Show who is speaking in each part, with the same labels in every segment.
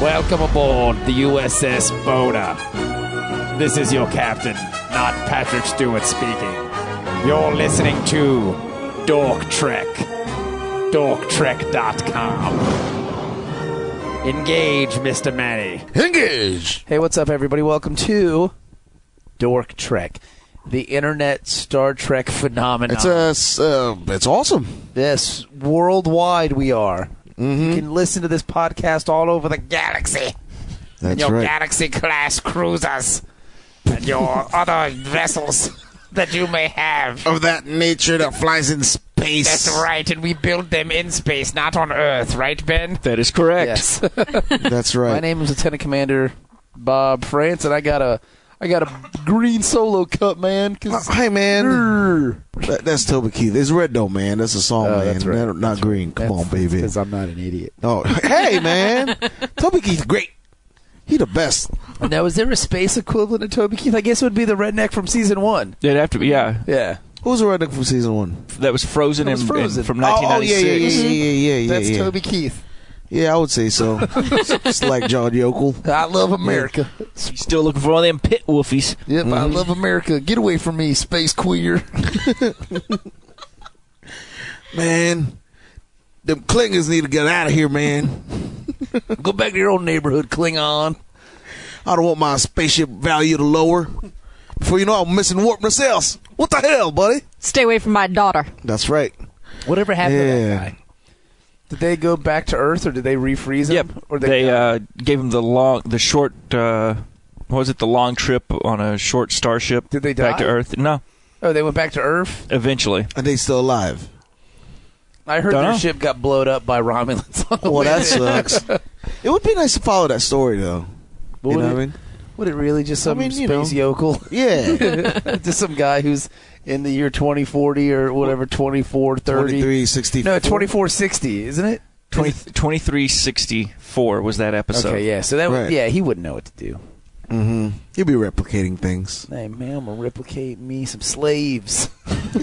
Speaker 1: Welcome aboard the USS Boda. This is your captain, not Patrick Stewart speaking. You're listening to Dork Trek. DorkTrek.com. Engage, Mr. Manny.
Speaker 2: Engage.
Speaker 3: Hey, what's up, everybody? Welcome to Dork Trek, the internet Star Trek phenomenon.
Speaker 2: It's a. s- Uh, it's awesome.
Speaker 3: yes, worldwide we are. You can listen to this podcast all over the galaxy.
Speaker 2: That's
Speaker 1: and your
Speaker 2: right.
Speaker 1: galaxy class cruisers. And your other vessels that you may have.
Speaker 2: Of that nature that flies in space.
Speaker 1: That's right, and we build them in space, not on Earth, right, Ben?
Speaker 4: That is correct.
Speaker 3: Yes.
Speaker 2: That's right.
Speaker 3: My name is Lieutenant Commander Bob France, and I got a I got a green solo cup, man. 'cause-
Speaker 2: Uh, hey man, that, that's Toby Keith. It's Red Dome, man. That's a song,
Speaker 3: Oh,
Speaker 2: man.
Speaker 3: that's right.
Speaker 2: Not- Not green. Come on, baby.
Speaker 4: I'm not an idiot.
Speaker 2: Oh, hey man, Toby Keith's great. He the best.
Speaker 3: now, is there a space equivalent of Toby Keith? I guess it would be the redneck from season one.
Speaker 4: It'd have to be, yeah.
Speaker 3: Yeah,
Speaker 2: Who's the redneck from season one?
Speaker 4: That was Frozen,
Speaker 3: That was
Speaker 4: and- and
Speaker 3: Frozen.
Speaker 4: from
Speaker 2: Oh, oh, yeah, yeah,
Speaker 4: 1996.
Speaker 2: yeah, yeah, yeah, yeah.
Speaker 3: that's
Speaker 2: yeah.
Speaker 3: Toby Keith.
Speaker 2: Yeah, I would say so. Just like John Yokel.
Speaker 3: I love America.
Speaker 4: Still looking for all them pit woofies.
Speaker 3: Yep, I love America. Get away from me, space queer.
Speaker 2: Man, them clingers need to get out of here, man.
Speaker 3: Go back to your own neighborhood, Klingon.
Speaker 2: I don't want my spaceship value to lower. Before you know, it, I'm missing warp nacelles. What the hell, buddy?
Speaker 5: Stay away from my daughter.
Speaker 2: That's right.
Speaker 3: Whatever happened to
Speaker 2: Yeah.
Speaker 3: that guy? Did they go back to Earth, or did they refreeze him?
Speaker 4: Yep.
Speaker 3: Or
Speaker 4: they uh, gave him the long, the short. Uh, what was it? The long trip on a short starship.
Speaker 3: Did they
Speaker 4: back to
Speaker 3: die?
Speaker 4: Earth? No.
Speaker 3: oh, they went back to Earth.
Speaker 4: Eventually,
Speaker 2: Are they still alive?
Speaker 3: I heard
Speaker 4: Dunno.
Speaker 3: their ship got blowed up by Romulans. On the
Speaker 2: Well,
Speaker 3: way
Speaker 2: that
Speaker 3: there.
Speaker 2: sucks. It would be nice to follow that story, though.
Speaker 3: Would
Speaker 2: you know
Speaker 3: it?
Speaker 2: what I mean?
Speaker 3: Would it really just some
Speaker 2: I mean, you
Speaker 3: space
Speaker 2: know.
Speaker 3: yokel?
Speaker 2: Yeah.
Speaker 3: just some guy who's in the year 2040 or whatever, 2430.
Speaker 2: 23, 64.
Speaker 3: No, 2460, isn't it?
Speaker 4: 20, 2364 was that episode.
Speaker 3: Okay, yeah. So that
Speaker 2: Right.
Speaker 3: would yeah, he wouldn't know what to do.
Speaker 2: hmm You'll be replicating things.
Speaker 3: Hey, man, I'm going to replicate me some slaves.
Speaker 4: I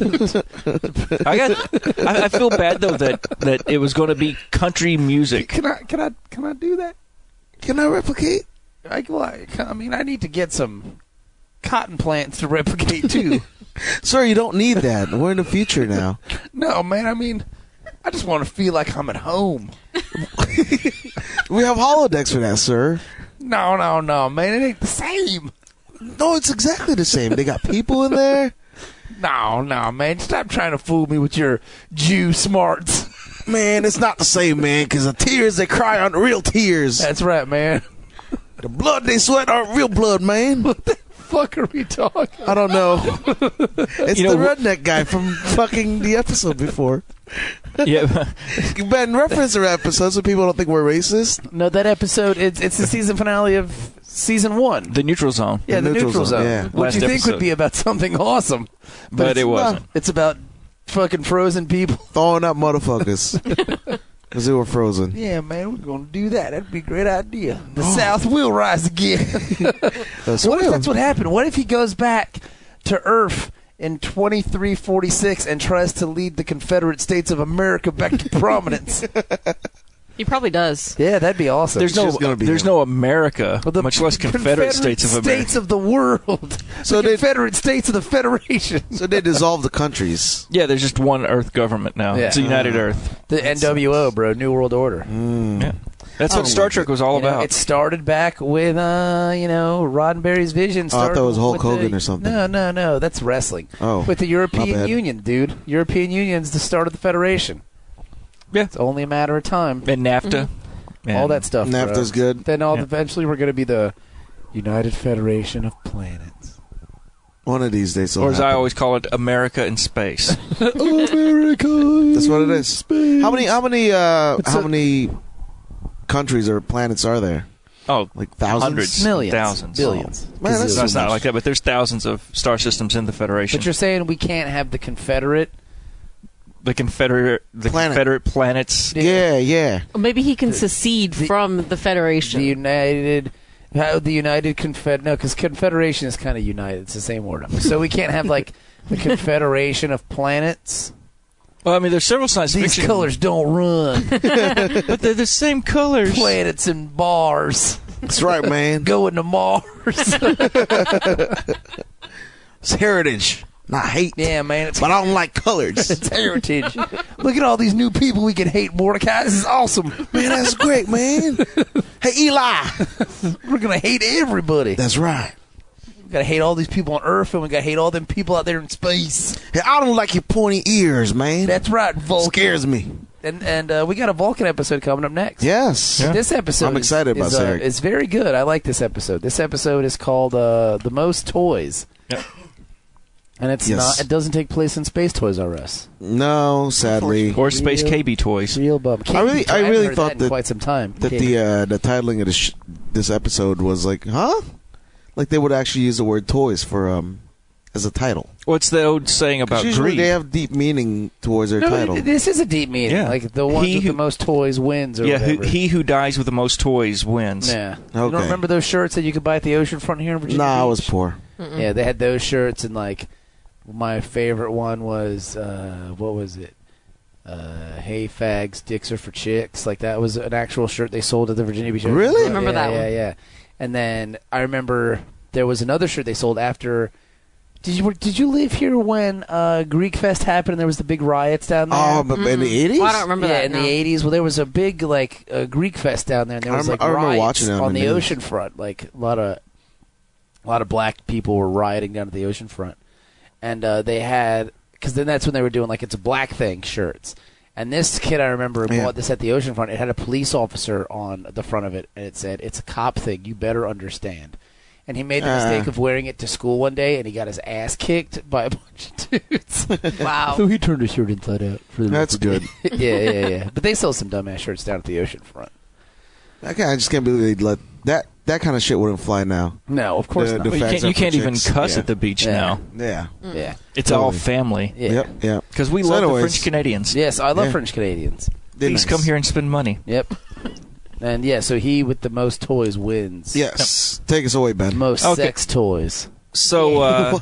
Speaker 4: got. I, I feel bad though that that it was going to be country music.
Speaker 3: Can I can I can I do that?
Speaker 2: Can I replicate?
Speaker 3: I, well, I, I mean, I need to get some cotton plants to replicate too.
Speaker 2: Sir, you don't need that. We're in the future now.
Speaker 3: no, man, I mean, I just want to feel like I'm at home.
Speaker 2: We have holodecks for that, sir.
Speaker 3: No, no, no, man, it ain't the same.
Speaker 2: No, it's exactly the same. They got people in there.
Speaker 3: No, no, man, stop trying to fool me with your Jew smarts.
Speaker 2: Man, it's not the same, man, because the tears they cry aren't real tears.
Speaker 3: That's right, man.
Speaker 2: The blood they sweat aren't real blood, man.
Speaker 3: Fuck are we talking?
Speaker 2: I don't know. It's
Speaker 4: You know,
Speaker 2: the redneck guy from fucking the episode before.
Speaker 4: Yeah.
Speaker 2: You've been referencing episodes so people don't think we're racist.
Speaker 3: No, that episode, it's, it's the season finale of season one.
Speaker 4: the neutral zone.
Speaker 3: yeah, the, neutral, zone.
Speaker 2: yeah.
Speaker 3: What
Speaker 4: Last
Speaker 3: you think
Speaker 4: episode.
Speaker 3: would be about something awesome,
Speaker 4: But
Speaker 3: it's
Speaker 4: it
Speaker 3: not.
Speaker 4: wasn't.
Speaker 3: It's about fucking frozen people.
Speaker 2: Throwing up motherfuckers. Because they were frozen.
Speaker 3: Yeah, man, we're gonna do that. That'd be a great idea. The South will rise again.
Speaker 2: That's
Speaker 3: what if that's what happened? What if he goes back to Earth in 2346 and tries to lead the Confederate States of America back to prominence?
Speaker 5: He probably does.
Speaker 3: yeah, that'd be awesome.
Speaker 4: There's
Speaker 2: just
Speaker 4: no.
Speaker 2: gonna be
Speaker 4: There's
Speaker 2: him.
Speaker 4: no America, much less Confederate, States of America.
Speaker 3: States of the world.
Speaker 2: So
Speaker 3: So
Speaker 2: they-
Speaker 3: the Confederate States of the Federation.
Speaker 2: So they dissolved the countries.
Speaker 4: Yeah, there's just one Earth government now.
Speaker 3: Yeah.
Speaker 4: It's a United Earth.
Speaker 3: The NWO, bro, New World Order.
Speaker 2: Mm.
Speaker 4: Yeah. That's what Star Trek was all
Speaker 3: You know,
Speaker 4: about.
Speaker 3: it started back with, uh, you know, Roddenberry's
Speaker 2: Oh,
Speaker 3: vision.
Speaker 2: I thought it
Speaker 3: started
Speaker 2: was Hulk
Speaker 3: with the-
Speaker 2: Hogan or something.
Speaker 3: No, no, no. That's wrestling.
Speaker 2: Oh,
Speaker 3: With the
Speaker 2: my
Speaker 3: European
Speaker 2: bad.
Speaker 3: Union, dude. European Union's the start of the Federation.
Speaker 4: Yeah.
Speaker 3: It's only a matter of time.
Speaker 4: and NAFTA. And
Speaker 3: Mm-hmm. All that stuff. bro.
Speaker 2: NAFTA's good.
Speaker 3: Then all
Speaker 4: Yeah.
Speaker 3: eventually we're going to be the United Federation of Planets.
Speaker 2: One of these days. it'll
Speaker 4: Or as I
Speaker 2: happen.
Speaker 4: always call it, America in space.
Speaker 3: America.
Speaker 2: That's what it is. How many? How many? Uh,
Speaker 3: It's
Speaker 2: how
Speaker 3: a-
Speaker 2: many countries or planets are there?
Speaker 4: Oh,
Speaker 2: Like thousands.
Speaker 4: Hundreds.
Speaker 3: Millions.
Speaker 4: Thousands.
Speaker 3: Billions.
Speaker 2: Oh. Man, that's
Speaker 4: no, it's
Speaker 2: so
Speaker 4: not
Speaker 2: much.
Speaker 4: like that, but there's thousands of star systems in the Federation.
Speaker 3: But you're saying we can't have the Confederate?
Speaker 4: the Confederate, the
Speaker 2: Planet.
Speaker 4: Confederate planets.
Speaker 2: Yeah, yeah.
Speaker 5: Well, maybe he can secede from the Federation.
Speaker 3: the United, how the United Confed. No, because Confederation is kind of united. It's the same word. So we can't have like the Confederation of planets.
Speaker 4: Well, I mean, there's several science
Speaker 3: These
Speaker 4: fiction,
Speaker 3: colors don't run.
Speaker 4: but they're the same colors.
Speaker 3: Planets and bars.
Speaker 2: That's right, man.
Speaker 3: Going to Mars.
Speaker 2: It's heritage, not hate.
Speaker 3: yeah, man. It's,
Speaker 2: But I don't like colors.
Speaker 3: it's heritage. Look at all these new people we can hate, Mordecai. This is awesome.
Speaker 2: man, that's great, man. Hey, Eli.
Speaker 3: We're going to hate everybody.
Speaker 2: That's right.
Speaker 3: We gotta hate all these people on Earth, and we gotta hate all them people out there in space.
Speaker 2: Hey, I don't like your pointy ears, man. That
Speaker 3: That's right, Vulcan.
Speaker 2: scares me.
Speaker 3: And and uh, we got a Vulcan episode coming up next.
Speaker 2: Yes.
Speaker 3: This episode,
Speaker 2: I'm excited
Speaker 3: is,
Speaker 2: about
Speaker 3: is, uh,
Speaker 2: Sarek.
Speaker 3: It's very good. I like this episode. This episode is called uh, "The Most Toys,"
Speaker 4: Yep.
Speaker 3: and it's
Speaker 2: Yes.
Speaker 3: not. It doesn't take place in Space Toys R Us.
Speaker 2: No, sadly,
Speaker 4: Or Space KB toys.
Speaker 3: Real bum.
Speaker 2: I really- I
Speaker 3: haven't
Speaker 2: really
Speaker 3: heard
Speaker 2: thought
Speaker 3: in
Speaker 2: that-
Speaker 3: quite some time.
Speaker 2: that the uh, the titling of this, sh- this episode was like, huh? Like they would actually use the word toys for um as a title.
Speaker 4: What's the old saying about
Speaker 2: Usually
Speaker 4: greed?
Speaker 2: they have deep meaning towards their
Speaker 3: no,
Speaker 2: title.
Speaker 3: th- this is a deep meaning.
Speaker 4: Yeah.
Speaker 3: Like the ones
Speaker 4: He
Speaker 3: with
Speaker 4: who-
Speaker 3: the most toys wins, or
Speaker 4: yeah, who,
Speaker 3: whatever.
Speaker 4: he who dies with the most toys wins.
Speaker 3: Yeah. You
Speaker 2: Okay.
Speaker 3: don't remember those shirts that you could buy at the ocean front here in Virginia?
Speaker 2: nah, I
Speaker 3: Beach?
Speaker 2: was poor.
Speaker 3: Yeah, they had those shirts and like my favorite one was uh what was it? Uh Hey Fags, Dicks are for Chicks. Like that was an actual shirt they sold at the Virginia Beach. Ocean
Speaker 2: Really?
Speaker 3: Club.
Speaker 5: I remember
Speaker 3: yeah,
Speaker 5: that
Speaker 3: yeah,
Speaker 5: one.
Speaker 3: Yeah, And then I remember there was another shirt they sold after did you did you live here when uh, Greek Fest happened and there was the big riots down there?
Speaker 2: Oh, but in the eighties,
Speaker 5: Well, I don't remember
Speaker 3: yeah,
Speaker 5: that.
Speaker 3: in
Speaker 5: no.
Speaker 3: the eighties. Well, there was a big like uh, Greek fest down there, and there
Speaker 2: I
Speaker 3: was
Speaker 2: rem-
Speaker 3: like
Speaker 2: I remember
Speaker 3: riots
Speaker 2: watching that on
Speaker 3: on
Speaker 2: the
Speaker 3: the
Speaker 2: news.
Speaker 3: ocean front. Like a lot of a lot of black people were rioting down at the ocean front, and uh, they had because then that's when they were doing like it's a black thing shirts. And this kid, I remember,
Speaker 2: Yeah.
Speaker 3: bought this at the ocean front. It had a police officer on the front of it, and it said, "It's a cop thing. You better understand." And he made the
Speaker 2: Uh.
Speaker 3: mistake of wearing it to school one day, and he got his ass kicked by a bunch of dudes.
Speaker 5: Wow.
Speaker 3: he turned his shirt inside out. For the
Speaker 2: that's good.
Speaker 3: yeah, yeah, yeah. But they sell some dumbass shirts down at the ocean front.
Speaker 2: I, can't, I just can't believe they let that that kind of shit wouldn't fly now.
Speaker 3: No, of course
Speaker 2: The-
Speaker 3: not.
Speaker 2: the
Speaker 4: Well, you
Speaker 2: Fags
Speaker 4: can't,
Speaker 2: are
Speaker 4: you
Speaker 2: for
Speaker 4: can't even
Speaker 2: chicks.
Speaker 4: cuss
Speaker 2: Yeah.
Speaker 4: at the beach
Speaker 3: Yeah.
Speaker 4: now.
Speaker 2: Yeah.
Speaker 3: yeah,
Speaker 4: It's
Speaker 2: Totally.
Speaker 4: all family.
Speaker 3: yeah.
Speaker 2: Yep. Yep.
Speaker 4: Because we
Speaker 2: So
Speaker 4: love
Speaker 2: anyways,
Speaker 4: the French Canadians.
Speaker 3: Yes, I love
Speaker 2: Yeah.
Speaker 3: French Canadians.
Speaker 2: They're nice.
Speaker 4: Please come here and spend money.
Speaker 3: Yep. and yeah, so he with the most toys wins.
Speaker 2: Yes. Take us away, Ben.
Speaker 3: Most
Speaker 4: Okay.
Speaker 3: sex toys.
Speaker 4: So, uh,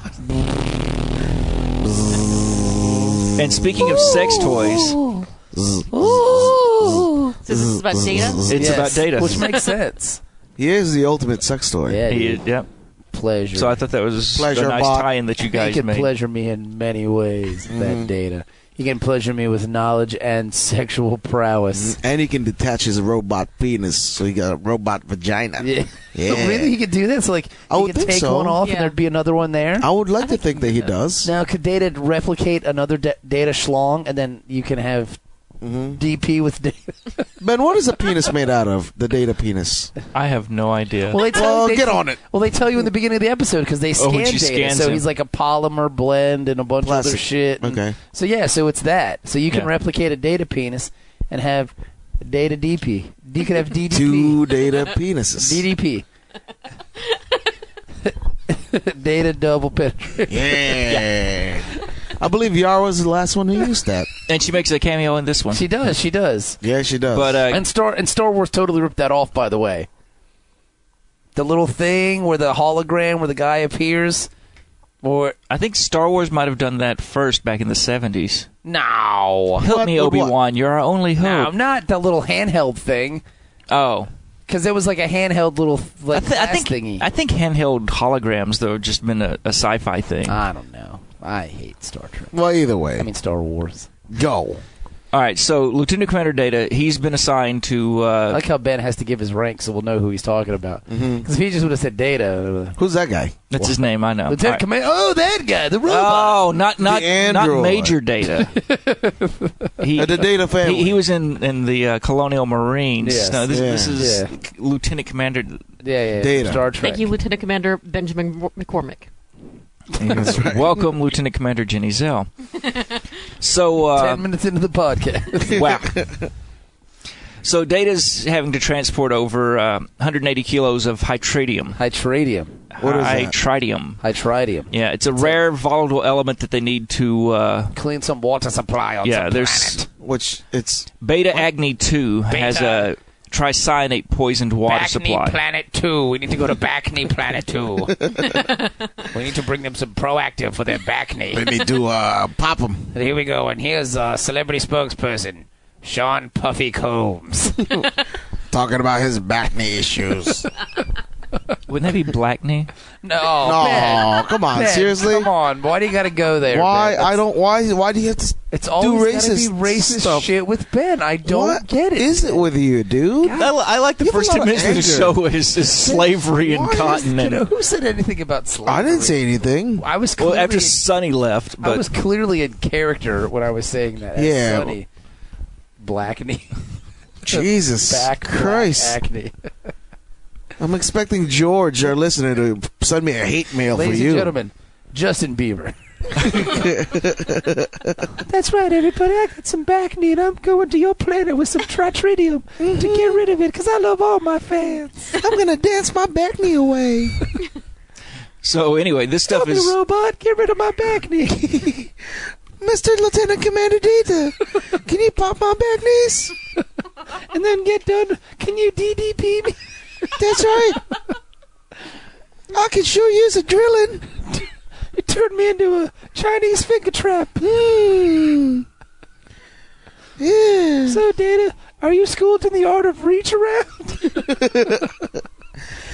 Speaker 4: and speaking of sex toys,
Speaker 5: Ooh. So this is about data?
Speaker 4: it's
Speaker 3: Yes,
Speaker 4: about data.
Speaker 3: which makes sense.
Speaker 2: He is the ultimate sex toy.
Speaker 3: Yeah,
Speaker 4: He-
Speaker 3: dude.
Speaker 4: yeah.
Speaker 3: pleasure.
Speaker 4: So I thought that was
Speaker 2: Pleasure
Speaker 4: a nice
Speaker 2: bot.
Speaker 4: tie-in that you
Speaker 3: he
Speaker 4: guys
Speaker 3: can
Speaker 4: made.
Speaker 3: pleasure me in many ways. That
Speaker 2: Mm.
Speaker 3: data. He can pleasure me with knowledge and sexual prowess.
Speaker 2: And he can detach his robot penis, so he got a robot vagina.
Speaker 3: Yeah.
Speaker 2: Yeah.
Speaker 3: really, he could do this. Like
Speaker 2: I
Speaker 3: he
Speaker 2: would
Speaker 3: could
Speaker 2: think
Speaker 3: take
Speaker 2: so.
Speaker 3: one off,
Speaker 5: Yeah.
Speaker 3: and there'd be another one there.
Speaker 2: I would like to think that he does.
Speaker 3: Now, could data replicate another da- data schlong, and then you can have
Speaker 4: Mm-hmm.
Speaker 3: DP with data?
Speaker 2: Ben, what is a penis made out of? The data penis.
Speaker 4: I have no idea.
Speaker 3: Well, they tell
Speaker 2: Well,
Speaker 3: they
Speaker 2: get
Speaker 3: tell-
Speaker 2: on it.
Speaker 3: Well, they tell you in the beginning of the episode because they
Speaker 4: Oh,
Speaker 3: scan
Speaker 4: when she
Speaker 3: data,
Speaker 4: scans
Speaker 3: so
Speaker 4: him.
Speaker 3: he's like a polymer blend and a bunch of
Speaker 2: Plastic.
Speaker 3: other shit. and-
Speaker 2: Okay.
Speaker 3: So yeah, so it's that. So you can
Speaker 4: Yeah.
Speaker 3: replicate a data penis and have data DP. You could have DDP.
Speaker 2: Two data penises.
Speaker 3: DDP. data double penetration.
Speaker 2: Yeah. I believe Yara was the last one who used that.
Speaker 4: and she makes a cameo in this one.
Speaker 3: She does. She does.
Speaker 2: Yeah, she does.
Speaker 4: but uh,
Speaker 3: And Star and Star Wars totally ripped that off, by the way. The little thing where the hologram where the guy appears, or
Speaker 4: I think Star Wars might have done that first back in the 70s.
Speaker 3: no,
Speaker 4: Help
Speaker 2: What
Speaker 4: me,
Speaker 2: would
Speaker 4: Obi
Speaker 2: what?
Speaker 4: Wan. You're our only
Speaker 3: no,
Speaker 4: hope.
Speaker 3: not the little handheld thing
Speaker 4: Oh,
Speaker 3: because it was like a handheld little
Speaker 4: I,
Speaker 3: like
Speaker 4: th- I
Speaker 3: glass
Speaker 4: think
Speaker 3: thingy.
Speaker 4: I think handheld holograms though have just been a, a sci-fi thing.
Speaker 3: I don't know. I hate Star Trek.
Speaker 2: well, either way,
Speaker 3: I mean Star Wars.
Speaker 2: go.
Speaker 4: All right, so Lieutenant Commander Data, he's been assigned to.
Speaker 3: I
Speaker 4: Uh,
Speaker 3: like how Ben has to give his rank so we'll know who he's talking about. Because if he just would have said Data, uh,
Speaker 2: Who's that guy?
Speaker 4: that's his name, I know.
Speaker 3: Lieutenant
Speaker 4: All right.
Speaker 3: Command. Oh, that guy, the robot.
Speaker 4: Oh, not not
Speaker 2: The
Speaker 4: not
Speaker 2: android.
Speaker 4: Major Data. he,
Speaker 2: Uh, the Data family.
Speaker 4: he, he was in in the uh, Colonial Marines.
Speaker 3: Yes.
Speaker 4: No, this,
Speaker 2: Yeah.
Speaker 4: this is
Speaker 3: Yeah.
Speaker 4: Lieutenant Commander.
Speaker 3: yeah, yeah, yeah.
Speaker 2: Data.
Speaker 3: Star Trek.
Speaker 5: Thank you, Lieutenant Commander Benjamin McCormick.
Speaker 4: Welcome, Lieutenant Commander Jenny Zell. So uh,
Speaker 3: Ten minutes into the podcast.
Speaker 4: wow. So Data's having to transport over uh, 180 kilos of hytradium.
Speaker 3: Hytridium.
Speaker 2: What is that?
Speaker 4: Hytridium.
Speaker 3: Hytridium.
Speaker 4: Yeah, it's a rare volatile element that they need to. Uh,
Speaker 3: Clean some water supply on
Speaker 4: yeah,
Speaker 3: some
Speaker 4: there's
Speaker 3: planet.
Speaker 2: Which it's
Speaker 4: Beta Agni 2 has a tricyanate poisoned water
Speaker 3: Back Knee
Speaker 4: supply.
Speaker 3: Planet 2. We need to go to Back Knee Planet 2. we need to bring them some proactive for their back knee.
Speaker 2: Let me do uh, pop them.
Speaker 3: Here we go. And here's uh, celebrity spokesperson, Sean Puffy Combs.
Speaker 2: Talking about his back knee issues.
Speaker 4: Wouldn't that be black knee?
Speaker 3: no.
Speaker 2: oh, come on,
Speaker 3: Ben,
Speaker 2: seriously?
Speaker 3: Come on. Why do you got to go there?
Speaker 2: Why
Speaker 3: Ben?
Speaker 2: I don't? Why? Why do you have to?
Speaker 3: It's
Speaker 2: do
Speaker 3: always gotta
Speaker 2: racist
Speaker 3: be racist
Speaker 2: stuff.
Speaker 3: shit with Ben. I don't
Speaker 2: what
Speaker 3: get it.
Speaker 2: Is it with you, dude?
Speaker 4: I, I like the
Speaker 2: You have a
Speaker 4: first
Speaker 2: lot of
Speaker 4: dimension of the
Speaker 2: anger.
Speaker 4: show is, is slavery and
Speaker 3: Why is-
Speaker 4: cotton.
Speaker 3: you know,
Speaker 4: And,
Speaker 3: who said anything about slavery?
Speaker 2: I didn't say anything.
Speaker 3: I was
Speaker 4: well,
Speaker 3: clearly,
Speaker 4: after Sonny left,
Speaker 3: I
Speaker 4: but
Speaker 3: was clearly in character when I was saying that. That's
Speaker 2: Yeah.
Speaker 3: Funny. Black knee.
Speaker 2: Jesus
Speaker 3: Back black
Speaker 2: Christ!
Speaker 3: acne.
Speaker 2: I'm expecting George, our listener, to send me a hate mail
Speaker 3: Ladies
Speaker 2: for you.
Speaker 3: and gentlemen, Justin Bieber. That's right, everybody. I got some back knee, and I'm going to your planet with some tritium to get rid of it because I love all my fans.
Speaker 2: I'm gonna dance my back knee away.
Speaker 4: so anyway, this stuff is
Speaker 3: robot. Get rid of my back knee.
Speaker 2: Mr. Lieutenant Commander Data, can you pop my back knees?
Speaker 3: and then get done. Can you DDP me?
Speaker 2: That's right. I can sure use a drilling.
Speaker 3: You turned me into a Chinese finger trap.
Speaker 2: Hmm. Yeah.
Speaker 3: So, Data, are you schooled in the art of reach around?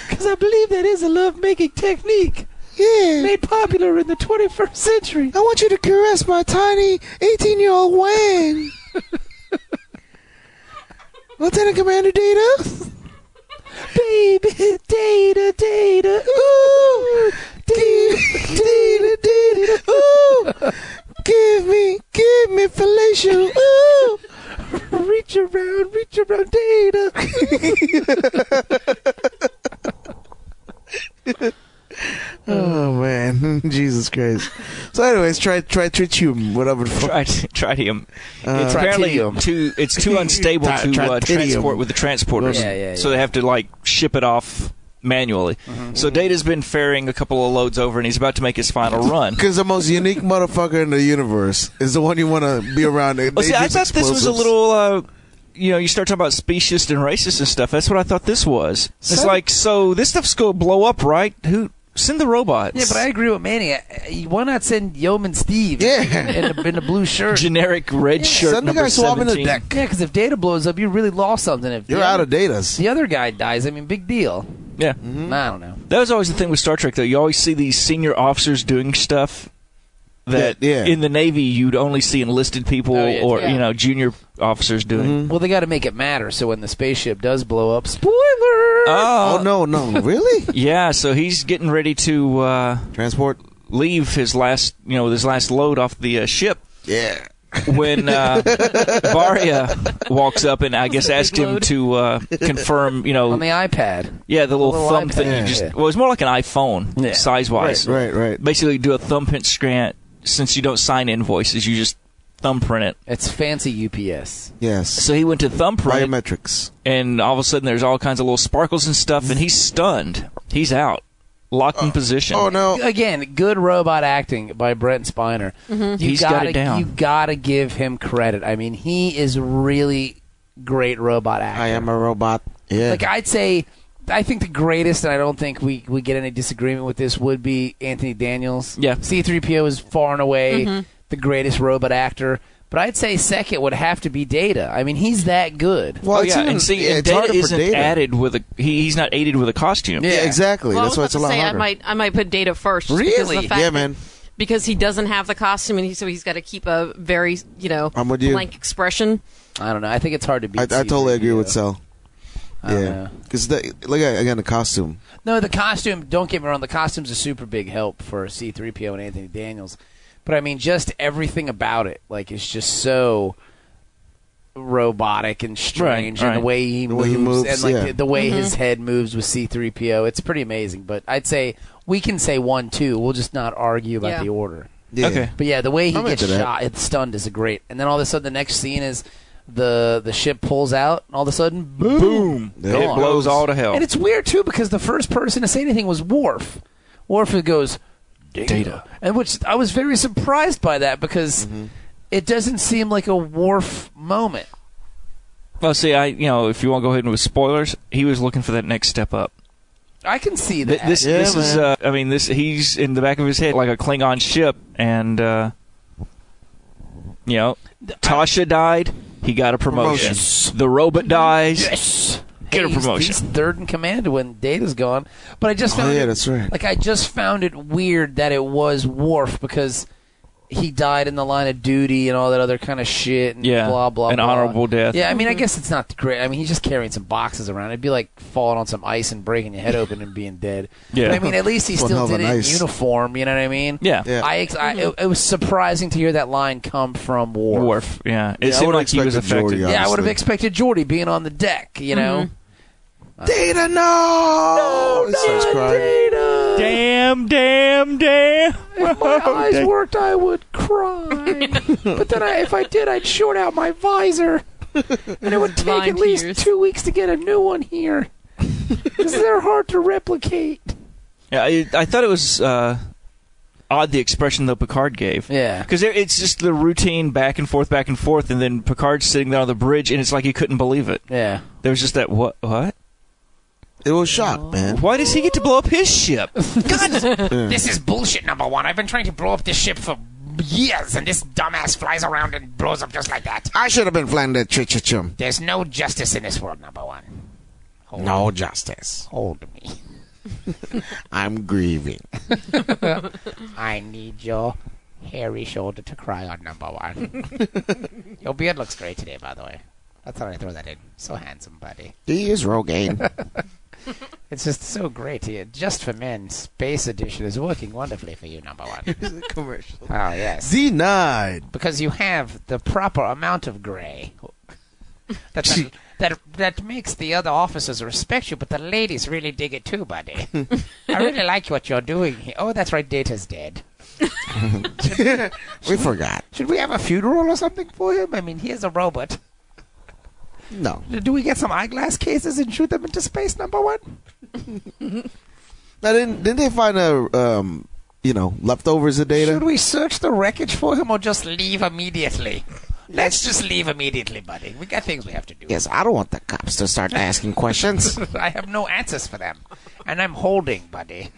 Speaker 3: Because I believe that is a love-making technique
Speaker 2: yeah.
Speaker 3: made popular in the 21st century.
Speaker 2: I want you to caress my tiny 18 year old wang. Lieutenant Commander Data.
Speaker 3: Baby, Data, Data,
Speaker 2: Ooh. Data, Data, Data. Ooh. Give me, give me fellatio. Ooh.
Speaker 3: reach around, reach around, Data.
Speaker 2: Oh man, Jesus Christ! So, anyways, try try tritium, whatever. the fuck.
Speaker 4: tri- tritium.
Speaker 2: Uh,
Speaker 4: um, it's apparently
Speaker 3: tritium.
Speaker 4: too it's too unstable
Speaker 2: Tri-
Speaker 4: to uh,
Speaker 2: tritium.
Speaker 4: transport with the transporters.
Speaker 6: Yeah, yeah,
Speaker 4: So they have to like ship it off manually.
Speaker 2: Mm-hmm.
Speaker 4: So Data's been ferrying a couple of loads over, and he's about to make his final run.
Speaker 2: Because the most unique motherfucker in the universe is the one you want to be around. They
Speaker 4: Well, Oh, see, I
Speaker 2: use
Speaker 4: thought this was a
Speaker 2: explosives.
Speaker 4: little. Uh, you know, you start talking about specious and racist and stuff. That's what I thought this was. It's
Speaker 3: So-
Speaker 4: like, so this stuff's gonna blow up, right? Who send the robots?
Speaker 3: Yeah, but I agree with Manny. Uh, Why not send Yeoman Steve
Speaker 2: Yeah.
Speaker 3: in, the, in the blue shirt?
Speaker 4: generic red shirt
Speaker 2: Send the
Speaker 4: number
Speaker 2: guy swabbing the
Speaker 4: 17.
Speaker 2: deck.
Speaker 3: Yeah, because if Data blows up, you really lost something. If
Speaker 2: You're
Speaker 3: the
Speaker 2: out
Speaker 3: other-
Speaker 2: of datas.
Speaker 3: the other guy dies, I mean, big deal. I
Speaker 4: Yeah,
Speaker 3: don't know.
Speaker 4: that was always the thing with Star Trek, though. You always see these senior officers doing stuff that
Speaker 2: Yeah, yeah.
Speaker 4: in the Navy you'd only see enlisted people
Speaker 3: Oh, yeah,
Speaker 4: or
Speaker 5: yeah.
Speaker 4: you know junior officers
Speaker 2: Mm-hmm.
Speaker 4: doing.
Speaker 3: Well, they got to make it matter. So when the spaceship does blow up, spoiler.
Speaker 2: Oh
Speaker 4: Uh,
Speaker 2: no, no, really?
Speaker 4: yeah. So he's getting ready to uh,
Speaker 2: Transport.
Speaker 4: leave his last, you know, with his last load off the uh, ship.
Speaker 2: Yeah.
Speaker 4: when uh, Varia walks up and I guess
Speaker 5: a big
Speaker 4: asked him
Speaker 5: load.
Speaker 4: to uh, confirm, you
Speaker 3: on
Speaker 4: know,
Speaker 3: the iPad.
Speaker 4: yeah, the little,
Speaker 3: little
Speaker 4: thumb
Speaker 3: iPad.
Speaker 4: thing. You
Speaker 3: Yeah.
Speaker 4: just well, it's more like an iPhone
Speaker 3: Yeah.
Speaker 4: size wise.
Speaker 2: Right, right.
Speaker 4: Basically, do a thumbprint scan. Since you don't sign invoices, you just thumbprint it.
Speaker 3: It's fancy UPS.
Speaker 2: Yes.
Speaker 4: So he went to thumbprint,
Speaker 2: Biometrics.
Speaker 4: and all of a sudden there's all kinds of little sparkles and stuff, and he's stunned. He's out, locked in position.
Speaker 2: Oh no.
Speaker 3: Again, good robot acting by Brent Spiner. You
Speaker 4: He's got
Speaker 3: gotta,
Speaker 4: it down.
Speaker 3: You gotta give him credit. I mean, he is really great robot actor.
Speaker 2: I am a robot. Yeah.
Speaker 3: Like I'd say, I think the greatest, and I don't think we we get any disagreement with this, would be Anthony Daniels.
Speaker 4: Yeah.
Speaker 3: C-3PO is far and away the greatest robot actor. But I'd say second would have to be Data. I mean, he's that good.
Speaker 2: well,
Speaker 4: Oh,
Speaker 2: it's
Speaker 4: yeah,
Speaker 2: even-
Speaker 4: and see,
Speaker 2: yeah,
Speaker 4: and
Speaker 2: it's
Speaker 4: data
Speaker 2: harder for
Speaker 4: isn't
Speaker 2: data.
Speaker 4: added with a he, he's not aided with a costume.
Speaker 2: Yeah, exactly.
Speaker 5: Well,
Speaker 2: That's
Speaker 5: I
Speaker 2: why
Speaker 5: was
Speaker 2: it's a
Speaker 5: about
Speaker 2: lot
Speaker 5: to say
Speaker 2: harder.
Speaker 5: I might I might put data first. just because of the
Speaker 2: really?
Speaker 5: fact
Speaker 2: Yeah,
Speaker 5: that-
Speaker 2: man.
Speaker 5: Because he doesn't have the costume, and he so he's got to keep a very you know
Speaker 2: I'm with you.
Speaker 5: blank expression.
Speaker 3: I don't know. I think it's hard to beat.
Speaker 2: I, I totally
Speaker 3: C-3PO.
Speaker 2: agree with Sal.
Speaker 3: don't
Speaker 2: Yeah,
Speaker 3: know.
Speaker 2: because look at again the costume.
Speaker 3: No, the costume. Don't get me wrong. The costume's a super big help for C-3PO and Anthony Daniels, but I mean, just everything about it, like, it's just so robotic and strange, and
Speaker 4: Right, Mm-hmm. right.
Speaker 3: the way he
Speaker 2: The
Speaker 3: moves,
Speaker 2: way he
Speaker 3: and
Speaker 2: moves,
Speaker 3: like
Speaker 2: yeah.
Speaker 3: the, the way his head moves with C-3PO, it's pretty amazing. But I'd say we can say one, two. We'll just not argue about
Speaker 5: Yeah.
Speaker 3: the order.
Speaker 2: Yeah.
Speaker 4: Okay.
Speaker 3: But yeah, the way he
Speaker 2: I'm
Speaker 3: gets
Speaker 2: into that.
Speaker 3: shot, it's stunned, is great. And then all of a sudden, the next scene is the the ship pulls out, and all of a sudden, boom.
Speaker 4: Boom!
Speaker 2: Yeah.
Speaker 4: It blows all to hell.
Speaker 3: And it's weird too because the first person to say anything was Worf. Worf goes data. and which I was very
Speaker 4: Mm-hmm.
Speaker 3: surprised by that because it doesn't seem like a Worf moment.
Speaker 4: Well, see, I you know, if you want to go ahead and with spoilers, he was looking for that next step up.
Speaker 3: I can see
Speaker 4: Th-
Speaker 3: that.
Speaker 4: this
Speaker 2: Yeah,
Speaker 4: this is
Speaker 2: man.
Speaker 4: uh, I mean this he's in the back of his head like a Klingon ship and uh, you know Tasha died he got a promotion
Speaker 2: Promotions.
Speaker 4: the robot dies
Speaker 3: yes.
Speaker 4: Get
Speaker 3: Hey,
Speaker 4: a
Speaker 3: he's-
Speaker 4: promotion.
Speaker 3: He's third in command when Data's gone. But I just
Speaker 2: Oh,
Speaker 3: found
Speaker 2: yeah,
Speaker 3: it,
Speaker 2: that's right.
Speaker 3: like I just found it weird that it was Worf because he died in the line of duty and all that other kind of shit and
Speaker 4: yeah
Speaker 3: blah blah
Speaker 4: an
Speaker 3: blah.
Speaker 4: honorable death
Speaker 3: Yeah, I mean, I guess it's not great. I mean, he's just carrying some boxes around. It'd be like falling on some ice and breaking your head open and being dead.
Speaker 4: Yeah.
Speaker 3: But I mean, at least he
Speaker 2: One hell
Speaker 3: still
Speaker 2: of
Speaker 3: did
Speaker 2: an
Speaker 3: it
Speaker 2: ice.
Speaker 3: in uniform. You know what I mean?
Speaker 4: yeah,
Speaker 2: Yeah.
Speaker 3: I, ex- I it, it was surprising to hear that line come from Worf.
Speaker 4: Worf yeah it
Speaker 2: Yeah, I
Speaker 4: seemed
Speaker 2: would've
Speaker 4: like he was
Speaker 2: expected uh,
Speaker 4: affected
Speaker 2: Geordi,
Speaker 3: Yeah, I would have
Speaker 2: Honestly.
Speaker 3: expected Jordy being on the deck. You know,
Speaker 4: Mm-hmm.
Speaker 2: Data, no! He Oh, starts crying.
Speaker 4: damn damn damn
Speaker 3: If my eyes worked, I would cry. but then, I, if I did, I'd short out my visor, and it would take
Speaker 5: Blind
Speaker 3: at least
Speaker 5: tears.
Speaker 3: two weeks to get a new one here because they're hard to replicate.
Speaker 4: yeah I, I thought it was uh, odd the expression that Picard gave
Speaker 3: Yeah,
Speaker 4: because it's just the routine back and forth back and forth and then Picard's sitting there on the bridge and it's like he couldn't believe it
Speaker 3: yeah.
Speaker 4: there was just that what what
Speaker 2: It was shock, man.
Speaker 4: Why does he get to blow up his ship? Hmm.
Speaker 7: This is bullshit number one. I've been trying to blow up this ship for years, and this dumbass flies around and blows up just like that.
Speaker 2: I should have been flying that chit chit chum.
Speaker 7: There's no justice in this world, number one. Hold,
Speaker 2: No justice.
Speaker 7: Hold me.
Speaker 2: I'm grieving.
Speaker 7: I need your hairy shoulder to cry on, number one. your beard looks great today, by the way. I thought I'd throw that in. So handsome, buddy.
Speaker 2: He is Rogaine.
Speaker 7: It's just so great here. Just for men, Space Edition is working wonderfully for you, number one.
Speaker 2: Commercial.
Speaker 7: Oh, yes.
Speaker 2: Denied.
Speaker 7: because you have the proper amount of gray. That, that, that, that makes the other officers respect you, but the ladies really dig it too, buddy. I really like what you're doing here. Oh, that's right, Data's dead.
Speaker 2: We forgot.
Speaker 7: Should we have a funeral or something for him? I mean, he is a robot.
Speaker 2: No.
Speaker 7: Do we get some eyeglass cases and shoot them into space, number one?
Speaker 2: Now, didn't, didn't they find a, um, you know, leftovers of data?
Speaker 7: Should we search the wreckage for him or just leave immediately? Let's just leave immediately, buddy. We got things we have to do.
Speaker 2: Yes, I don't want the cops to start asking questions.
Speaker 7: I have no answers for them, and I'm holding, buddy.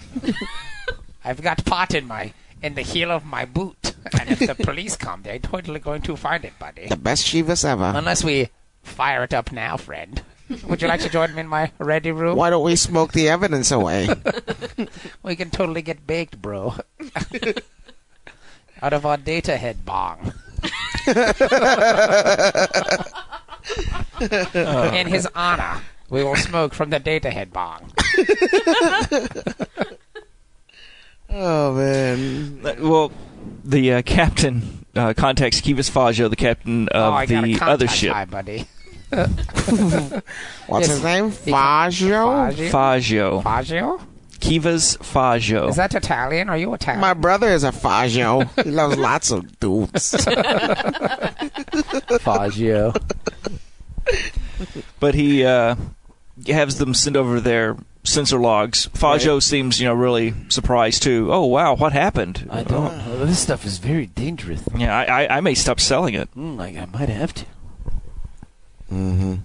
Speaker 7: I've got pot in my in the heel of my boot, and if the police come, they're totally going to find it, buddy.
Speaker 2: the best Chivas ever.
Speaker 7: Unless we fire it up now, friend. Would you like to join me in my ready room?
Speaker 2: Why don't we smoke the evidence away?
Speaker 7: We can totally get baked, bro. Out of our data head bong. in his honor, we will smoke from the data head bong.
Speaker 2: oh, man.
Speaker 4: well, the uh, captain uh, contacts Kivas Fajo, the captain of
Speaker 7: oh, I got a
Speaker 4: the
Speaker 7: contact
Speaker 4: other ship.
Speaker 7: Hi, buddy.
Speaker 2: What's
Speaker 7: Yes.
Speaker 2: his name?
Speaker 7: He-
Speaker 2: Faggio?
Speaker 3: Oh,
Speaker 7: Faggio?
Speaker 4: Fajo.
Speaker 7: Faggio?
Speaker 4: Kivas Fajo.
Speaker 7: Is that Italian? Are you Italian?
Speaker 2: My brother is a Faggio. he loves lots of dudes.
Speaker 6: Faggio.
Speaker 4: but he uh, has them send over their sensor logs. Fajo seems, you know, really surprised too. Oh wow, what happened?
Speaker 6: I don't. know. This stuff is very dangerous.
Speaker 4: Yeah, I, I, I may stop selling it.
Speaker 6: Mm, like I might have to.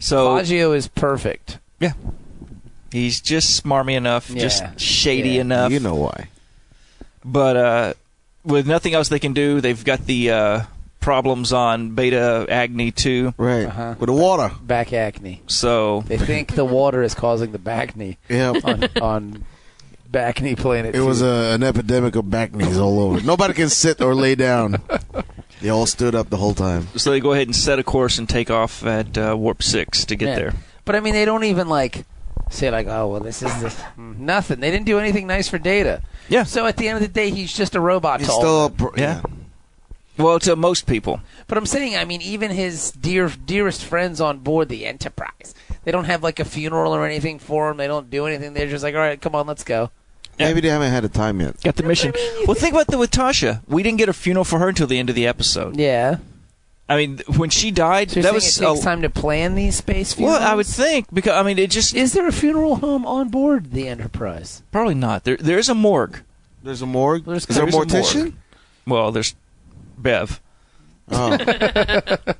Speaker 4: So
Speaker 3: Faggio is perfect.
Speaker 4: he's just smarmy enough, just
Speaker 3: Yeah.
Speaker 4: shady
Speaker 3: Yeah.
Speaker 4: enough.
Speaker 2: you know why.
Speaker 4: but uh, with nothing else they can do, they've got the uh, problems on Beta Agni too.
Speaker 2: Right.
Speaker 3: Uh-huh.
Speaker 2: With the water.
Speaker 3: Back acne.
Speaker 4: So
Speaker 3: They think the water is causing the back knee
Speaker 2: Yeah.
Speaker 3: on, on back knee planet.
Speaker 2: It was
Speaker 3: two.
Speaker 2: a, an epidemic of back knees all over. Nobody can sit or lay down. They all stood up the whole time.
Speaker 4: so they go ahead and set a course and take off at uh, warp six to get
Speaker 3: Yeah.
Speaker 4: there.
Speaker 3: But I mean, they don't even like say like, oh well, this is this
Speaker 7: Hmm.
Speaker 3: nothing. They didn't do anything nice for Data.
Speaker 4: Yeah.
Speaker 3: So at the end of the day, he's just a robot.
Speaker 2: He's
Speaker 3: to all
Speaker 2: still
Speaker 3: of
Speaker 2: a
Speaker 3: them.
Speaker 2: pro-
Speaker 4: Yeah. Well, to most people,
Speaker 3: But I'm saying, I mean, even his dear dearest friends on board the Enterprise, they don't have like a funeral or anything for him. They don't do anything. They're just like, all right, come on, let's go.
Speaker 2: Maybe they haven't had a time yet.
Speaker 4: got the mission. Well, think about that with Tasha. We didn't get a funeral for her until the end of the episode.
Speaker 3: Yeah.
Speaker 4: I mean, th- when she died,
Speaker 3: So you're
Speaker 4: that
Speaker 3: saying
Speaker 4: was
Speaker 3: it takes
Speaker 4: a-
Speaker 3: time to plan these space
Speaker 4: well.
Speaker 3: funerals.
Speaker 4: I would think because I mean, it just
Speaker 3: Is there a funeral home on board the Enterprise?
Speaker 4: probably not. There, there is a morgue.
Speaker 2: There's a morgue.
Speaker 3: There's-
Speaker 2: is there a
Speaker 4: there's a
Speaker 2: mortician?
Speaker 4: morgue. Well, there's Bev.
Speaker 2: Oh.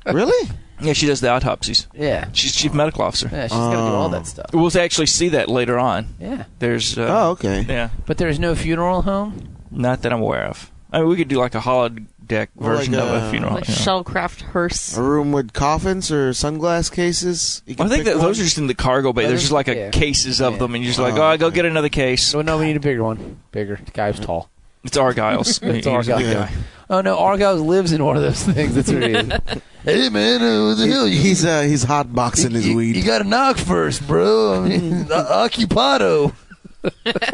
Speaker 2: really?
Speaker 4: Yeah, she does the autopsies.
Speaker 3: Yeah.
Speaker 4: She's chief medical officer.
Speaker 3: Yeah, she's got to do all that stuff.
Speaker 4: We'll actually see that later on.
Speaker 3: Yeah.
Speaker 4: There's uh,
Speaker 2: Oh, okay.
Speaker 4: yeah,
Speaker 3: But there's no funeral home?
Speaker 4: not that I'm aware of. I mean, we could do like a holodeck
Speaker 2: Well,
Speaker 4: version
Speaker 2: like
Speaker 4: of
Speaker 2: a-
Speaker 4: a funeral.
Speaker 5: Like
Speaker 4: you know.
Speaker 5: Shellcraft hearse.
Speaker 2: A room with coffins or sunglass cases. You
Speaker 4: I think
Speaker 2: pick
Speaker 4: that those
Speaker 2: one.
Speaker 4: are just in the cargo bay.
Speaker 3: I
Speaker 4: There's
Speaker 3: think-
Speaker 4: just like a
Speaker 3: yeah.
Speaker 4: cases of
Speaker 3: Yeah.
Speaker 4: them, and you're just like,
Speaker 2: Oh,
Speaker 4: oh, I go
Speaker 2: okay.
Speaker 4: get another case.
Speaker 3: Oh, no, we need a bigger one. Bigger. The guy was tall.
Speaker 4: It's Argyle's.
Speaker 3: It's Argyle.
Speaker 2: Yeah.
Speaker 3: Oh, no, Argyle lives in one of those things. That's what it is. hey, man, uh, what the hell? You,
Speaker 2: He's uh, he's hot boxing his
Speaker 3: you,
Speaker 2: weed.
Speaker 3: You got to knock first, bro. I mean, uh, occupado.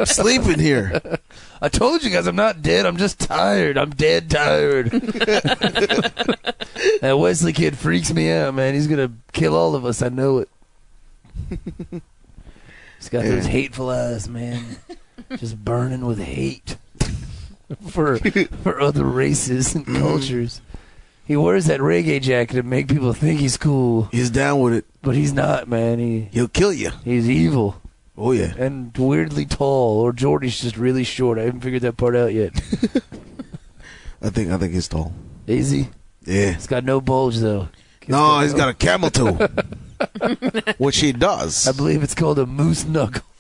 Speaker 2: sleeping here.
Speaker 3: I told you guys I'm not dead. I'm just tired. I'm dead tired. that Wesley kid freaks me out, man. He's gonna kill all of us. I know it. He's got those
Speaker 2: Yeah.
Speaker 3: hateful eyes, man. just burning with hate for for other races and cultures. He wears that reggae jacket to make people think he's cool,
Speaker 2: He's down with it.
Speaker 3: but he's not, man. He
Speaker 2: He'll kill you.
Speaker 3: he's evil
Speaker 2: Oh yeah.
Speaker 3: and weirdly tall, or Jordy's just really short. I haven't figured that part out yet.
Speaker 2: I think I think he's tall.
Speaker 3: Easy.
Speaker 2: Yeah.
Speaker 3: He's got no bulge though.
Speaker 2: No, he's got a camel toe, which he
Speaker 3: I
Speaker 2: does.
Speaker 3: believe it's called a moose knuckle.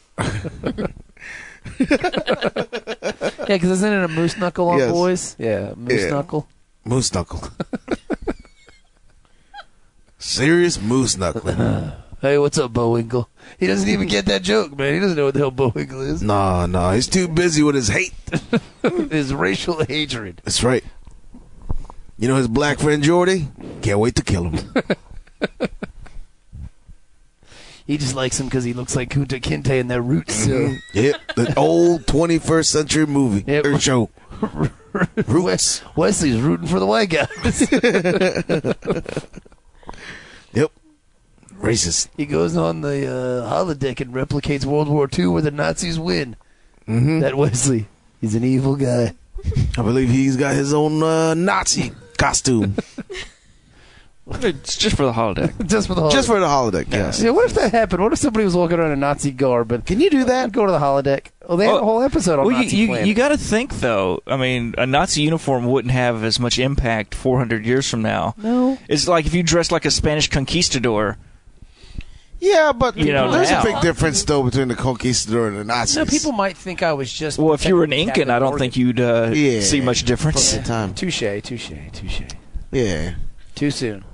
Speaker 3: yeah, because isn't it a moose knuckle on
Speaker 2: Yes.
Speaker 3: boys? Yeah, a moose
Speaker 2: Yeah.
Speaker 3: knuckle.
Speaker 2: Moose knuckle. Serious moose knuckle.
Speaker 3: Hey, what's up, Bowinkle? He doesn't even get that joke, man. He doesn't know what the hell Bowinkle is.
Speaker 2: Nah, nah, he's too busy with his hate.
Speaker 3: It's racial hatred.
Speaker 2: That's right. You know his black friend Jordy? Can't wait to kill him.
Speaker 3: He just likes him because he looks like Kunta Kinte in their roots. So.
Speaker 2: yep, the old 21st century movie
Speaker 3: Yep.
Speaker 2: or show. Roots.
Speaker 3: Wesley's rooting for the white guys.
Speaker 2: Yep. Racist.
Speaker 3: he goes on the uh, holodeck and replicates World War II where the Nazis win.
Speaker 2: hmm
Speaker 3: That Wesley, he's an evil guy.
Speaker 2: I believe he's got his own uh, Nazi costume
Speaker 4: It's just for the holodeck.
Speaker 3: Just for the holodeck.
Speaker 2: just for the holiday. Yes.
Speaker 3: Yeah, what if that happened? What if somebody was walking around in Nazi garb? But can you do that? Go to the holodeck. Oh, they have
Speaker 4: Oh.
Speaker 3: a whole episode on
Speaker 4: Well,
Speaker 3: Nazi
Speaker 4: you, you,
Speaker 3: Planet.
Speaker 4: you got to think though. I mean, a Nazi uniform wouldn't have as much impact 400 years from now.
Speaker 3: no.
Speaker 4: It's like if you dress like a Spanish conquistador.
Speaker 2: Yeah, but
Speaker 4: You know,
Speaker 2: there's
Speaker 4: now.
Speaker 2: a big difference though between the conquistador and the Nazis.
Speaker 3: No, people might think I was just.
Speaker 4: Well, if you were an Incan, I don't think you'd uh,
Speaker 2: Yeah.
Speaker 4: see much difference.
Speaker 2: Fucking time.
Speaker 3: Touche, touche, touche.
Speaker 2: Yeah,
Speaker 3: Too soon.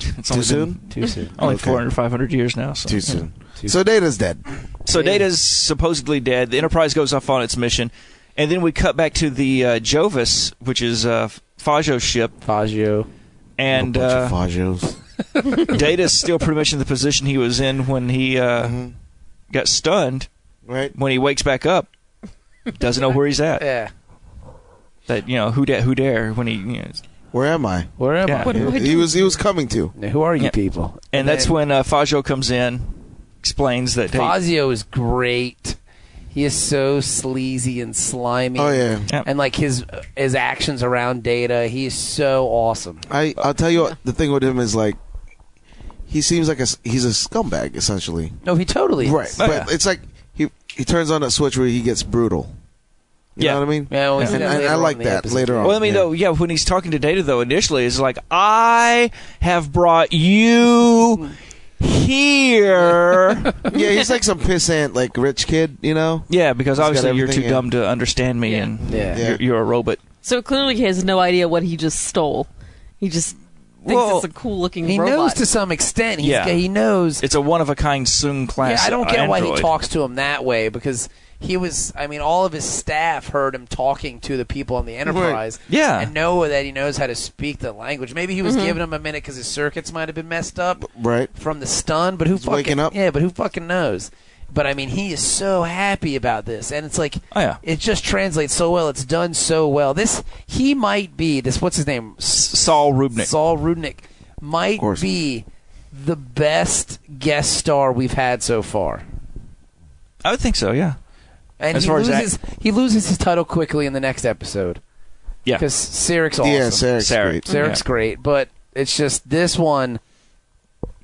Speaker 4: It's
Speaker 2: too
Speaker 4: only been-
Speaker 2: soon.
Speaker 3: Too soon.
Speaker 4: Only
Speaker 2: Okay.
Speaker 4: 400, 500 years now. So.
Speaker 2: Too soon. So Data's dead.
Speaker 4: So Data's supposedly dead. The Enterprise goes off on its mission, and then we cut back to the uh, Jovis, which is uh, Fajo's ship,
Speaker 3: Faggio.
Speaker 4: and
Speaker 2: bunch of
Speaker 4: uh,
Speaker 2: Fajos.
Speaker 4: Data's still pretty much in the position he was in when he uh,
Speaker 2: Mhm.
Speaker 4: got stunned.
Speaker 2: Right.
Speaker 4: When he wakes back up, doesn't know where he's at.
Speaker 3: Yeah.
Speaker 4: That you know who da- who dare when he. You know,
Speaker 2: Where am I?
Speaker 3: Where am
Speaker 4: Yeah.
Speaker 3: I?
Speaker 5: What do I
Speaker 2: He
Speaker 5: do?
Speaker 2: was he was coming to.
Speaker 3: Now, who are you
Speaker 4: Yeah.
Speaker 3: people?
Speaker 4: and that's
Speaker 3: then
Speaker 4: when uh, Fajo comes in, explains that. Hey,
Speaker 3: Fazio is great. He is so sleazy and slimy.
Speaker 2: Oh yeah.
Speaker 4: Yeah.
Speaker 3: And like his his actions around Data, he is so awesome.
Speaker 2: I I'll tell you what. The thing with him is like, he seems like a s- he's a scumbag essentially.
Speaker 3: No, he totally is.
Speaker 2: Right.
Speaker 4: Oh,
Speaker 2: But
Speaker 4: yeah.
Speaker 2: it's like he he turns on that switch where he gets brutal. You
Speaker 4: Yeah.
Speaker 2: know what I mean?
Speaker 3: Yeah, well, we see
Speaker 2: And,
Speaker 3: that
Speaker 2: and
Speaker 3: later
Speaker 2: I
Speaker 3: on
Speaker 2: like
Speaker 3: in the
Speaker 2: that
Speaker 3: episode.
Speaker 2: later on.
Speaker 4: Well, I mean,
Speaker 2: yeah.
Speaker 4: though, yeah, when he's talking to Data, though, initially, it's like, I have brought you here.
Speaker 2: yeah, he's like some pissant like rich kid, you know?
Speaker 4: yeah, because
Speaker 2: got
Speaker 4: obviously you're too
Speaker 2: everything in.
Speaker 4: dumb to understand me,
Speaker 5: Yeah.
Speaker 4: and
Speaker 3: Yeah.
Speaker 2: Yeah.
Speaker 4: You're, you're a robot.
Speaker 5: So clearly he has no idea what he just stole. He just thinks
Speaker 4: Well,
Speaker 5: it's a cool looking
Speaker 3: He
Speaker 5: robot.
Speaker 3: knows to some extent. He's,
Speaker 4: Yeah.
Speaker 3: He knows.
Speaker 4: It's a one of a kind Soon
Speaker 3: Yeah,
Speaker 4: class. uh,
Speaker 3: I don't get why
Speaker 4: android.
Speaker 3: he talks to him that way because he was. I mean, all of his staff heard him talking to the people on the Enterprise.
Speaker 4: Yeah. Mm-hmm.
Speaker 3: And know that he knows how to speak the language. Maybe he was giving him a minute because his circuits might have been messed up
Speaker 2: Right.
Speaker 3: from the stun. But who
Speaker 2: He's
Speaker 3: fucking
Speaker 2: waking up.
Speaker 3: Yeah, but who fucking knows? But I mean, he is so happy about this, and it's like
Speaker 4: Oh, yeah.
Speaker 3: it just translates so well. It's done so well. This he might be this. What's his name?
Speaker 4: Saul Rubnik.
Speaker 3: Saul Rudnick might
Speaker 2: course.
Speaker 3: be the best guest star we've had so far.
Speaker 4: I would think so, yeah.
Speaker 3: And
Speaker 4: As
Speaker 3: he
Speaker 4: far as that-
Speaker 3: loses he loses his title quickly in the next episode.
Speaker 4: Yeah.
Speaker 3: Because Sarek's awesome.
Speaker 2: Yeah, Sarek's
Speaker 4: Sarek.
Speaker 2: great.
Speaker 3: Sarek's
Speaker 4: Yeah.
Speaker 3: great, but it's just this one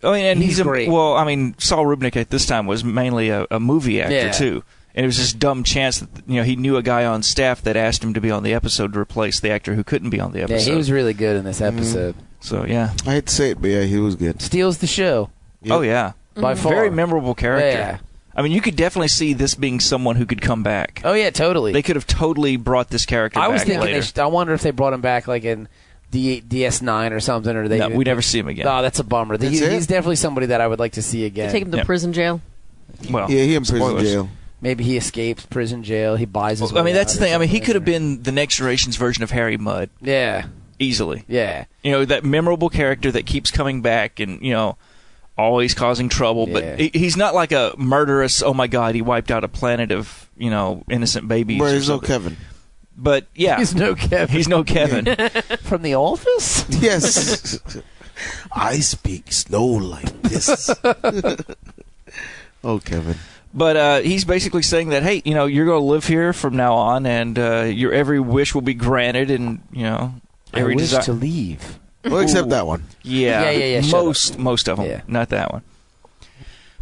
Speaker 4: I mean, and
Speaker 3: He's
Speaker 4: he's, a,
Speaker 3: great.
Speaker 4: Well, I mean, Saul Rubnik at this time was mainly a, a movie actor,
Speaker 3: Yeah.
Speaker 4: too. and it was just dumb chance that you know he knew a guy on staff that asked him to be on the episode to replace the actor who couldn't be on the
Speaker 3: Yeah,
Speaker 4: episode. Mm-hmm.
Speaker 3: he was really good in this episode.
Speaker 4: so yeah,
Speaker 2: I hate to say it, but yeah, he was good.
Speaker 3: Steals the show
Speaker 2: Yeah.
Speaker 4: oh yeah,
Speaker 3: by far.
Speaker 4: very memorable character.
Speaker 3: Yeah.
Speaker 4: I mean, you could definitely see this being someone who could come back.
Speaker 3: Oh yeah, totally.
Speaker 4: They could have totally brought this character.
Speaker 3: I was
Speaker 4: back
Speaker 3: thinking.
Speaker 4: later.
Speaker 3: They should, I wonder if they brought him back like in D- DS9 or something, or they.
Speaker 4: No, we never see him again.
Speaker 3: Oh, that's a bummer. He-
Speaker 2: That's it?
Speaker 3: he's definitely somebody that I would like to see again.
Speaker 5: Take him to
Speaker 4: Yeah.
Speaker 5: prison jail.
Speaker 4: well,
Speaker 2: Yeah, he in prison
Speaker 4: spoilers.
Speaker 2: jail.
Speaker 3: Maybe he escapes prison jail. He buys his.
Speaker 4: Well, I mean,
Speaker 3: way
Speaker 4: that's
Speaker 3: out
Speaker 4: the
Speaker 3: or
Speaker 4: thing. I mean, he
Speaker 3: something,
Speaker 4: could have
Speaker 3: or-
Speaker 4: been the next generation's version of Harry Mudd
Speaker 3: Yeah,
Speaker 4: easily.
Speaker 3: yeah.
Speaker 4: You know, that memorable character that keeps coming back and you know always causing trouble.
Speaker 3: Yeah.
Speaker 4: But he, he's not like a murderous. Oh my God, he wiped out a planet of you know innocent babies.
Speaker 2: But
Speaker 4: or
Speaker 2: he's no
Speaker 4: something.
Speaker 2: Kevin.
Speaker 4: But yeah,
Speaker 3: He's no Kevin
Speaker 4: he's no Kevin.
Speaker 3: from The Office.
Speaker 2: Yes. I speak slow like this. oh, Kevin.
Speaker 4: But uh, he's basically saying that, hey, you know, you're going to live here from now on, and uh, your every wish will be granted, and you know, every
Speaker 3: I wish
Speaker 4: desi-
Speaker 3: to leave.
Speaker 2: Well, except that one.
Speaker 4: yeah,
Speaker 3: Yeah, yeah, yeah, shut
Speaker 4: most most of them,
Speaker 3: Yeah.
Speaker 4: not that one.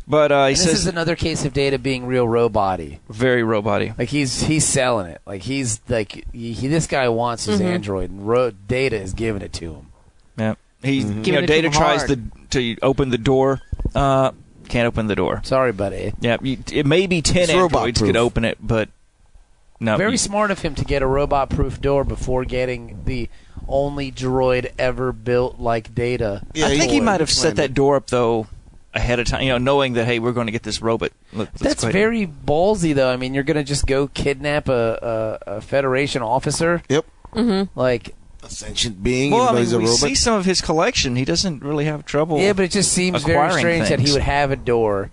Speaker 4: But uh, he
Speaker 3: And this
Speaker 4: says
Speaker 3: is another case of Data being real robot-y.
Speaker 4: very roboty.
Speaker 3: Like he's he's selling it. Like he's like he, he- this guy wants his
Speaker 4: Mm-hmm.
Speaker 3: android, and ro- Data is giving it to him.
Speaker 4: Yeah, he you
Speaker 5: Giving it
Speaker 4: know,
Speaker 5: to
Speaker 4: Data
Speaker 5: him
Speaker 4: tries Mhm. to
Speaker 5: hard.
Speaker 4: to open the door, uh, can't open the door.
Speaker 3: Sorry, buddy.
Speaker 4: Yeah, you, it may be ten
Speaker 2: It's
Speaker 4: androids
Speaker 2: robot-proof.
Speaker 4: could open it, but no,
Speaker 3: Very
Speaker 4: Um, you-
Speaker 3: smart of him to get a robot-proof door before getting the only droid ever built like Data.
Speaker 2: Yeah,
Speaker 4: I think he
Speaker 2: he-
Speaker 4: might have set that door up though ahead of time, you know, knowing that hey, we're going to get this robot. Let- let's
Speaker 3: That's
Speaker 4: go ahead and-
Speaker 3: very ballsy, though. I mean, you're gonna just go kidnap a, a, a Federation officer.
Speaker 2: Yep.
Speaker 3: Like,
Speaker 2: A sentient being,
Speaker 4: Well,
Speaker 2: even
Speaker 4: I
Speaker 2: though
Speaker 4: mean,
Speaker 2: he's a
Speaker 4: we
Speaker 2: robot.
Speaker 4: see some of his collection. He doesn't really have trouble.
Speaker 3: yeah, but it just seems very
Speaker 4: acquiring
Speaker 3: strange that he
Speaker 4: things.
Speaker 3: would have a door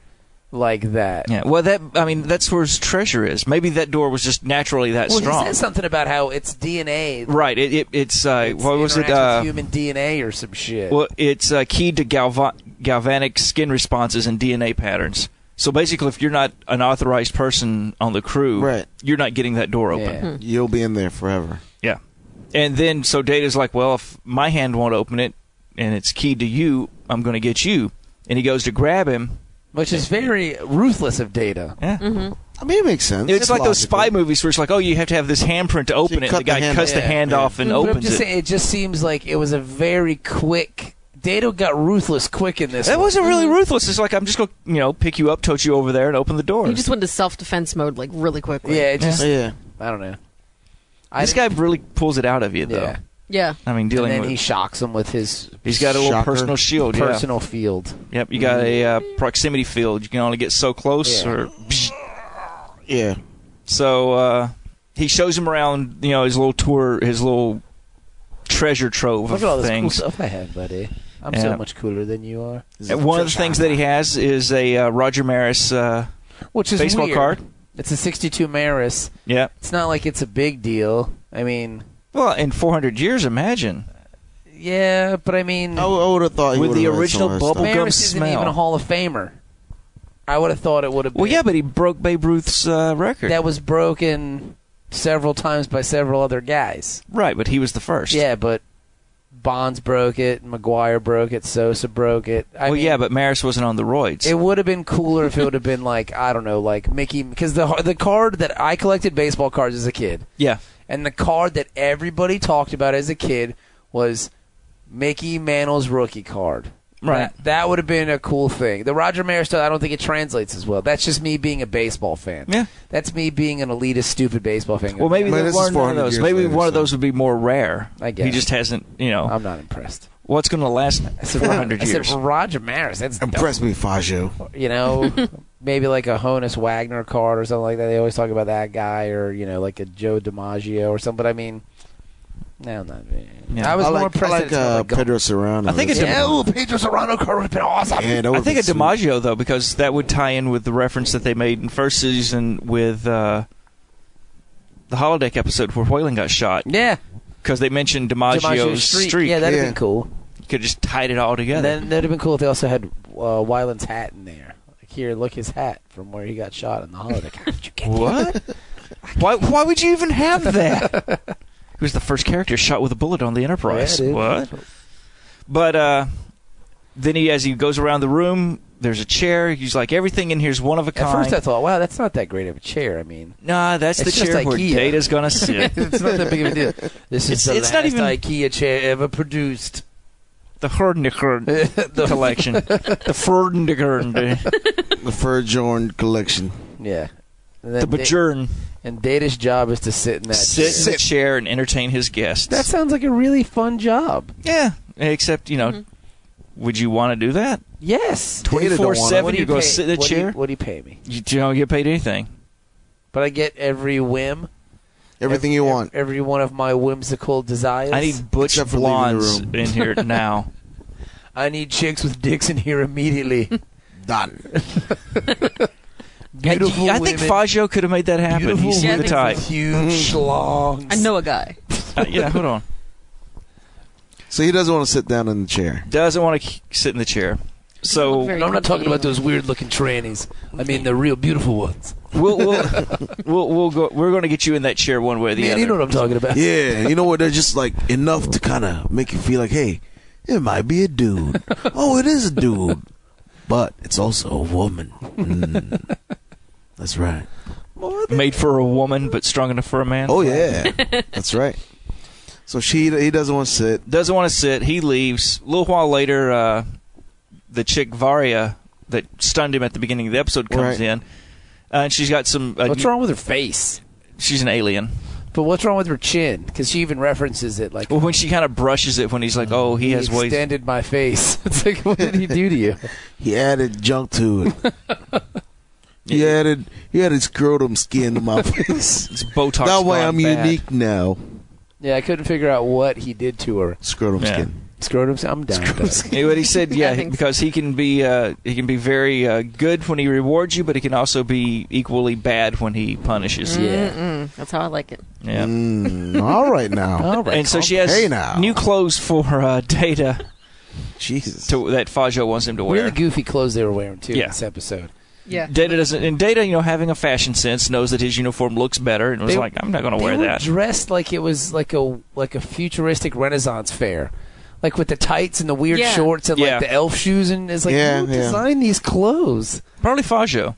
Speaker 3: like that.
Speaker 4: yeah. Well, that I mean, that's where his treasure is. Maybe that door was just naturally that
Speaker 3: Well,
Speaker 4: strong.
Speaker 3: he said something about how it's DNA.
Speaker 4: right. It, it, it's uh,
Speaker 3: It's
Speaker 4: what was
Speaker 3: interacts
Speaker 4: it?
Speaker 3: with
Speaker 4: Uh,
Speaker 3: human DNA or some shit.
Speaker 4: well, it's uh, keyed to galva- galvanic skin responses and DNA patterns. So basically, if you're not an authorized person on the crew,
Speaker 2: Right.
Speaker 4: you're not getting that door open.
Speaker 3: Yeah.
Speaker 2: You'll be in there forever.
Speaker 4: Yeah. And then so Data's like, well, if my hand won't open it and it's keyed to you, I'm going to get you. And he goes to grab him.
Speaker 3: Which is very ruthless of data.
Speaker 4: Yeah.
Speaker 2: I mean, it makes sense.
Speaker 4: It's, like those
Speaker 2: Mm-hmm. logical.
Speaker 4: spy movies where it's like, oh, you have to have this handprint to open
Speaker 2: you
Speaker 4: it.
Speaker 2: cut
Speaker 4: And the guy
Speaker 2: the hand
Speaker 4: cuts
Speaker 2: off.
Speaker 4: the hand
Speaker 2: Yeah, Mm-hmm.
Speaker 4: off and
Speaker 3: but I'm
Speaker 4: opens
Speaker 3: just
Speaker 4: it.
Speaker 3: saying, it just seems like it was a very quick. Data got ruthless quick in this.
Speaker 4: That
Speaker 3: one.
Speaker 4: wasn't
Speaker 2: Mm-hmm.
Speaker 4: really ruthless. It's like I'm just gonna, you know, pick you up, tote you over there, and open the door.
Speaker 5: He just went to self defense mode like really quickly.
Speaker 3: Yeah, it just.
Speaker 2: Oh, yeah.
Speaker 3: I don't know. I
Speaker 4: this guy
Speaker 3: didn't-
Speaker 4: really pulls it out of you, though.
Speaker 3: Yeah.
Speaker 5: Yeah.
Speaker 4: I mean,
Speaker 3: And
Speaker 4: dealing
Speaker 3: then
Speaker 4: with
Speaker 3: he shocks him with his
Speaker 4: he's got a little
Speaker 2: Shocker.
Speaker 4: personal shield.
Speaker 3: personal field.
Speaker 4: Yeah. Yep. You got a uh, proximity field. You can only get so close,
Speaker 3: Yeah.
Speaker 4: or
Speaker 2: Yeah.
Speaker 4: so uh, he shows him around. You know, his little tour, his little treasure trove
Speaker 3: Look
Speaker 4: of
Speaker 3: at all this
Speaker 4: things.
Speaker 3: cool stuff I have, buddy. I'm
Speaker 4: Yeah.
Speaker 3: so much cooler than you are.
Speaker 4: And One of the things that he has is a uh, Roger Maris uh,
Speaker 3: Which is
Speaker 4: baseball
Speaker 3: weird.
Speaker 4: card.
Speaker 3: It's a 62 Maris.
Speaker 4: Yeah.
Speaker 3: It's not like it's a big deal. I mean,
Speaker 4: Well, in 400 years, imagine.
Speaker 3: yeah, but I mean,
Speaker 2: I, would have thought he
Speaker 4: With
Speaker 2: would've
Speaker 4: the
Speaker 2: had some
Speaker 4: original
Speaker 2: other stuff.
Speaker 4: bubble gum
Speaker 3: Maris isn't
Speaker 4: smell.
Speaker 3: even a Hall of Famer. I would have thought it would have.
Speaker 4: Well,
Speaker 3: been.
Speaker 4: yeah, but he broke Babe Ruth's uh, record.
Speaker 3: that was broken several times by several other guys.
Speaker 4: right, but he was the first.
Speaker 3: Yeah, but Bonds broke it, McGuire broke it, Sosa broke it. I
Speaker 4: well,
Speaker 3: mean,
Speaker 4: yeah, but Maris wasn't on the roids.
Speaker 3: It would have been cooler if it would have been like I don't know, like Mickey, because the the card that I collected baseball cards as a kid,
Speaker 4: yeah.
Speaker 3: and the card that everybody talked about as a kid was Mickey Mantle's rookie card.
Speaker 4: Right.
Speaker 3: That, that would have been a cool thing. The Roger Maris stuff, I don't think it translates as well. That's just me being a baseball fan.
Speaker 4: Yeah.
Speaker 3: That's me being an elitist, stupid baseball fan.
Speaker 4: Well, maybe
Speaker 2: But
Speaker 4: they
Speaker 2: this is
Speaker 4: learned one of
Speaker 2: 400
Speaker 4: those.
Speaker 2: years
Speaker 4: Maybe
Speaker 2: later,
Speaker 4: one of
Speaker 2: so-
Speaker 4: those would be more rare.
Speaker 3: I guess. Um,
Speaker 4: He just hasn't, you know,
Speaker 3: I'm not impressed.
Speaker 4: what's going to last 400
Speaker 3: I said,
Speaker 4: years?
Speaker 3: Roger Maris. That's dumb.
Speaker 2: Impress me, Fajo.
Speaker 3: you know, maybe like a Honus Wagner card or something like that. They always talk about that guy, or you know, like a Joe DiMaggio or something. But I mean, no, not.
Speaker 4: Yeah.
Speaker 3: I was
Speaker 2: I
Speaker 3: more
Speaker 2: like, I
Speaker 3: impressed.
Speaker 2: like
Speaker 3: that
Speaker 2: uh,
Speaker 3: it's not like
Speaker 2: Pedro Serrano.
Speaker 4: I think
Speaker 2: That's-
Speaker 4: it's
Speaker 3: Yeah,
Speaker 4: a-
Speaker 3: ooh, Pedro Serrano card would have been awesome.
Speaker 2: Yeah, that
Speaker 4: I
Speaker 2: would've
Speaker 4: think
Speaker 2: been
Speaker 4: a
Speaker 2: sweet.
Speaker 4: DiMaggio, though, because that would tie in with the reference that they made in first season with uh, the holodeck episode where Whalen got shot.
Speaker 3: Yeah,
Speaker 4: Because they mentioned DiMaggio's,
Speaker 3: DiMaggio's
Speaker 4: streak.
Speaker 3: streak. Yeah, that'd have
Speaker 2: Yeah.
Speaker 3: been cool.
Speaker 4: Could have just tied it all together.
Speaker 3: And then that'd have been cool if they also had uh, Wyland's hat in there. Like, here, look his hat from where he got shot in the holiday. How did you get that?
Speaker 4: What? why? Why would you even have that? He was the first character shot with a bullet on the Enterprise.
Speaker 3: Yeah, dude.
Speaker 4: what? But uh, then he, as he goes around the room, There's a chair. He's like everything in here's one of a
Speaker 3: At
Speaker 4: kind.
Speaker 3: first, I thought, wow, that's not that great of a chair. I mean,
Speaker 4: nah, that's the
Speaker 3: It's just
Speaker 4: chair where
Speaker 3: IKEA.
Speaker 4: Data's gonna sit.
Speaker 3: it's not that big of a deal. This is
Speaker 4: It's-
Speaker 3: the last
Speaker 4: it's not even-
Speaker 3: IKEA chair ever produced.
Speaker 4: the Herdnicker collection. The Ferdendicker.
Speaker 2: The Furjorn collection.
Speaker 3: Yeah. And
Speaker 4: The
Speaker 3: then Da-
Speaker 4: Bajern.
Speaker 3: and Data's job is to sit in that.
Speaker 4: Sit in
Speaker 3: chair.
Speaker 4: the chair and entertain his guests.
Speaker 3: That sounds like a really fun job.
Speaker 4: yeah. Except, you know, would you want to do that?
Speaker 3: Yes.
Speaker 2: Data don't want
Speaker 4: 24-7,
Speaker 2: it.
Speaker 3: What do
Speaker 4: you go
Speaker 3: pay-
Speaker 4: sit in a
Speaker 3: what do you-
Speaker 4: chair?
Speaker 3: what do you pay me?
Speaker 4: You don't get paid anything.
Speaker 3: But I get every whim,
Speaker 2: Everything you want.
Speaker 3: every one of my whimsical desires.
Speaker 4: I need butch
Speaker 2: Except for leaving the
Speaker 4: blondes
Speaker 2: room.
Speaker 4: in here now.
Speaker 3: I need chicks with dicks in here immediately.
Speaker 2: Done.
Speaker 4: I,
Speaker 3: Beautiful
Speaker 4: I think
Speaker 3: women.
Speaker 4: Faggio could have made that happen.
Speaker 3: Beautiful
Speaker 4: He's Mm-hmm.
Speaker 5: women.
Speaker 4: the type.
Speaker 5: With
Speaker 3: huge schlongs.
Speaker 5: I know a guy.
Speaker 4: Uh, yeah, hold on.
Speaker 2: So he doesn't want to sit down in the chair.
Speaker 4: Doesn't want to sit in the chair. So
Speaker 5: Very
Speaker 3: No, I'm not talking
Speaker 5: comfy.
Speaker 3: about those weird looking trannies. I mean the real beautiful ones.
Speaker 4: we'll we'll, we'll, we'll go. We're going to get you in that chair one way or the
Speaker 3: Man,
Speaker 4: other.
Speaker 3: you know what I'm talking about.
Speaker 2: Yeah, you know what? They're just like enough to kind of make you feel like, hey, it might be a dude. oh, it is a dude, but it's also a woman. Mm. That's right.
Speaker 4: Made for a woman, but strong enough for a man.
Speaker 2: Oh yeah, that's right. So she he doesn't want to sit.
Speaker 4: Doesn't want to sit. He leaves. A little while later, uh, the chick Varia that stunned him at the beginning of the episode
Speaker 2: Right.
Speaker 4: comes in, uh, and she's got some. Uh,
Speaker 3: What's wrong with her face?
Speaker 4: She's an alien.
Speaker 3: But what's wrong with her chin? Because she even references it like
Speaker 4: Well, when she kind of brushes it, when he's like, "Oh, he,
Speaker 3: he
Speaker 4: has ways."
Speaker 3: extended my face. It's like what did he do to you?
Speaker 2: He added junk to it. he
Speaker 4: Yeah.
Speaker 2: added he added scrotum skin to my face.
Speaker 4: It's Botox.
Speaker 2: that way
Speaker 4: gone
Speaker 2: I'm
Speaker 4: bad.
Speaker 2: unique now.
Speaker 3: Yeah, I couldn't figure out what he did to her.
Speaker 2: Scrotum
Speaker 4: Yeah.
Speaker 2: skin.
Speaker 3: Scrotum. I'm down. with that.
Speaker 4: Yeah, what he said, yeah,
Speaker 5: I think so.
Speaker 4: because he can be uh, he can be very uh, good when he rewards you, but he can also be equally bad when he punishes. you.
Speaker 3: Yeah.
Speaker 5: Mm-mm. Mm, That's how I like it.
Speaker 4: Yeah.
Speaker 2: Mm, all right now.
Speaker 3: All right.
Speaker 4: And so she has
Speaker 2: Hey, now.
Speaker 4: new clothes for uh, Data
Speaker 2: Jesus.
Speaker 4: to, that Fajo wants him to wear.
Speaker 3: really goofy clothes they were wearing too
Speaker 4: Yeah.
Speaker 3: in this episode.
Speaker 5: Yeah.
Speaker 4: Data doesn't, and Data, you know, having a fashion sense, knows that his uniform looks better, and was
Speaker 3: They-
Speaker 4: like, "I'm not going to
Speaker 3: they
Speaker 4: wear
Speaker 3: were
Speaker 4: that."
Speaker 3: dressed like it was like a like a futuristic Renaissance fair, like with the tights and the weird
Speaker 5: Yeah.
Speaker 3: shorts and
Speaker 4: Yeah.
Speaker 3: like the elf shoes, and it's like
Speaker 2: Yeah,
Speaker 3: who
Speaker 2: yeah.
Speaker 3: designed these clothes?
Speaker 4: Probably Fajo.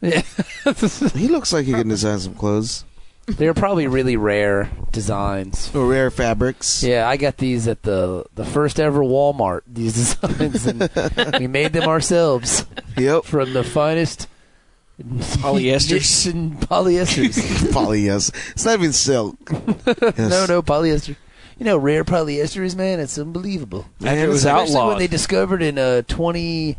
Speaker 2: He looks like he can design some clothes.
Speaker 3: They're probably really rare designs.
Speaker 2: Or rare fabrics.
Speaker 3: Yeah, I got these at the the first ever Walmart. These designs, and we made them ourselves
Speaker 2: Yep.
Speaker 3: from the finest
Speaker 4: Polyesters.
Speaker 3: knits and polyesters.
Speaker 2: Polyester. It's not even silk.
Speaker 3: No, no polyester. You know, rare polyesters, man. It's unbelievable.
Speaker 4: After it was
Speaker 3: Especially
Speaker 4: outlawed.
Speaker 3: when they discovered in uh, 20,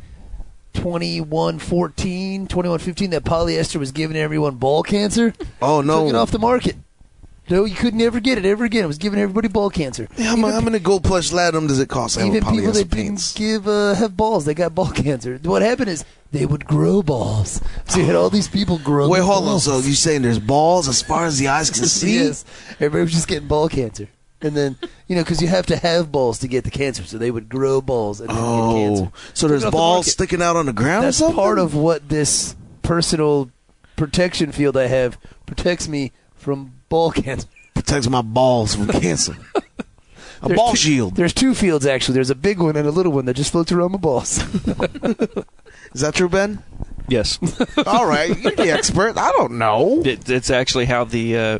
Speaker 3: 2114, 2115 that polyester was giving everyone ball cancer,
Speaker 2: Oh
Speaker 3: took it
Speaker 2: no.
Speaker 3: off the market. No, you could never get it ever again. It was giving everybody ball cancer.
Speaker 2: Yeah, how, mu- how many gold plush latinum does it cost? I have a
Speaker 3: Even people
Speaker 2: polyester
Speaker 3: that
Speaker 2: pants.
Speaker 3: didn't give uh, have balls, they got ball cancer. What happened is they would grow balls. So you had all these people growing.
Speaker 2: Wait, hold on.
Speaker 3: balls.
Speaker 2: So you saying there's balls as far as the eyes can see?
Speaker 3: Yes. Everybody was just getting ball cancer. And then, you know, because you have to have balls to get the cancer, so they would grow balls and then get
Speaker 2: Oh,
Speaker 3: cancer.
Speaker 2: so
Speaker 3: Took
Speaker 2: there's
Speaker 3: it off the
Speaker 2: balls
Speaker 3: market.
Speaker 2: sticking out on the ground or
Speaker 3: That's
Speaker 2: something?
Speaker 3: part of what this personal protection field I have protects me from ball cancer.
Speaker 2: protects my balls from cancer. A
Speaker 3: There's
Speaker 2: ball
Speaker 3: two-
Speaker 2: shield.
Speaker 3: There's two fields, actually. There's a big one and a little one that just floats around my balls.
Speaker 2: Is that true, Ben?
Speaker 4: yes,
Speaker 2: All right, you're the expert. I don't know.
Speaker 4: That- that's actually how the uh,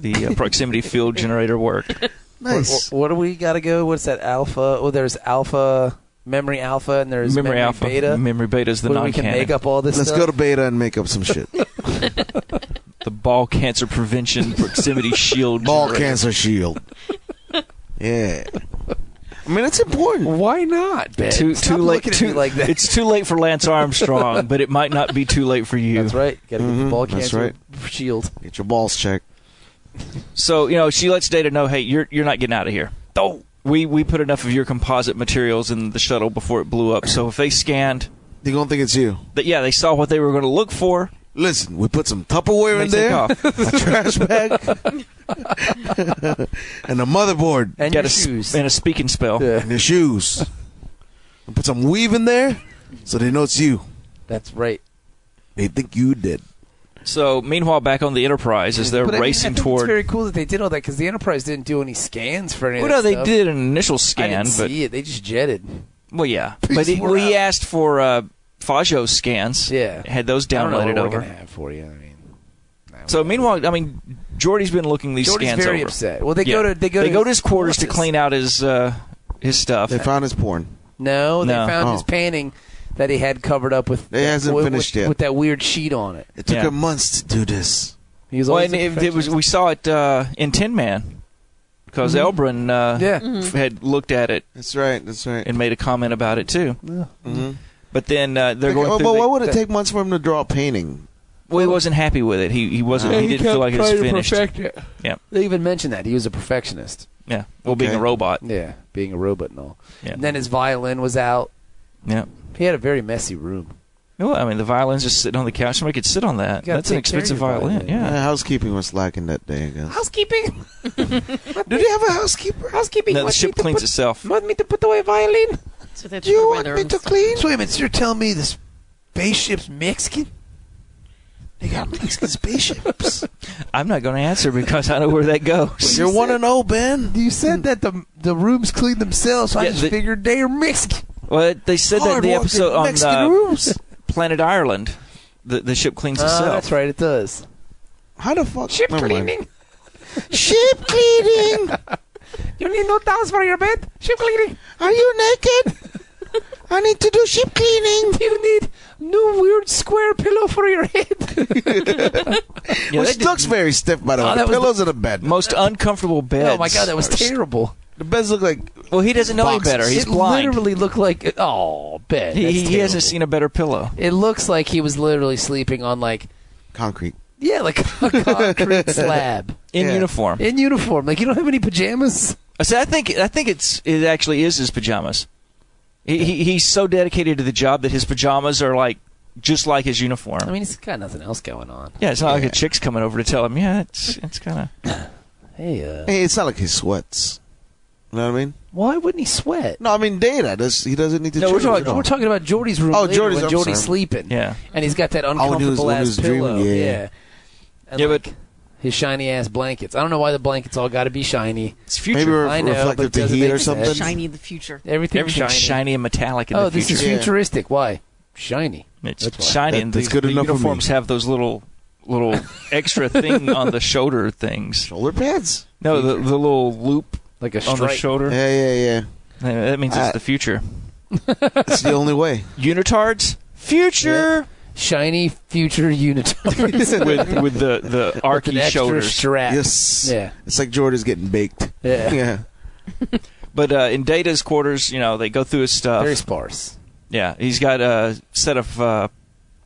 Speaker 4: the uh, proximity field generator worked.
Speaker 2: Nice.
Speaker 3: What, what do we got to go? What's that alpha? Oh, there's alpha, memory alpha, and there's memory,
Speaker 4: Memory, alpha,
Speaker 3: beta.
Speaker 4: memory beta is the
Speaker 3: Where
Speaker 4: non
Speaker 3: we can make up all this
Speaker 2: Let's
Speaker 3: stuff.
Speaker 2: go to beta and make up some shit.
Speaker 4: the ball cancer prevention proximity shield.
Speaker 2: Ball
Speaker 4: generator.
Speaker 2: cancer shield. Yeah. I mean, it's important.
Speaker 3: Why not, Ben?
Speaker 4: too
Speaker 3: Stop
Speaker 4: too late
Speaker 3: looking at
Speaker 4: too
Speaker 3: me like that.
Speaker 4: It's too late for Lance Armstrong, but it might not be too late for you.
Speaker 3: That's right. Got to get
Speaker 2: Mhm,
Speaker 3: the ball
Speaker 2: that's
Speaker 3: cancer shield.
Speaker 2: Get your balls checked.
Speaker 4: So you know, she lets Data know, hey, you're you're not getting out of here. Oh, we we put enough of your composite materials in the shuttle before it blew up. So if they scanned,
Speaker 2: They're going to think it's you.
Speaker 4: that yeah, they saw what they were going to look for.
Speaker 2: Listen, we put some Tupperware
Speaker 4: They
Speaker 2: in
Speaker 4: take
Speaker 2: there,
Speaker 4: off.
Speaker 2: a trash bag, and a motherboard
Speaker 3: And
Speaker 4: Got
Speaker 3: your
Speaker 4: a s-
Speaker 3: shoes.
Speaker 4: and a speaking spell.
Speaker 3: Yeah,
Speaker 2: and your shoes. And put some weave in there so they know it's you.
Speaker 3: that's right.
Speaker 2: They think you did.
Speaker 4: So meanwhile, back on the Enterprise, as they're
Speaker 3: But I mean, I
Speaker 4: racing
Speaker 3: think
Speaker 4: toward.
Speaker 3: It's very cool that they did all that because the Enterprise didn't do any scans for any.
Speaker 4: well,
Speaker 3: of
Speaker 4: no,
Speaker 3: that
Speaker 4: oh, they
Speaker 3: stuff.
Speaker 4: did an initial
Speaker 3: I
Speaker 4: scan,
Speaker 3: didn't
Speaker 4: but
Speaker 3: see it. They just jetted.
Speaker 4: well, yeah,
Speaker 3: Peace,
Speaker 4: but he,
Speaker 3: we're
Speaker 4: well, he
Speaker 3: out.
Speaker 4: asked for uh, Fajo scans.
Speaker 3: Yeah.
Speaker 4: Had those
Speaker 3: I don't know
Speaker 4: downloaded
Speaker 3: what we're
Speaker 4: over.
Speaker 3: gonna have for you. I mean,
Speaker 4: So meanwhile, I mean, Jordy's been looking these
Speaker 3: Jordy's
Speaker 4: scans
Speaker 3: very
Speaker 4: over.
Speaker 3: upset. Well, they go to
Speaker 4: Yeah.
Speaker 3: they go to
Speaker 4: his quarters to clean out his uh, his stuff.
Speaker 2: They found his porn.
Speaker 3: No, they
Speaker 4: No.
Speaker 3: found
Speaker 2: Oh.
Speaker 3: his painting that he had covered up with.
Speaker 2: It hasn't
Speaker 3: with,
Speaker 2: finished
Speaker 3: with,
Speaker 2: yet.
Speaker 3: With that weird sheet on it.
Speaker 2: It took
Speaker 4: Yeah.
Speaker 2: her months to do this.
Speaker 3: He was
Speaker 4: well,
Speaker 3: always
Speaker 4: and
Speaker 3: a
Speaker 4: it, it was we saw it uh, in Tin Man because Elbrin uh,
Speaker 3: Mm-hmm. Yeah.
Speaker 4: f- had looked at it
Speaker 2: That's right. That's right.
Speaker 4: and made a comment about it too.
Speaker 3: Mm-hmm.
Speaker 2: Mhm.
Speaker 4: But then uh, they're going.
Speaker 2: Well,
Speaker 4: through
Speaker 2: but
Speaker 4: the-
Speaker 2: why would it
Speaker 4: the-
Speaker 2: take months for him to draw a painting?
Speaker 4: Well, he wasn't happy with it. He he wasn't. he, didn't feel like it was finished.
Speaker 3: They even mentioned that he was a perfectionist.
Speaker 4: Yeah. Well, being a
Speaker 2: Okay.
Speaker 4: robot.
Speaker 3: Yeah, being a robot and all.
Speaker 4: Yeah.
Speaker 3: And then his violin was out.
Speaker 4: yeah.
Speaker 3: He had a very messy room.
Speaker 4: Well, I mean, the violin's just sitting on the couch. Somebody could sit on that.
Speaker 3: gotta
Speaker 4: That's an
Speaker 3: take care of
Speaker 4: expensive
Speaker 3: your
Speaker 4: violin.
Speaker 3: violin.
Speaker 4: Yeah.
Speaker 2: Uh, housekeeping was lacking that day, I guess.
Speaker 3: Housekeeping,
Speaker 2: Do they have a housekeeper?
Speaker 3: housekeeping.
Speaker 4: No, the
Speaker 3: want
Speaker 4: ship
Speaker 3: me to
Speaker 4: cleans
Speaker 3: put-
Speaker 4: itself.
Speaker 3: Want me to put away a violin?
Speaker 5: So they
Speaker 2: Do you want me to clean?
Speaker 7: So wait a minute, you're telling me this spaceship's Mexican? They got Mexican spaceships.
Speaker 4: I'm not going to answer because I know where that goes.
Speaker 2: You're one and oh, Ben.
Speaker 7: you said that the the rooms clean themselves, so I
Speaker 4: Yeah,
Speaker 7: just
Speaker 4: the-
Speaker 7: figured they are Mexican.
Speaker 4: Well, they said that in the
Speaker 7: Hard-working
Speaker 4: episode on
Speaker 7: Mexican
Speaker 4: uh,
Speaker 7: rooms.
Speaker 4: Planet Ireland. The, the ship cleans itself.
Speaker 3: Uh, Ah, that's right, it does.
Speaker 2: How the fuck?
Speaker 7: Ship
Speaker 2: Never mind.
Speaker 7: cleaning.
Speaker 2: Ship cleaning.
Speaker 7: You need no towels for your bed. Ship cleaning.
Speaker 2: Are you naked? I need to do ship cleaning.
Speaker 7: Do you need no weird square pillow for your head?
Speaker 4: Yeah,
Speaker 2: Which
Speaker 4: that did-
Speaker 2: looks very stiff, by the way.
Speaker 3: that
Speaker 2: The
Speaker 3: was
Speaker 2: pillows in Oh, the bed.
Speaker 4: most uncomfortable beds.
Speaker 3: Oh my god, that was
Speaker 4: are s-
Speaker 3: terrible.
Speaker 2: The beds look like
Speaker 4: Well, he doesn't know
Speaker 2: Boxes.
Speaker 4: any better. He's
Speaker 3: it
Speaker 4: blind.
Speaker 3: literally looked like oh, Ben.
Speaker 4: He-
Speaker 3: that's
Speaker 4: he, he
Speaker 3: terrible.
Speaker 4: hasn't seen a better pillow.
Speaker 3: It looks like he was literally sleeping on like
Speaker 2: concrete.
Speaker 3: yeah, like a concrete slab
Speaker 4: In
Speaker 2: Yeah.
Speaker 4: uniform.
Speaker 3: in uniform. Like you don't have any pajamas.
Speaker 4: I said, I think I think it's it actually is his pajamas. He, he he's so dedicated to the job that his pajamas are like just like his uniform.
Speaker 3: I mean, he's got nothing else going on.
Speaker 4: yeah, it's not like a chick's coming over to tell him. Yeah, it's it's kind of.
Speaker 3: Hey, uh,
Speaker 2: Hey, it's not like he sweats. You know what I mean?
Speaker 3: why wouldn't he sweat?
Speaker 2: No, I mean data. Does he doesn't need to?
Speaker 3: No, we're
Speaker 2: change
Speaker 3: talking.
Speaker 2: at all.
Speaker 3: We're talking about Jordy's room.
Speaker 2: Oh,
Speaker 3: later
Speaker 2: Jordy's,
Speaker 3: when
Speaker 2: I'm
Speaker 3: Jordy's
Speaker 2: sorry.
Speaker 3: sleeping.
Speaker 4: Yeah.
Speaker 3: and he's got that
Speaker 2: Oh, when he was-
Speaker 3: uncomfortable
Speaker 2: when he
Speaker 3: ass
Speaker 2: was
Speaker 3: pillow.
Speaker 2: dreaming, yeah.
Speaker 3: And
Speaker 4: Yeah,
Speaker 3: like,
Speaker 4: but-
Speaker 3: his shiny ass blankets. I don't know why the blankets all got to be shiny.
Speaker 4: It's
Speaker 2: Maybe
Speaker 4: future.
Speaker 2: re-
Speaker 3: I know, but
Speaker 2: reflective
Speaker 3: it
Speaker 2: to
Speaker 3: doesn't
Speaker 2: heat
Speaker 3: make
Speaker 2: or
Speaker 3: sense.
Speaker 2: something.
Speaker 5: Shiny in the future.
Speaker 3: Everything
Speaker 4: Everything's shiny.
Speaker 3: shiny.
Speaker 4: and metallic in
Speaker 3: Oh,
Speaker 4: the
Speaker 3: this
Speaker 4: future.
Speaker 3: is
Speaker 2: Yeah.
Speaker 3: futuristic. Why shiny?
Speaker 4: it's
Speaker 3: That's why.
Speaker 4: shiny,
Speaker 2: That-
Speaker 4: and
Speaker 2: that's
Speaker 4: these-
Speaker 2: good
Speaker 4: the
Speaker 2: enough for me.
Speaker 4: uniforms have those little little extra thing on the shoulder things.
Speaker 2: Shoulder pads.
Speaker 4: No, the, the little loop
Speaker 3: Like a
Speaker 4: on the
Speaker 3: stripe.
Speaker 4: shoulder.
Speaker 2: Yeah, yeah, yeah.
Speaker 4: Uh, That means it's
Speaker 2: Uh,
Speaker 4: the future.
Speaker 2: It's the only way.
Speaker 4: Unitards, future
Speaker 3: shiny future unitards
Speaker 4: with with the the
Speaker 3: with an
Speaker 4: archy
Speaker 3: extra
Speaker 4: shoulders.
Speaker 3: strap.
Speaker 2: Yes.
Speaker 3: Yeah.
Speaker 2: It's like Jordan's getting baked.
Speaker 3: Yeah.
Speaker 2: Yeah.
Speaker 4: But uh, in Data's quarters, you know, they go through his stuff.
Speaker 3: Very sparse.
Speaker 4: yeah, he's got a set of uh,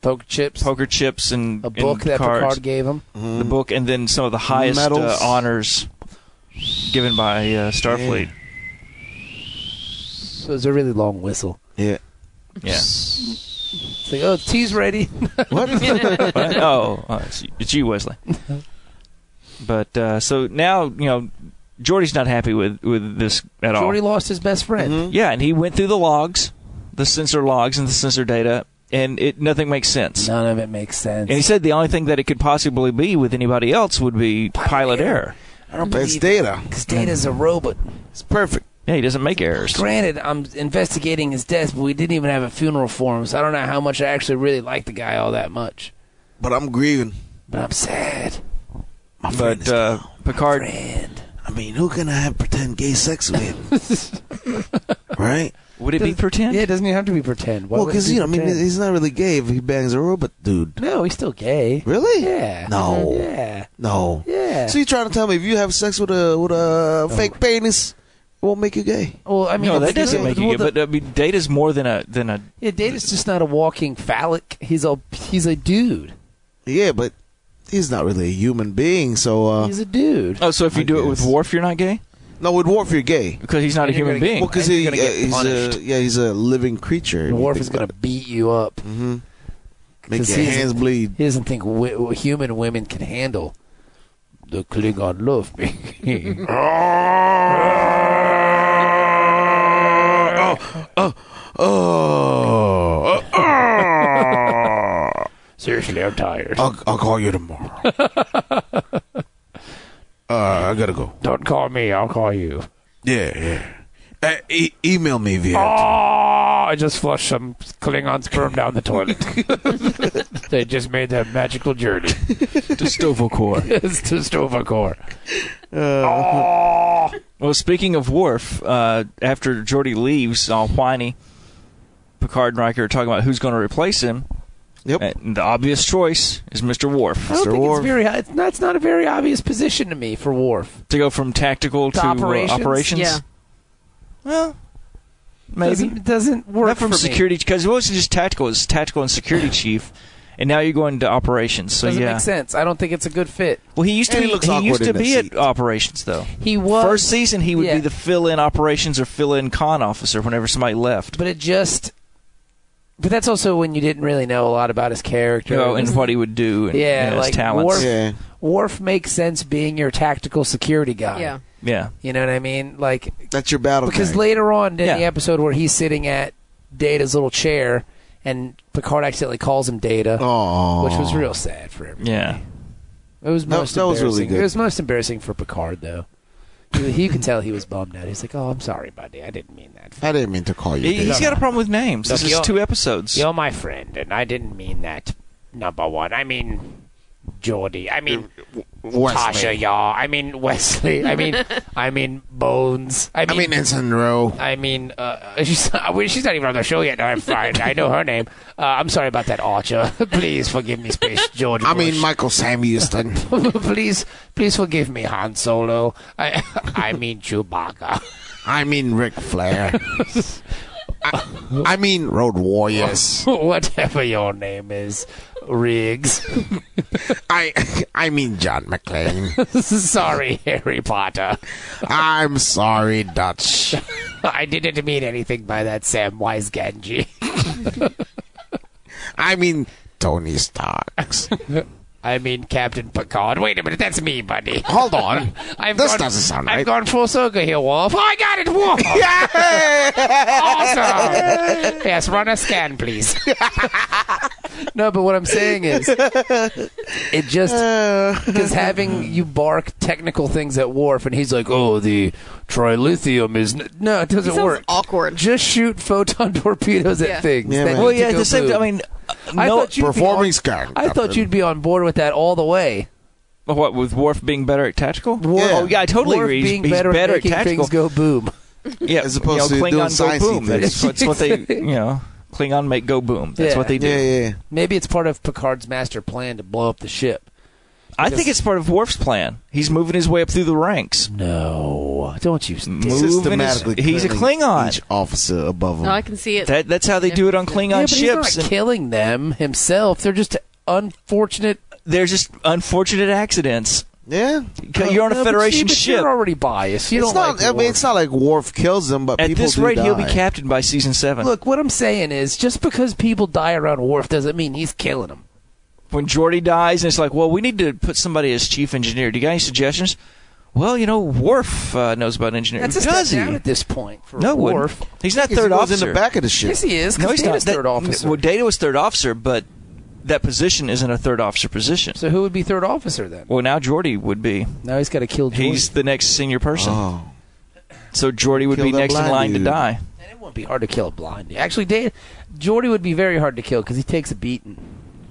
Speaker 3: Poker chips.
Speaker 4: poker chips and
Speaker 3: a book
Speaker 4: and
Speaker 3: that
Speaker 4: cards,
Speaker 3: Picard gave him.
Speaker 4: the book, and then some of the highest uh,
Speaker 2: Mm. Medals.
Speaker 4: honors given by uh, Starfleet.
Speaker 3: So it was a really long whistle.
Speaker 2: Yeah.
Speaker 4: Yeah.
Speaker 3: It's like, oh, tea's ready.
Speaker 4: What? oh, uh, it's, it's you, Wesley. But uh, so now you know, Jordy's not happy with with this at all. Mm-hmm.
Speaker 3: Jordy lost his best friend.
Speaker 2: Mm-hmm.
Speaker 4: Yeah, and he went through the logs, the sensor logs and the sensor data, and it nothing makes sense.
Speaker 3: None of it makes sense.
Speaker 4: And he said the only thing that it could possibly be with anybody else would be pilot error.
Speaker 3: I don't
Speaker 2: But it's
Speaker 3: believe
Speaker 2: data.
Speaker 3: because Data's a robot.
Speaker 2: It's perfect.
Speaker 4: Yeah, he doesn't make errors.
Speaker 3: Granted, I'm investigating his death, but we didn't even have a funeral for him, so I don't know how much I actually really like the guy all that much.
Speaker 2: But I'm grieving.
Speaker 3: But I'm sad.
Speaker 2: My friend
Speaker 4: But
Speaker 2: is
Speaker 4: uh,
Speaker 2: gone.
Speaker 4: Picard,
Speaker 3: Friend.
Speaker 2: I mean, who can I have pretend gay sex with? right?
Speaker 4: would it be pretend?
Speaker 3: Yeah, it doesn't even have to be pretend. Why
Speaker 2: well,
Speaker 3: would it
Speaker 2: because
Speaker 3: be
Speaker 2: you know, I mean,
Speaker 3: pretend?
Speaker 2: he's not really gay if he bangs a robot dude.
Speaker 3: no, he's still gay.
Speaker 2: Really?
Speaker 3: Yeah. Mm-hmm.
Speaker 2: No.
Speaker 3: Yeah.
Speaker 2: No.
Speaker 3: Yeah.
Speaker 2: So you trying to tell me if you have sex with a with a fake penis, it won't make you gay?
Speaker 3: well, I mean,
Speaker 4: no, that
Speaker 3: it's-
Speaker 4: doesn't make you
Speaker 3: well,
Speaker 4: good. But I mean, data's more than a than a.
Speaker 3: Yeah, Data's just not a walking phallic. He's a he's a dude.
Speaker 2: Yeah, but he's not really a human being. So uh,
Speaker 3: He's a dude.
Speaker 4: Oh, so if you
Speaker 2: I
Speaker 4: do it with
Speaker 2: guess.
Speaker 4: Worf, you're not gay
Speaker 2: no, with Worf you're gay.
Speaker 4: because he's not a human being.
Speaker 2: Well, because
Speaker 3: And
Speaker 2: he,
Speaker 3: you're
Speaker 2: uh,
Speaker 3: gonna get
Speaker 2: he's a
Speaker 3: punished.
Speaker 2: yeah, he's a living creature.
Speaker 3: And Worf is gonna beat you up.
Speaker 2: hmm make
Speaker 3: 'Cause
Speaker 2: your
Speaker 3: he's-
Speaker 2: hands bleed.
Speaker 3: He doesn't think wi- w- human women can handle the Klingon love. me.
Speaker 2: Oh, uh,
Speaker 3: Seriously, I'm tired.
Speaker 2: I'll I'll call you tomorrow. uh, I gotta go.
Speaker 7: Don't call me. I'll call you.
Speaker 2: Yeah, yeah. Uh, e- email me via.
Speaker 1: Ah,
Speaker 7: Oh,
Speaker 8: I just flushed some Klingon sperm down the toilet. they just made their magical journey
Speaker 4: to Stovall
Speaker 8: It's to Stovacor.
Speaker 2: Uh,
Speaker 4: Well, speaking of Worf, uh, after Geordi leaves, all whiny, Picard and Riker are talking about who's going to replace him.
Speaker 2: Yep.
Speaker 4: And the obvious choice is Mr. Worf
Speaker 3: I don't
Speaker 2: Mr.
Speaker 3: think
Speaker 2: Worf.
Speaker 3: it's very. It's not, it's not a very obvious position to me for Worf.
Speaker 4: to go from tactical to,
Speaker 3: To
Speaker 4: uh,
Speaker 3: operations?
Speaker 4: operations.
Speaker 5: Yeah.
Speaker 4: Well, maybe
Speaker 3: doesn't, doesn't work
Speaker 4: not from
Speaker 3: for
Speaker 4: security because it wasn't just tactical; it's tactical and security chief. And now you're going to operations.
Speaker 3: Me.
Speaker 4: So
Speaker 3: Doesn't
Speaker 4: yeah.
Speaker 3: make sense. I don't think it's a good fit.
Speaker 4: Well, he used to
Speaker 2: And
Speaker 4: be.
Speaker 2: he looks awkward
Speaker 4: used to
Speaker 2: in that
Speaker 4: be at
Speaker 2: seat.
Speaker 4: operations though.
Speaker 3: He was
Speaker 4: First season, he would
Speaker 3: yeah.
Speaker 4: be the fill-in operations or fill-in con officer whenever somebody left.
Speaker 3: but it just. But that's also when you didn't really know a lot about his character.
Speaker 4: You know, and what he would do. And,
Speaker 3: Yeah,
Speaker 4: you know,
Speaker 3: like
Speaker 4: his talents.
Speaker 3: Worf-
Speaker 2: Yeah.
Speaker 3: Worf makes sense being your tactical security guy.
Speaker 5: Yeah.
Speaker 4: Yeah.
Speaker 3: You know what I mean? Like
Speaker 2: That's your battle.
Speaker 3: because
Speaker 2: tank.
Speaker 3: later on in
Speaker 4: Yeah.
Speaker 3: the episode where he's sitting at Data's little chair and Picard accidentally calls him Data,
Speaker 2: Aw.
Speaker 3: which was real sad for everybody.
Speaker 4: Yeah.
Speaker 3: It was
Speaker 2: That-
Speaker 3: most
Speaker 2: that was really
Speaker 3: embarrassing.
Speaker 2: good.
Speaker 3: It was most embarrassing for Picard though. He, he could tell he was bummed out. He's like, "Oh, I'm sorry, buddy. I didn't mean that.
Speaker 2: I didn't mean to call you.
Speaker 4: He,
Speaker 2: Dave.
Speaker 4: has got a problem with names. This
Speaker 7: Look,
Speaker 4: is
Speaker 7: you're-
Speaker 4: two episodes.
Speaker 7: You're my friend, and I didn't mean that. Number one, I mean Geordie. I mean Tasha, y'all. I mean Wesley. I mean, I mean Bones. I
Speaker 2: I
Speaker 7: mean,
Speaker 2: mean, Ensign Rowe.
Speaker 7: I mean, uh, she's, well, she's not even on the show yet. I'm fine. I know her name. Uh, I'm sorry about that, Archer. please forgive me, Space George.
Speaker 2: I mean,
Speaker 7: Bush.
Speaker 2: Michael Sam Houston.
Speaker 7: please, please forgive me, Han Solo. I, I mean Chewbacca.
Speaker 2: I mean, Ric Flair. I, I mean, Road Warriors.
Speaker 7: Whatever your name is, Riggs.
Speaker 2: I I mean, John McClane.
Speaker 7: sorry, Harry Potter.
Speaker 2: I'm sorry, Dutch.
Speaker 7: I didn't mean anything by that, Sam Wise Ganji.
Speaker 2: I mean, Tony Stark.
Speaker 7: I mean Captain Picard. Wait a minute, that's me, buddy.
Speaker 2: Hold on.
Speaker 7: I've
Speaker 2: this
Speaker 7: gone-
Speaker 2: doesn't sound
Speaker 7: I've
Speaker 2: right.
Speaker 7: gone full circle here, Wolf. Oh, I got it, Wolf. awesome. yes, run a scan, please.
Speaker 3: No, but what I'm saying is, it just
Speaker 4: Uh,
Speaker 3: because having you bark technical things at Worf, and he's like, "Oh, the trilithium is n-. no, it
Speaker 5: He
Speaker 3: doesn't
Speaker 5: sounds
Speaker 3: work."
Speaker 5: awkward.
Speaker 3: Just shoot photon torpedoes
Speaker 5: Yeah.
Speaker 3: at things.
Speaker 2: Yeah,
Speaker 3: that
Speaker 2: man.
Speaker 3: need
Speaker 4: Well,
Speaker 3: to
Speaker 4: yeah, at
Speaker 3: go
Speaker 4: the same
Speaker 3: boom.
Speaker 4: time, I mean,
Speaker 3: I
Speaker 4: no,
Speaker 3: thought you'd be
Speaker 2: Performing
Speaker 3: on-
Speaker 2: scan.
Speaker 3: I thought you'd be on board with that all the way.
Speaker 4: what, with Worf being better at tactical?
Speaker 2: Worf-
Speaker 4: Oh, yeah, I totally
Speaker 3: Worf
Speaker 4: agree. He's-
Speaker 3: being
Speaker 4: he's
Speaker 3: better, at making
Speaker 4: tactical.
Speaker 3: things go boom.
Speaker 4: yeah,
Speaker 2: As opposed
Speaker 4: you know,
Speaker 2: to doing
Speaker 4: Klingon go
Speaker 2: sciencey
Speaker 4: boom. That's,
Speaker 2: things.
Speaker 4: that's what they, you know, Klingon make go boom. That's
Speaker 3: Yeah.
Speaker 4: what they do.
Speaker 2: Yeah, yeah.
Speaker 3: Maybe it's part of Picard's master plan to blow up the ship.
Speaker 4: I think it's part of Worf's plan. He's moving his way up through the ranks.
Speaker 3: No, don't you?
Speaker 4: Moving his-
Speaker 2: Systematically.
Speaker 4: he's a
Speaker 2: killing
Speaker 4: Klingon.
Speaker 2: Each officer above him.
Speaker 5: No, I can see it.
Speaker 4: That, that's how they do it on Klingon
Speaker 3: yeah, but he's not
Speaker 4: ships. and
Speaker 3: killing them himself. They're just unfortunate.
Speaker 4: they're just unfortunate accidents.
Speaker 2: yeah.
Speaker 4: You're on
Speaker 3: No,
Speaker 4: a
Speaker 3: but
Speaker 4: Federation
Speaker 3: you- but
Speaker 4: ship.
Speaker 3: You're already biased. You
Speaker 2: it's
Speaker 3: don't
Speaker 2: not.
Speaker 3: like
Speaker 2: I mean,
Speaker 3: war.
Speaker 2: it's not like Worf kills him, but
Speaker 4: At
Speaker 2: people
Speaker 4: this
Speaker 2: do
Speaker 4: rate, he'll be
Speaker 2: die.
Speaker 4: captain by season seven.
Speaker 3: Look, what I'm saying is, just because people die around Worf doesn't mean he's killing them.
Speaker 4: when Jordy dies, and it's like, well, we need to put somebody as chief engineer. Do you got any suggestions? Well, you know, Worf uh, knows about engineering.
Speaker 3: That's a step
Speaker 4: Does he?
Speaker 3: down at this point for
Speaker 4: No, wouldn't.
Speaker 3: Worf.
Speaker 4: He's not
Speaker 2: Because
Speaker 4: third
Speaker 2: he was
Speaker 4: officer.
Speaker 2: in the back of the ship.
Speaker 3: Yes, he is.
Speaker 4: no, he's not. That-
Speaker 3: third officer.
Speaker 4: Well, Data was third officer, but that position isn't a third officer position.
Speaker 3: so who would be third officer then?
Speaker 4: Well, now Jordy would be.
Speaker 3: Now he's got to kill. Jordy.
Speaker 4: He's the next senior person.
Speaker 2: Oh.
Speaker 4: So Jordy would
Speaker 2: Kill
Speaker 4: be
Speaker 2: that
Speaker 4: next in
Speaker 2: blind
Speaker 4: line to
Speaker 2: dude.
Speaker 4: die.
Speaker 3: And it wouldn't be hard to kill a blind. Actually, Dave, Jordy would be very hard to kill because he takes a beating.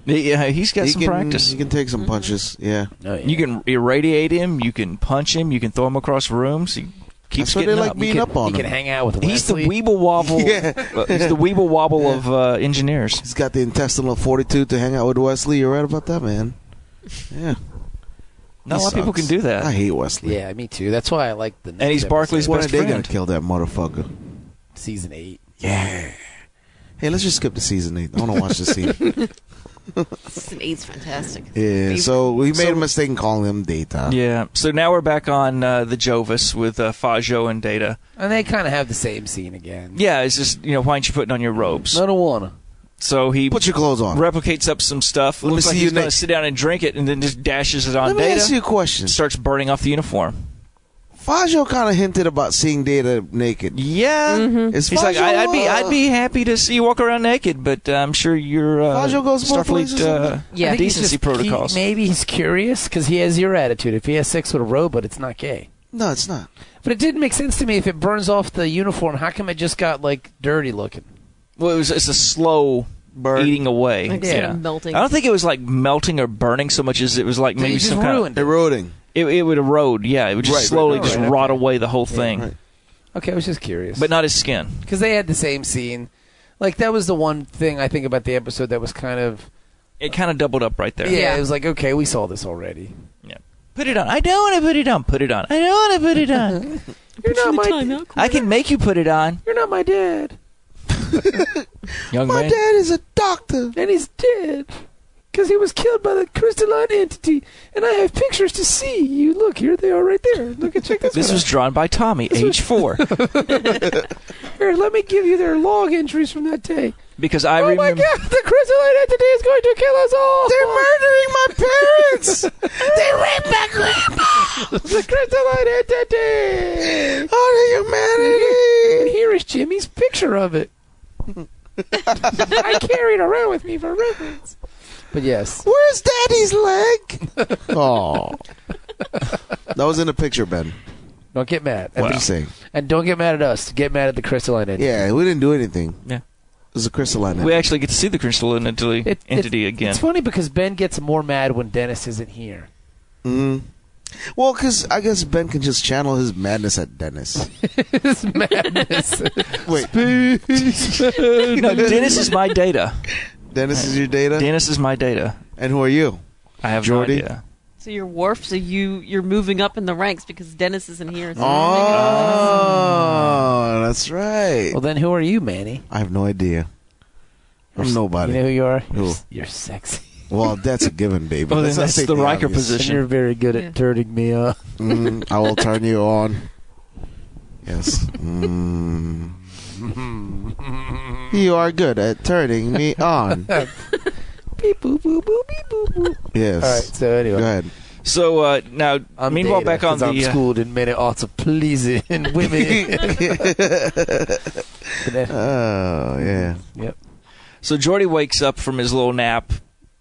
Speaker 4: Yeah, he's got
Speaker 2: He
Speaker 4: some
Speaker 2: can,
Speaker 4: practice. Mm-hmm.
Speaker 2: He can take some punches. Yeah.
Speaker 3: No,
Speaker 4: You can irradiate him. You can punch him. You can throw him across rooms. He
Speaker 2: That's
Speaker 4: keeps
Speaker 2: what they
Speaker 4: getting
Speaker 2: like
Speaker 4: up.
Speaker 2: being up on
Speaker 3: you
Speaker 2: him.
Speaker 3: Uh, can hang out with.
Speaker 4: He's the
Speaker 3: Wesley.
Speaker 4: weeble wobble.
Speaker 2: Yeah.
Speaker 4: uh, he's the weeble wobble of uh, engineers.
Speaker 2: He's got the intestinal fortitude to hang out with Wesley. You're right about that, man. Yeah.
Speaker 4: Not a
Speaker 2: He
Speaker 4: lot of people can
Speaker 2: sucks.
Speaker 4: do that.
Speaker 2: I hate Wesley.
Speaker 3: Yeah, me too. That's why I like the. Next
Speaker 4: And he's
Speaker 3: episode,
Speaker 4: Barclay's
Speaker 2: When are
Speaker 4: best
Speaker 2: they gonna
Speaker 4: friend.
Speaker 2: kill that motherfucker?
Speaker 3: season eight.
Speaker 2: Yeah. Hey, let's just skip to season eight. I want to watch the scene.
Speaker 5: Season eight's fantastic.
Speaker 2: Yeah.
Speaker 5: They-
Speaker 2: So we made
Speaker 4: So-
Speaker 2: a mistake in calling him Data.
Speaker 4: Yeah. So now we're back on uh, the Jovis with uh, Fajo and Data.
Speaker 3: And they kind of have the same scene again.
Speaker 4: Yeah, it's just you know why aren't you putting on your robes?
Speaker 3: No, don't wanna.
Speaker 4: So he
Speaker 2: Put your clothes on.
Speaker 4: replicates up some stuff.
Speaker 2: Let me
Speaker 4: looks like
Speaker 2: see you
Speaker 4: he's gonna
Speaker 2: next-
Speaker 4: sit down and drink it, and then just dashes it on
Speaker 2: Let me
Speaker 4: Data.
Speaker 2: ask you a question.
Speaker 4: and starts burning off the uniform.
Speaker 2: Fajo kind of hinted about seeing Data naked.
Speaker 4: Yeah.
Speaker 2: Is
Speaker 4: He's like,
Speaker 2: Fajo,
Speaker 4: I, I'd be,
Speaker 2: uh,
Speaker 4: I'd be happy to see you walk around naked, but uh, I'm sure your uh,
Speaker 2: Fajo goes both ways or
Speaker 4: Starfleet uh,
Speaker 2: something?
Speaker 5: Yeah. I think he's
Speaker 4: decency protocols.
Speaker 3: He, maybe he's curious because he has your attitude. If he has sex with a robot, it's not gay.
Speaker 2: uh, No, it's not.
Speaker 3: But it didn't make sense to me if it burns off the uniform. How come it just got like dirty looking?
Speaker 4: Well, it was it's a slow
Speaker 2: Burn.
Speaker 4: eating away.
Speaker 5: Like sort of melting.
Speaker 4: I don't think it was like melting or burning so much as it was like maybe
Speaker 3: just
Speaker 4: some kind of
Speaker 3: ruined.
Speaker 2: Eroding.
Speaker 4: it, it would erode. Oh, Yeah, it would just
Speaker 2: Right, right,
Speaker 4: slowly
Speaker 2: right,
Speaker 4: just
Speaker 2: right,
Speaker 4: rot away the whole thing,
Speaker 2: right.
Speaker 3: Okay, I was just curious.
Speaker 4: but not his skin.
Speaker 3: because they had the same scene. Like that was the one thing I think about the episode that was kind of
Speaker 4: It kind of doubled up right there.
Speaker 3: yeah. It was like okay, we saw this already.
Speaker 4: Yeah. Put it on. I don't want to put it on. Put it on. I don't want to put it on.
Speaker 3: You're not my
Speaker 4: I can make you put it on,
Speaker 3: you're not my dad,
Speaker 4: young
Speaker 2: My
Speaker 4: man.
Speaker 2: dad is a doctor.
Speaker 3: and he's dead because he was killed by the crystalline entity. And I have pictures to see you. Look here, they are right there. Look at check this.
Speaker 4: This
Speaker 3: one
Speaker 4: was drawn by Tommy, age four,
Speaker 3: out. here. Let me give you their log entries from that day.
Speaker 4: because I
Speaker 3: oh
Speaker 4: remember.
Speaker 3: my God, the crystalline entity is going to kill us all. They're murdering my parents. they raped my grandma. the crystalline entity. Oh, the humanity. And here is Jimmy's picture of it. I carry it around with me for reference. But yes,
Speaker 2: Where's Daddy's leg? Oh, that was in a picture, Ben.
Speaker 3: don't get mad.
Speaker 2: What you saying?
Speaker 3: And don't get mad at us. Get mad at the crystalline entity.
Speaker 2: Yeah, we didn't do anything.
Speaker 4: Yeah.
Speaker 2: it was a crystalline.
Speaker 4: We actually get to see the crystalline entity,
Speaker 3: It- it-
Speaker 4: entity again.
Speaker 3: It's funny because Ben gets more mad when Dennis isn't here.
Speaker 2: Mm. Well, because I guess Ben can just channel his madness at Dennis.
Speaker 3: It's madness.
Speaker 2: Wait,
Speaker 4: no, Dennis is my data.
Speaker 2: Dennis is your data,
Speaker 4: Dennis is my data.
Speaker 2: and who are you?
Speaker 4: I have
Speaker 2: Jordy?
Speaker 4: no idea.
Speaker 5: So you're Worf, so you you're moving up in the ranks because Dennis isn't here.
Speaker 4: Mm-hmm.
Speaker 5: So
Speaker 2: Oh, that's right.
Speaker 3: well, then who are you, Manny?
Speaker 2: I have no idea. I'm
Speaker 3: You know
Speaker 2: nobody.
Speaker 3: who you are?
Speaker 2: Who?
Speaker 3: You're, you're sexy.
Speaker 2: Well, that's a given, baby.
Speaker 4: Well, then
Speaker 2: not
Speaker 4: that's
Speaker 2: stating
Speaker 4: the Riker
Speaker 2: obvious.
Speaker 4: position.
Speaker 3: And you're very good at
Speaker 5: Yeah.
Speaker 3: turning me up.
Speaker 2: Mm, I will turn you on. Yes. Mm. You are good at turning me on.
Speaker 3: Beep boop boop boop beep boop boop.
Speaker 2: Yes.
Speaker 3: All right.
Speaker 2: Go
Speaker 3: So anyway,
Speaker 2: ahead.
Speaker 4: So uh, now,
Speaker 3: I'm
Speaker 4: meanwhile,
Speaker 3: data,
Speaker 4: back on
Speaker 3: 'cause
Speaker 4: the
Speaker 3: I'm
Speaker 4: uh,
Speaker 3: schooled in many arts of pleasing women. But that-
Speaker 2: Oh, yeah.
Speaker 3: yep.
Speaker 4: so Jordy wakes up from his little nap.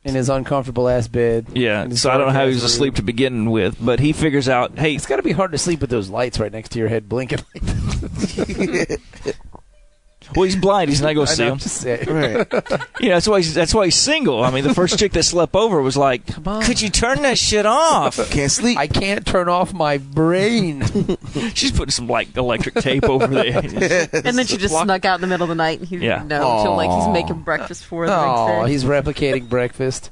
Speaker 3: In his uncomfortable ass bed.
Speaker 4: Yeah,
Speaker 3: In his
Speaker 4: so I don't know how he was
Speaker 3: dark-ass
Speaker 4: asleep to begin with, but he figures out, hey,
Speaker 3: It's got to be hard to sleep with those lights right next to your head blinking. Like that.
Speaker 4: well, he's blind. He's not going to
Speaker 3: I
Speaker 4: see
Speaker 3: know,
Speaker 4: him.
Speaker 3: just say-
Speaker 2: Right.
Speaker 4: Yeah, that's why he's, that's why he's single. I mean, the first chick that slept over was like,
Speaker 3: on.
Speaker 4: "Could you turn that shit off?"
Speaker 2: Can't sleep.
Speaker 3: I can't turn off my brain.
Speaker 4: She's putting some like electric tape over there.
Speaker 5: and then she just snuck out in the middle of the night, and he
Speaker 4: Yeah.
Speaker 5: didn't know. She'll like he's making breakfast for her the
Speaker 3: Oh,
Speaker 5: next day.
Speaker 3: he's replicating breakfast.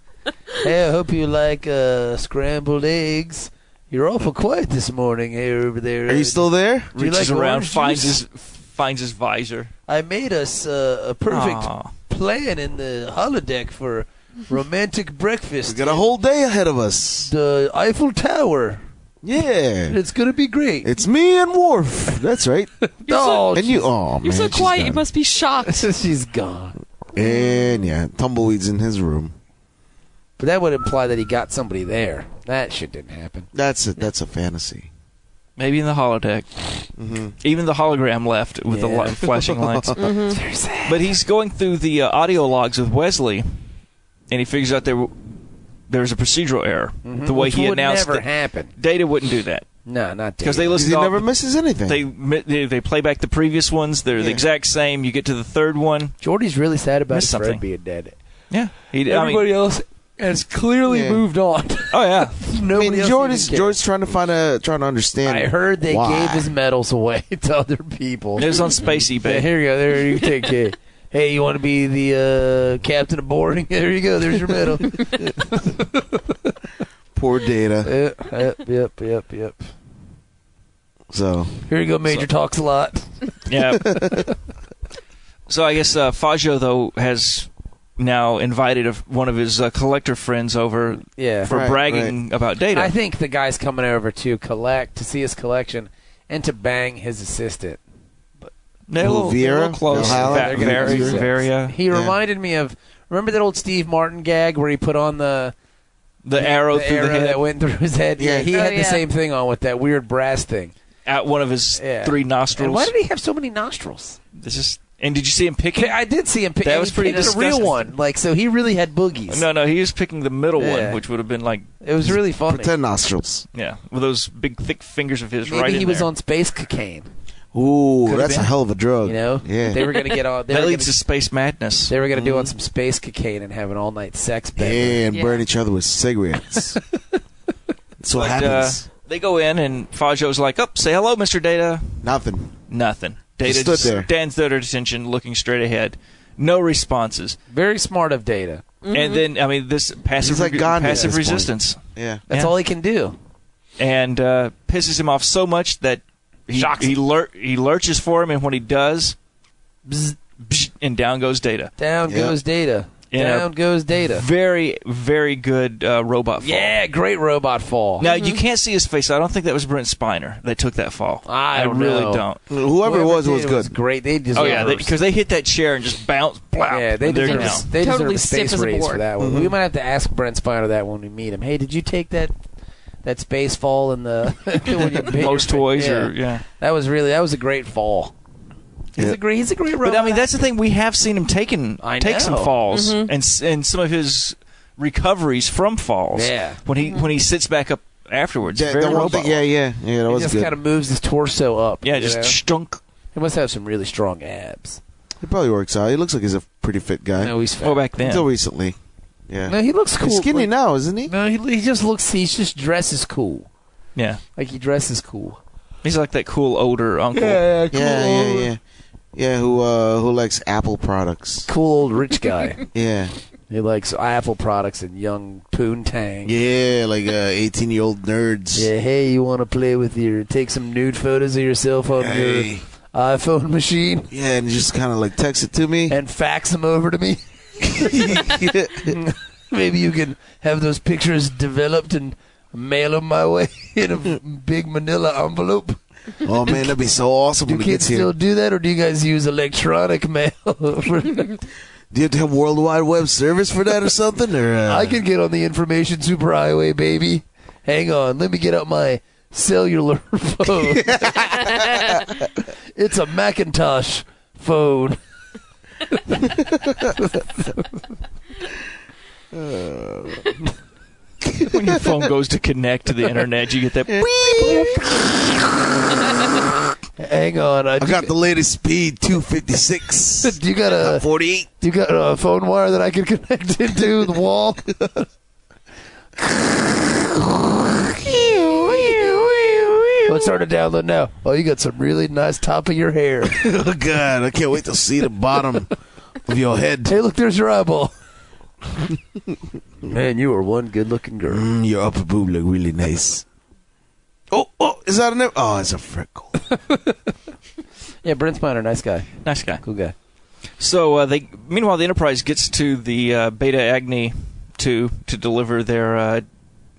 Speaker 3: Hey, I hope you like uh, scrambled eggs. You're awful quiet this morning. Hey, over there.
Speaker 2: Are you still there?
Speaker 3: Do you
Speaker 4: Reaches
Speaker 3: like
Speaker 4: around,
Speaker 3: orange
Speaker 4: finds
Speaker 3: juice?
Speaker 4: his finds his visor.
Speaker 3: I made us uh, a perfect
Speaker 4: Aw.
Speaker 3: plan in the holodeck for romantic
Speaker 2: We
Speaker 3: breakfast.
Speaker 2: got a whole day ahead of us.
Speaker 3: the Eiffel Tower.
Speaker 2: Yeah.
Speaker 3: It's gonna be great.
Speaker 2: It's me and Worf. That's right.
Speaker 3: oh,
Speaker 2: and you. Oh, man.
Speaker 5: You're so
Speaker 2: she's
Speaker 5: quiet. You
Speaker 2: gone.
Speaker 5: must be shocked.
Speaker 3: she's gone.
Speaker 2: And yeah, tumbleweeds in his room.
Speaker 3: But that would imply that he got somebody there. That shit didn't happen.
Speaker 2: That's a that's a fantasy.
Speaker 4: Maybe in the holodeck.
Speaker 3: Mm-hmm.
Speaker 4: Even the hologram left with the
Speaker 3: Yeah. Mm-hmm.
Speaker 4: li- flashing lights. But he's going through the uh, audio logs with Wesley, and he figures out there w- there's a procedural error. The way
Speaker 3: Mm-hmm. Which
Speaker 4: he
Speaker 3: would
Speaker 4: announced
Speaker 3: never
Speaker 4: that
Speaker 3: happen.
Speaker 4: Data wouldn't do that
Speaker 3: No, not
Speaker 4: because they
Speaker 3: David.
Speaker 2: Because
Speaker 4: listen
Speaker 2: he
Speaker 4: to all
Speaker 2: never
Speaker 4: the-
Speaker 2: misses anything.
Speaker 4: they, mi- they they play back the previous ones. They're the
Speaker 2: Yeah.
Speaker 4: exact same. You get to the third one.
Speaker 3: Jordy's really sad about
Speaker 4: Missed
Speaker 3: his
Speaker 4: something.
Speaker 3: Fred being dead.
Speaker 4: Yeah, he, I mean-
Speaker 3: Everybody else has clearly
Speaker 2: Yeah.
Speaker 3: moved on.
Speaker 4: oh yeah.
Speaker 2: I
Speaker 3: Nobody
Speaker 2: mean,
Speaker 3: else
Speaker 2: Jordan's
Speaker 3: even cares.
Speaker 2: Jordan's trying to find a trying to understand.
Speaker 3: I heard they
Speaker 2: why.
Speaker 3: gave his medals away to other people.
Speaker 4: It was on Space
Speaker 3: Yeah,
Speaker 4: eBay.
Speaker 3: here you go. There you take it. Hey, you want to be the uh, captain of boarding? There you go. There's your medal.
Speaker 2: poor data.
Speaker 3: yep, yep, yep, yep, yep.
Speaker 2: So
Speaker 3: Here you go. Major talks a lot.
Speaker 4: Yeah. so I guess uh, Faggio though has now invited a, one of his uh, collector friends over
Speaker 3: Yeah.
Speaker 4: for
Speaker 2: Right,
Speaker 4: bragging about data.
Speaker 3: I think the guy's coming over to collect to see his collection and to bang his assistant.
Speaker 4: They're a little, they're a little
Speaker 2: Vera?
Speaker 4: close.
Speaker 2: Valhalla?
Speaker 4: Va-
Speaker 2: They're gonna
Speaker 4: Vera-
Speaker 2: be upset.
Speaker 4: Veria.
Speaker 3: He
Speaker 2: Yeah.
Speaker 3: reminded me of remember that old Steve Martin gag where he put on the
Speaker 4: The arrow
Speaker 3: the
Speaker 4: through
Speaker 3: arrow
Speaker 4: the head
Speaker 3: that went through his head. Yeah,
Speaker 2: Yeah.
Speaker 3: he
Speaker 5: Oh,
Speaker 3: had the
Speaker 5: yeah.
Speaker 3: same thing on with that weird brass thing.
Speaker 4: at one of his
Speaker 3: Yeah.
Speaker 4: three
Speaker 3: And
Speaker 4: nostrils.
Speaker 3: why did he have so many nostrils?
Speaker 4: This is- and did you see him picking?
Speaker 3: I did see him pick.
Speaker 4: That was
Speaker 3: he
Speaker 4: pretty
Speaker 3: picked a real
Speaker 4: disgusting.
Speaker 3: one. Like so, he really had boogies.
Speaker 4: no, no, he was picking the middle
Speaker 3: Yeah.
Speaker 4: one, which would have been like,
Speaker 3: It was really funny.
Speaker 2: pretend nostrils.
Speaker 4: yeah, with those big thick fingers of his
Speaker 3: Maybe
Speaker 4: right
Speaker 3: he
Speaker 4: in
Speaker 3: was
Speaker 4: there.
Speaker 3: on space cocaine.
Speaker 2: Ooh,
Speaker 3: Could've
Speaker 2: that's a
Speaker 3: been.
Speaker 2: hell of a drug.
Speaker 3: You know,
Speaker 2: Yeah. Mm.
Speaker 3: they were gonna get all. They
Speaker 4: that
Speaker 3: were
Speaker 4: leads
Speaker 3: gonna,
Speaker 4: to space madness.
Speaker 3: they were gonna do on some space cocaine and have an all night sex
Speaker 2: yeah,
Speaker 3: bed.
Speaker 2: and
Speaker 5: Yeah.
Speaker 2: burn each other with cigarettes. that's what
Speaker 4: But, uh,
Speaker 2: happens.
Speaker 4: they go in, and Fajo's like, "Up, say hello, Mister Data."
Speaker 2: Nothing.
Speaker 4: Nothing. Data
Speaker 2: Just stood there.
Speaker 4: stands there at attention, looking straight ahead. No responses.
Speaker 3: Very smart of Data.
Speaker 4: And then, I mean, this passive
Speaker 2: He's like
Speaker 4: re-
Speaker 2: Gandhi at
Speaker 4: passive
Speaker 2: this point.
Speaker 4: resistance,
Speaker 2: Yeah.
Speaker 3: That's
Speaker 4: Yeah.
Speaker 3: all he can do.
Speaker 4: and uh, pisses him off so much that he
Speaker 8: Shocks
Speaker 4: he, lur- he lurches for him, and when he does, bzz, bzz, and down goes Data.
Speaker 3: Down
Speaker 2: Yeah.
Speaker 3: goes Data.
Speaker 4: Yeah.
Speaker 3: Down goes Data.
Speaker 4: Very, very good uh, robot. Fall.
Speaker 3: Yeah, Mm-hmm. great robot fall.
Speaker 4: Now you can't see his face. I don't think that was Brent Spiner that took that fall.
Speaker 3: I don't
Speaker 4: really
Speaker 3: know.
Speaker 4: don't.
Speaker 2: Whoever, it was, it was
Speaker 3: did
Speaker 2: good.
Speaker 3: great. They deserve.
Speaker 4: Oh yeah,
Speaker 3: it.
Speaker 4: because they, hit that chair and just bounce. Blap,
Speaker 3: yeah, they
Speaker 4: and they're
Speaker 3: deserve.
Speaker 4: down.
Speaker 3: They deserve
Speaker 5: Totally
Speaker 3: a space
Speaker 5: stiff as a
Speaker 3: raise for
Speaker 5: board.
Speaker 3: that one.
Speaker 2: Mm-hmm.
Speaker 3: We might have to ask Brent Spiner that when we meet him. Hey, did you take that that space fall in the when you bit
Speaker 4: Most
Speaker 3: your
Speaker 4: toys
Speaker 3: fa-
Speaker 4: or yeah.
Speaker 3: That was really that was a great fall. He's
Speaker 2: Yeah.
Speaker 3: a great. He's a great robot.
Speaker 4: But I mean, that's the thing. We have seen him taken
Speaker 3: I
Speaker 4: take some
Speaker 3: know.
Speaker 4: falls and s and some of his recoveries from falls.
Speaker 3: Yeah.
Speaker 4: When he when he sits back up afterwards,
Speaker 2: Yeah,
Speaker 4: very
Speaker 2: that one
Speaker 4: robot.
Speaker 2: thing, yeah, yeah, yeah, that
Speaker 3: he
Speaker 2: was
Speaker 3: just
Speaker 2: good.
Speaker 3: kind of moves his torso up.
Speaker 4: yeah,
Speaker 3: you
Speaker 4: just
Speaker 3: know?
Speaker 4: stunk.
Speaker 3: he must have some really strong abs.
Speaker 2: He probably works out. He looks like he's a pretty fit guy.
Speaker 3: No, he's fat.
Speaker 4: Well, back then.
Speaker 2: Until recently. Yeah.
Speaker 3: no, he looks cool.
Speaker 2: Oh, he's skinny
Speaker 3: Like,
Speaker 2: now, isn't he?
Speaker 3: no, he, he just looks. He just dresses cool.
Speaker 4: Yeah.
Speaker 3: Like he dresses cool.
Speaker 4: He's like that cool older uncle.
Speaker 2: Yeah, yeah, yeah. Yeah, who uh who likes Apple products.
Speaker 3: Cool old rich guy.
Speaker 2: Yeah.
Speaker 3: he likes Apple products and young poontang.
Speaker 2: Yeah, like uh 18 year old nerds.
Speaker 3: Yeah, hey, you want to play with your take some nude photos of yourself on your
Speaker 2: Hey.
Speaker 3: iPhone machine
Speaker 2: Yeah, and just kind of like text it to me.
Speaker 3: and fax them over to me? Maybe you can have those pictures developed and mail them my way in a big manila envelope.
Speaker 2: oh man, that'd be so awesome
Speaker 3: Do
Speaker 2: when it
Speaker 3: kids
Speaker 2: gets here.
Speaker 3: still do that, or do you guys use electronic mail?
Speaker 2: Do you have to have World Wide Web service for that or something? Or uh,
Speaker 3: I can get on the information superhighway, baby. Hang on, let me get out my cellular phone. it's a Macintosh phone.
Speaker 4: when your phone goes to connect to the internet, you get that.
Speaker 3: Hang on, I,
Speaker 2: I
Speaker 3: do-
Speaker 2: got the latest speed 256.
Speaker 3: do you got a
Speaker 2: 48.
Speaker 3: do you got a phone wire that I can connect into the wall? Let's start to download now. Oh, you got some really nice top of your hair.
Speaker 2: Oh god, I can't wait to see the bottom of your head.
Speaker 3: Hey, look, there's your eyeball. Man, you are one good-looking girl.
Speaker 2: Mm, your upper boob look really nice. Oh, oh, is that a nip? Oh, it's a freckle.
Speaker 3: Yeah, Brent Spiner, nice guy,
Speaker 4: Nice guy.
Speaker 3: cool guy.
Speaker 4: So uh, they, meanwhile, the Enterprise gets to the uh, Beta Agni two to deliver their uh,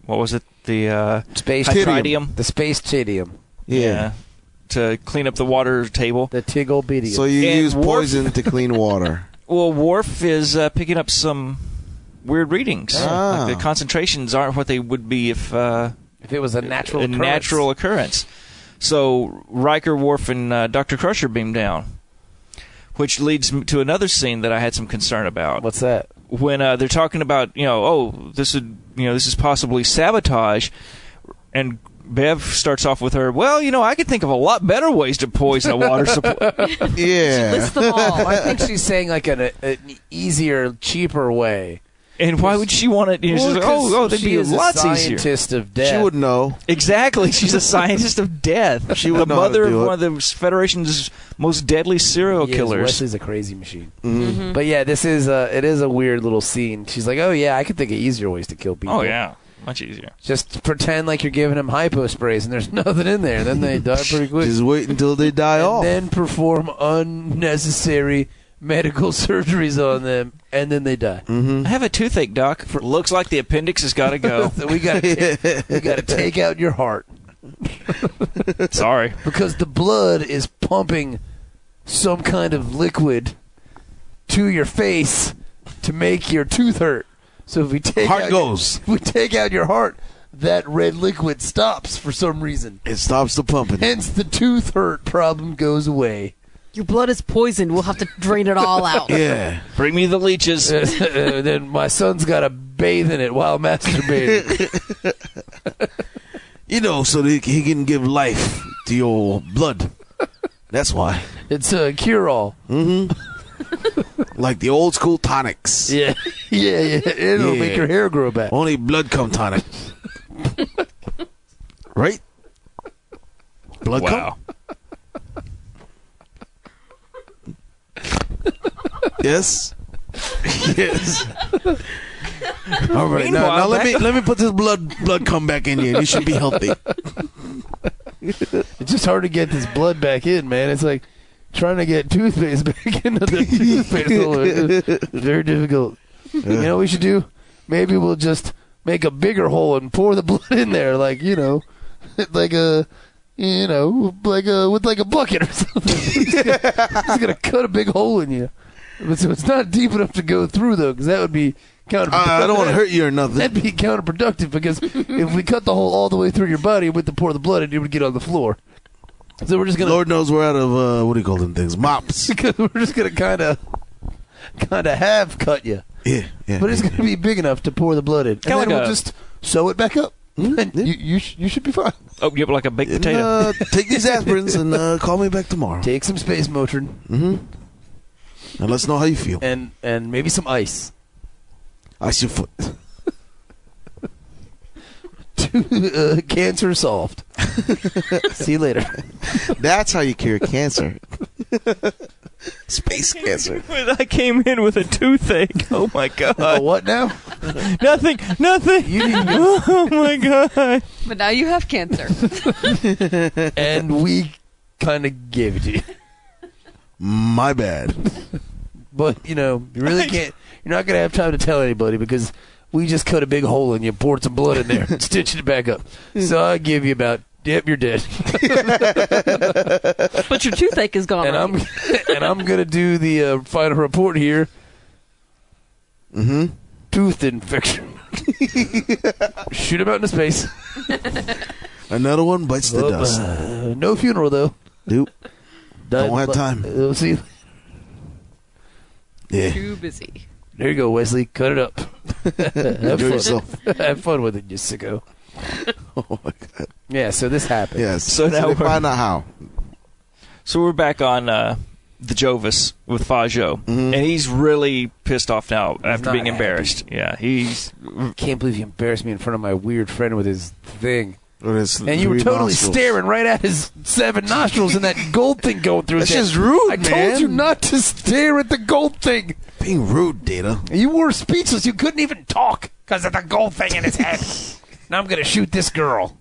Speaker 4: what was it? The uh,
Speaker 3: Space
Speaker 4: Hytridium.
Speaker 3: the space chidium,
Speaker 2: Yeah.
Speaker 4: To clean up the water table.
Speaker 3: the tiggle bidium.
Speaker 2: So you
Speaker 4: And
Speaker 2: use
Speaker 4: Worf-
Speaker 2: poison to clean water.
Speaker 4: Well, Worf is uh, picking up some weird readings.
Speaker 2: Ah.
Speaker 4: Like the concentrations aren't what they would be if uh,
Speaker 3: if it was a natural,
Speaker 4: a
Speaker 3: occurrence.
Speaker 4: natural occurrence. So Riker, Worf, and uh, Doctor Crusher beam down, which leads m- to another scene that I had some concern about.
Speaker 3: What's that?
Speaker 4: when uh, they're talking about you know oh this would you know this is possibly sabotage, and Bev starts off with her well you know I could think of a lot better ways to poison a water supply.
Speaker 2: Yeah.
Speaker 5: List them all.
Speaker 3: I think she's saying like an, a, an easier, cheaper way.
Speaker 4: and why would she want it? You know, she's like, oh oh they'd
Speaker 3: she
Speaker 4: be
Speaker 3: is a
Speaker 4: lots easier.
Speaker 3: scientist of death.
Speaker 2: She would know.
Speaker 4: Exactly, she's a scientist of death. She
Speaker 2: would
Speaker 4: the
Speaker 2: know how to
Speaker 4: mother of
Speaker 2: do it.
Speaker 4: one of the Federation's most deadly serial
Speaker 3: Yes,
Speaker 4: killers. Mm-hmm.
Speaker 3: Wesley's a crazy machine. But yeah, this is a it is a weird little scene. She's like, oh yeah, I could think of easier ways to kill people.
Speaker 4: Oh yeah, much easier.
Speaker 3: Just pretend like you're giving them hypo sprays and there's nothing in there. Then they die pretty quick.
Speaker 2: Just wait until they die
Speaker 3: and
Speaker 2: off.
Speaker 3: then perform unnecessary medical surgeries on them, and then they die.
Speaker 2: Mm-hmm.
Speaker 4: I have a toothache, Doc. Looks like the appendix has got to go.
Speaker 3: So we got to we got to take out your heart
Speaker 4: Sorry.
Speaker 3: because the blood is pumping some kind of liquid to your face to make your tooth hurt. So if we take
Speaker 2: Heart
Speaker 3: out
Speaker 2: goes.
Speaker 3: if we take out your heart, that red liquid stops for some reason.
Speaker 2: It stops the pumping.
Speaker 3: Hence, the tooth hurt problem goes away.
Speaker 5: Your blood is poisoned. We'll have to drain it all out.
Speaker 2: Yeah.
Speaker 4: Bring me the leeches.
Speaker 3: Uh, then my son's got to bathe in it while masturbating.
Speaker 2: You know, so that he can give life to your blood. That's why.
Speaker 3: It's a cure all.
Speaker 2: Like the old school tonics.
Speaker 3: Yeah, yeah, yeah. It'll
Speaker 2: Yeah.
Speaker 3: make your hair grow back.
Speaker 2: Only blood cum tonic. right? Blood
Speaker 4: Wow.
Speaker 2: cum? Yes. yes. All right. Now,
Speaker 4: Meanwhile,
Speaker 2: now let
Speaker 4: back-
Speaker 2: me let me put this blood blood cum back in you. and You should be healthy.
Speaker 3: Uh, It's just hard to get this blood back in, man. It's like trying to get toothpaste back into the toothpaste. hole. It's Very difficult. You know what we should do? Maybe we'll just make a bigger hole and pour the blood in there, like you know, like a you know, like a with like a bucket or something. It's gonna, it's gonna cut a big hole in you, but so it's not deep enough to go through though, because that would be counterproductive.
Speaker 2: I I don't want to hurt you or nothing.
Speaker 3: That'd be counterproductive because if we cut the hole all the way through your body, we'd have to pour the blood and it would get on the floor. So we're just gonna
Speaker 2: Lord knows we're out of uh, what do you call them things? Mops.
Speaker 3: we're just gonna kind of kind of have cut you,
Speaker 2: Yeah, yeah.
Speaker 3: but it's
Speaker 2: yeah.
Speaker 3: gonna be big enough to pour the blood in, and
Speaker 4: Kinda
Speaker 3: then
Speaker 4: like
Speaker 3: we'll
Speaker 4: a-
Speaker 3: just sew it back up. And you you, sh- you should be fine.
Speaker 4: Oh, yep, like a baked
Speaker 2: Mm-hmm. And,
Speaker 4: potato.
Speaker 2: uh, take these aspirins and uh, call me back tomorrow.
Speaker 3: Take some space Motrin
Speaker 2: And let us Mm-hmm. know how you feel.
Speaker 3: and and maybe some ice.
Speaker 2: Ice your foot.
Speaker 3: uh, cancer solved. See you later.
Speaker 2: That's how you cure cancer. Space cancer.
Speaker 4: I came in with a toothache. Oh my
Speaker 3: Oh,
Speaker 4: god!
Speaker 3: what now?
Speaker 4: nothing, nothing. oh my god!
Speaker 5: But now you have cancer.
Speaker 3: And we kind of gave it to you.
Speaker 2: My bad.
Speaker 3: But you know, you really can't. You're not gonna have time to tell anybody because we just cut a big hole in you, poured some blood in there, and stitched it back up. So I give you about. Yep, you're dead.
Speaker 5: but your toothache is gone.
Speaker 3: and I'm
Speaker 5: already.
Speaker 3: and I'm gonna do the uh, final report here.
Speaker 2: Mm-hmm.
Speaker 3: Tooth infection. Shoot him out into space.
Speaker 2: Another one bites the
Speaker 3: Uh,
Speaker 2: dust.
Speaker 3: no funeral though.
Speaker 2: Nope.
Speaker 3: Died
Speaker 2: Don't have
Speaker 3: li-
Speaker 2: time.
Speaker 3: Uh, we'll see.
Speaker 2: Yeah.
Speaker 5: too busy.
Speaker 3: There you go, Wesley. Cut it up. have,
Speaker 2: Enjoy
Speaker 3: fun.
Speaker 2: yourself.
Speaker 3: have fun with it, you sicko.
Speaker 2: Oh my god.
Speaker 3: Yeah. So this happened.
Speaker 2: Yes.
Speaker 4: So now
Speaker 2: they
Speaker 4: we're-
Speaker 2: find out how.
Speaker 4: So we're back on uh, the Jovis with Fajo,
Speaker 2: Mhm.
Speaker 4: and he's really pissed off now after
Speaker 9: not
Speaker 4: being
Speaker 9: happy.
Speaker 4: embarrassed. Yeah, he's
Speaker 9: Can't believe you embarrassed me in front of my weird friend with his thing.
Speaker 2: What is-
Speaker 3: And you were
Speaker 2: three
Speaker 3: totally
Speaker 2: nostrils.
Speaker 3: staring right at his seven nostrils and that gold thing going through
Speaker 2: That's
Speaker 3: his
Speaker 2: just
Speaker 3: head.
Speaker 2: rude,
Speaker 3: I
Speaker 2: man.
Speaker 3: told you not to stare at the gold thing.
Speaker 2: Being rude, Data.
Speaker 3: You were speechless. You couldn't even talk.
Speaker 1: because of the gold thing in his head. now I'm gonna shoot this girl.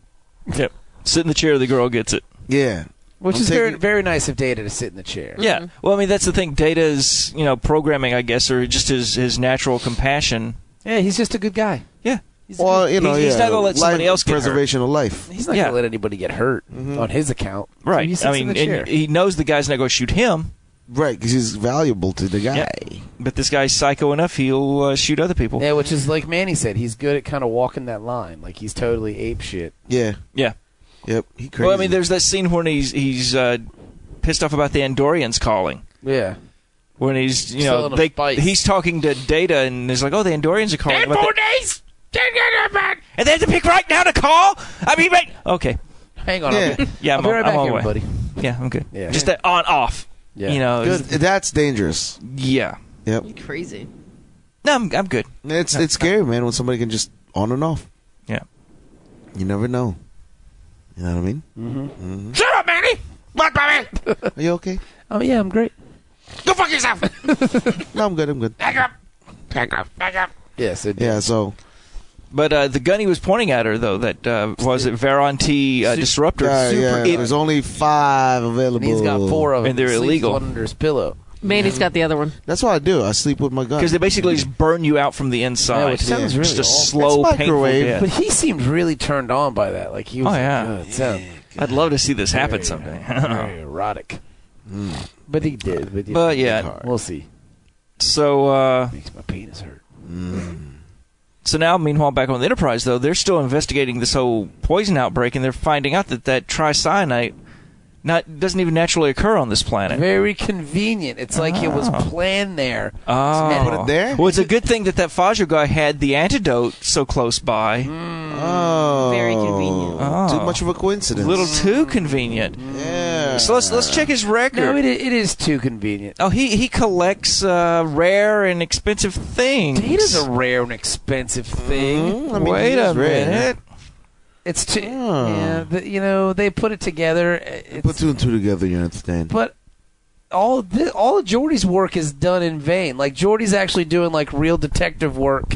Speaker 4: yep. Sit in the chair. The girl gets it.
Speaker 2: Yeah.
Speaker 9: Which
Speaker 2: I'm
Speaker 9: is very,
Speaker 2: taking-
Speaker 9: very nice of Data to sit in the chair.
Speaker 4: Yeah. Well, I mean, that's the thing. Data's, you know, programming, I guess, or just his his natural compassion.
Speaker 9: Yeah, he's just a good guy.
Speaker 4: Yeah.
Speaker 2: Well, you know,
Speaker 4: he's, he's
Speaker 2: yeah,
Speaker 4: not gonna let
Speaker 2: life-
Speaker 4: somebody else get hurt.
Speaker 2: preservation of life.
Speaker 9: He's not
Speaker 4: Yeah.
Speaker 9: gonna let anybody get hurt on his account. Mm-hmm. So he
Speaker 4: Right.
Speaker 9: sits in
Speaker 4: I mean,
Speaker 9: the chair.
Speaker 4: and he knows the guy's not going to shoot him,
Speaker 2: Right, because he's valuable to the guy.
Speaker 4: Yeah. but this guy's psycho enough. He'll uh, shoot other people.
Speaker 9: yeah, which is like Manny said, he's good at kind of walking that line. Like he's totally ape shit.
Speaker 2: Yeah.
Speaker 4: Yeah.
Speaker 2: Yep. He crazy.
Speaker 4: Well, I mean, there's that scene when he's he's uh, pissed off about the Andorians calling.
Speaker 9: Yeah.
Speaker 4: When he's you
Speaker 9: Selling
Speaker 4: know
Speaker 9: them
Speaker 4: they
Speaker 9: spice.
Speaker 4: he's talking to Data and is like, oh, the Andorians are calling. about the-
Speaker 1: days.
Speaker 4: and they have to pick right now to call. I mean, right? Okay.
Speaker 9: Hang on.
Speaker 2: Yeah.
Speaker 9: I'll be,
Speaker 4: Yeah,
Speaker 9: I'll
Speaker 4: I'm,
Speaker 9: be
Speaker 4: on-
Speaker 9: right
Speaker 4: I'm
Speaker 9: back,
Speaker 4: on the way.
Speaker 9: everybody.
Speaker 4: Yeah, I'm good.
Speaker 9: Yeah.
Speaker 4: Just that on off.
Speaker 9: Yeah.
Speaker 4: You know.
Speaker 2: Good. That's dangerous.
Speaker 4: Yeah.
Speaker 2: Yep.
Speaker 5: You crazy.
Speaker 4: No, I'm I'm good.
Speaker 2: It's it's scary, man, when somebody can just on and off.
Speaker 4: Yeah.
Speaker 2: You never know. You know what I mean?
Speaker 1: Mm-hmm.
Speaker 2: Mm-hmm.
Speaker 1: Shut up, Manny. What, Bobby?
Speaker 2: Are you okay?
Speaker 9: Oh yeah, I'm great.
Speaker 1: Go fuck yourself.
Speaker 2: No, I'm good. I'm good.
Speaker 1: Back up. Back up. Back up.
Speaker 9: Yeah. So
Speaker 2: Yeah. So
Speaker 4: But uh, the gun he was pointing at her, though, that uh, was it Varon T uh, Disruptor.
Speaker 2: yeah, yeah,
Speaker 4: It-
Speaker 2: there's only five available.
Speaker 9: And he's got four of them.
Speaker 4: And they're
Speaker 9: He sleeps
Speaker 4: illegal.
Speaker 9: One under his pillow.
Speaker 5: Mandy's got the other one.
Speaker 2: That's what I do. I sleep with my gun.
Speaker 4: Because they basically just burn you out from the inside.
Speaker 9: Yeah, which sounds
Speaker 4: Just
Speaker 9: really
Speaker 4: a
Speaker 9: awful.
Speaker 4: slow,
Speaker 2: That's
Speaker 4: painful
Speaker 2: microwave.
Speaker 4: death.
Speaker 9: But he seemed really turned on by that. Like he was.
Speaker 4: Oh, yeah.
Speaker 9: Like, "Oh, it sounds
Speaker 4: I'd love to see this happen someday.
Speaker 9: very erotic. But he did. But,
Speaker 4: But yeah.
Speaker 9: Hmm. we'll see.
Speaker 4: so, uh,
Speaker 9: Makes my penis hurt.
Speaker 4: so now, meanwhile, back on the Enterprise, though, they're still investigating this whole poison outbreak, and they're finding out that that tricyanate not doesn't even naturally occur on this planet.
Speaker 9: Very convenient. It's like it
Speaker 3: Ah.
Speaker 9: was planned there.
Speaker 4: Oh.
Speaker 2: Put it there?
Speaker 4: Well, it's a good thing that that Fajo guy had the antidote so close by.
Speaker 2: Oh,
Speaker 3: Mm,
Speaker 5: Very convenient.
Speaker 4: Oh.
Speaker 2: Too much of a
Speaker 4: A
Speaker 2: coincidence.
Speaker 4: little too convenient.
Speaker 2: Yeah.
Speaker 4: so let's let's check his record.
Speaker 3: No, it, i- it is too convenient.
Speaker 4: oh, he he collects uh, rare and expensive things.
Speaker 3: Data's a rare and expensive
Speaker 9: Mm-hmm.
Speaker 3: thing.
Speaker 2: Mm, I mean,
Speaker 4: Wait
Speaker 2: it
Speaker 4: a
Speaker 2: is rare.
Speaker 4: minute.
Speaker 3: It's too.
Speaker 9: Ah.
Speaker 3: Yeah, the, you know they put it together. It's,
Speaker 2: Put two and two together, you understand?
Speaker 3: but all thi- all of Jordy's work is done in vain. Like Jordy's actually doing like real detective work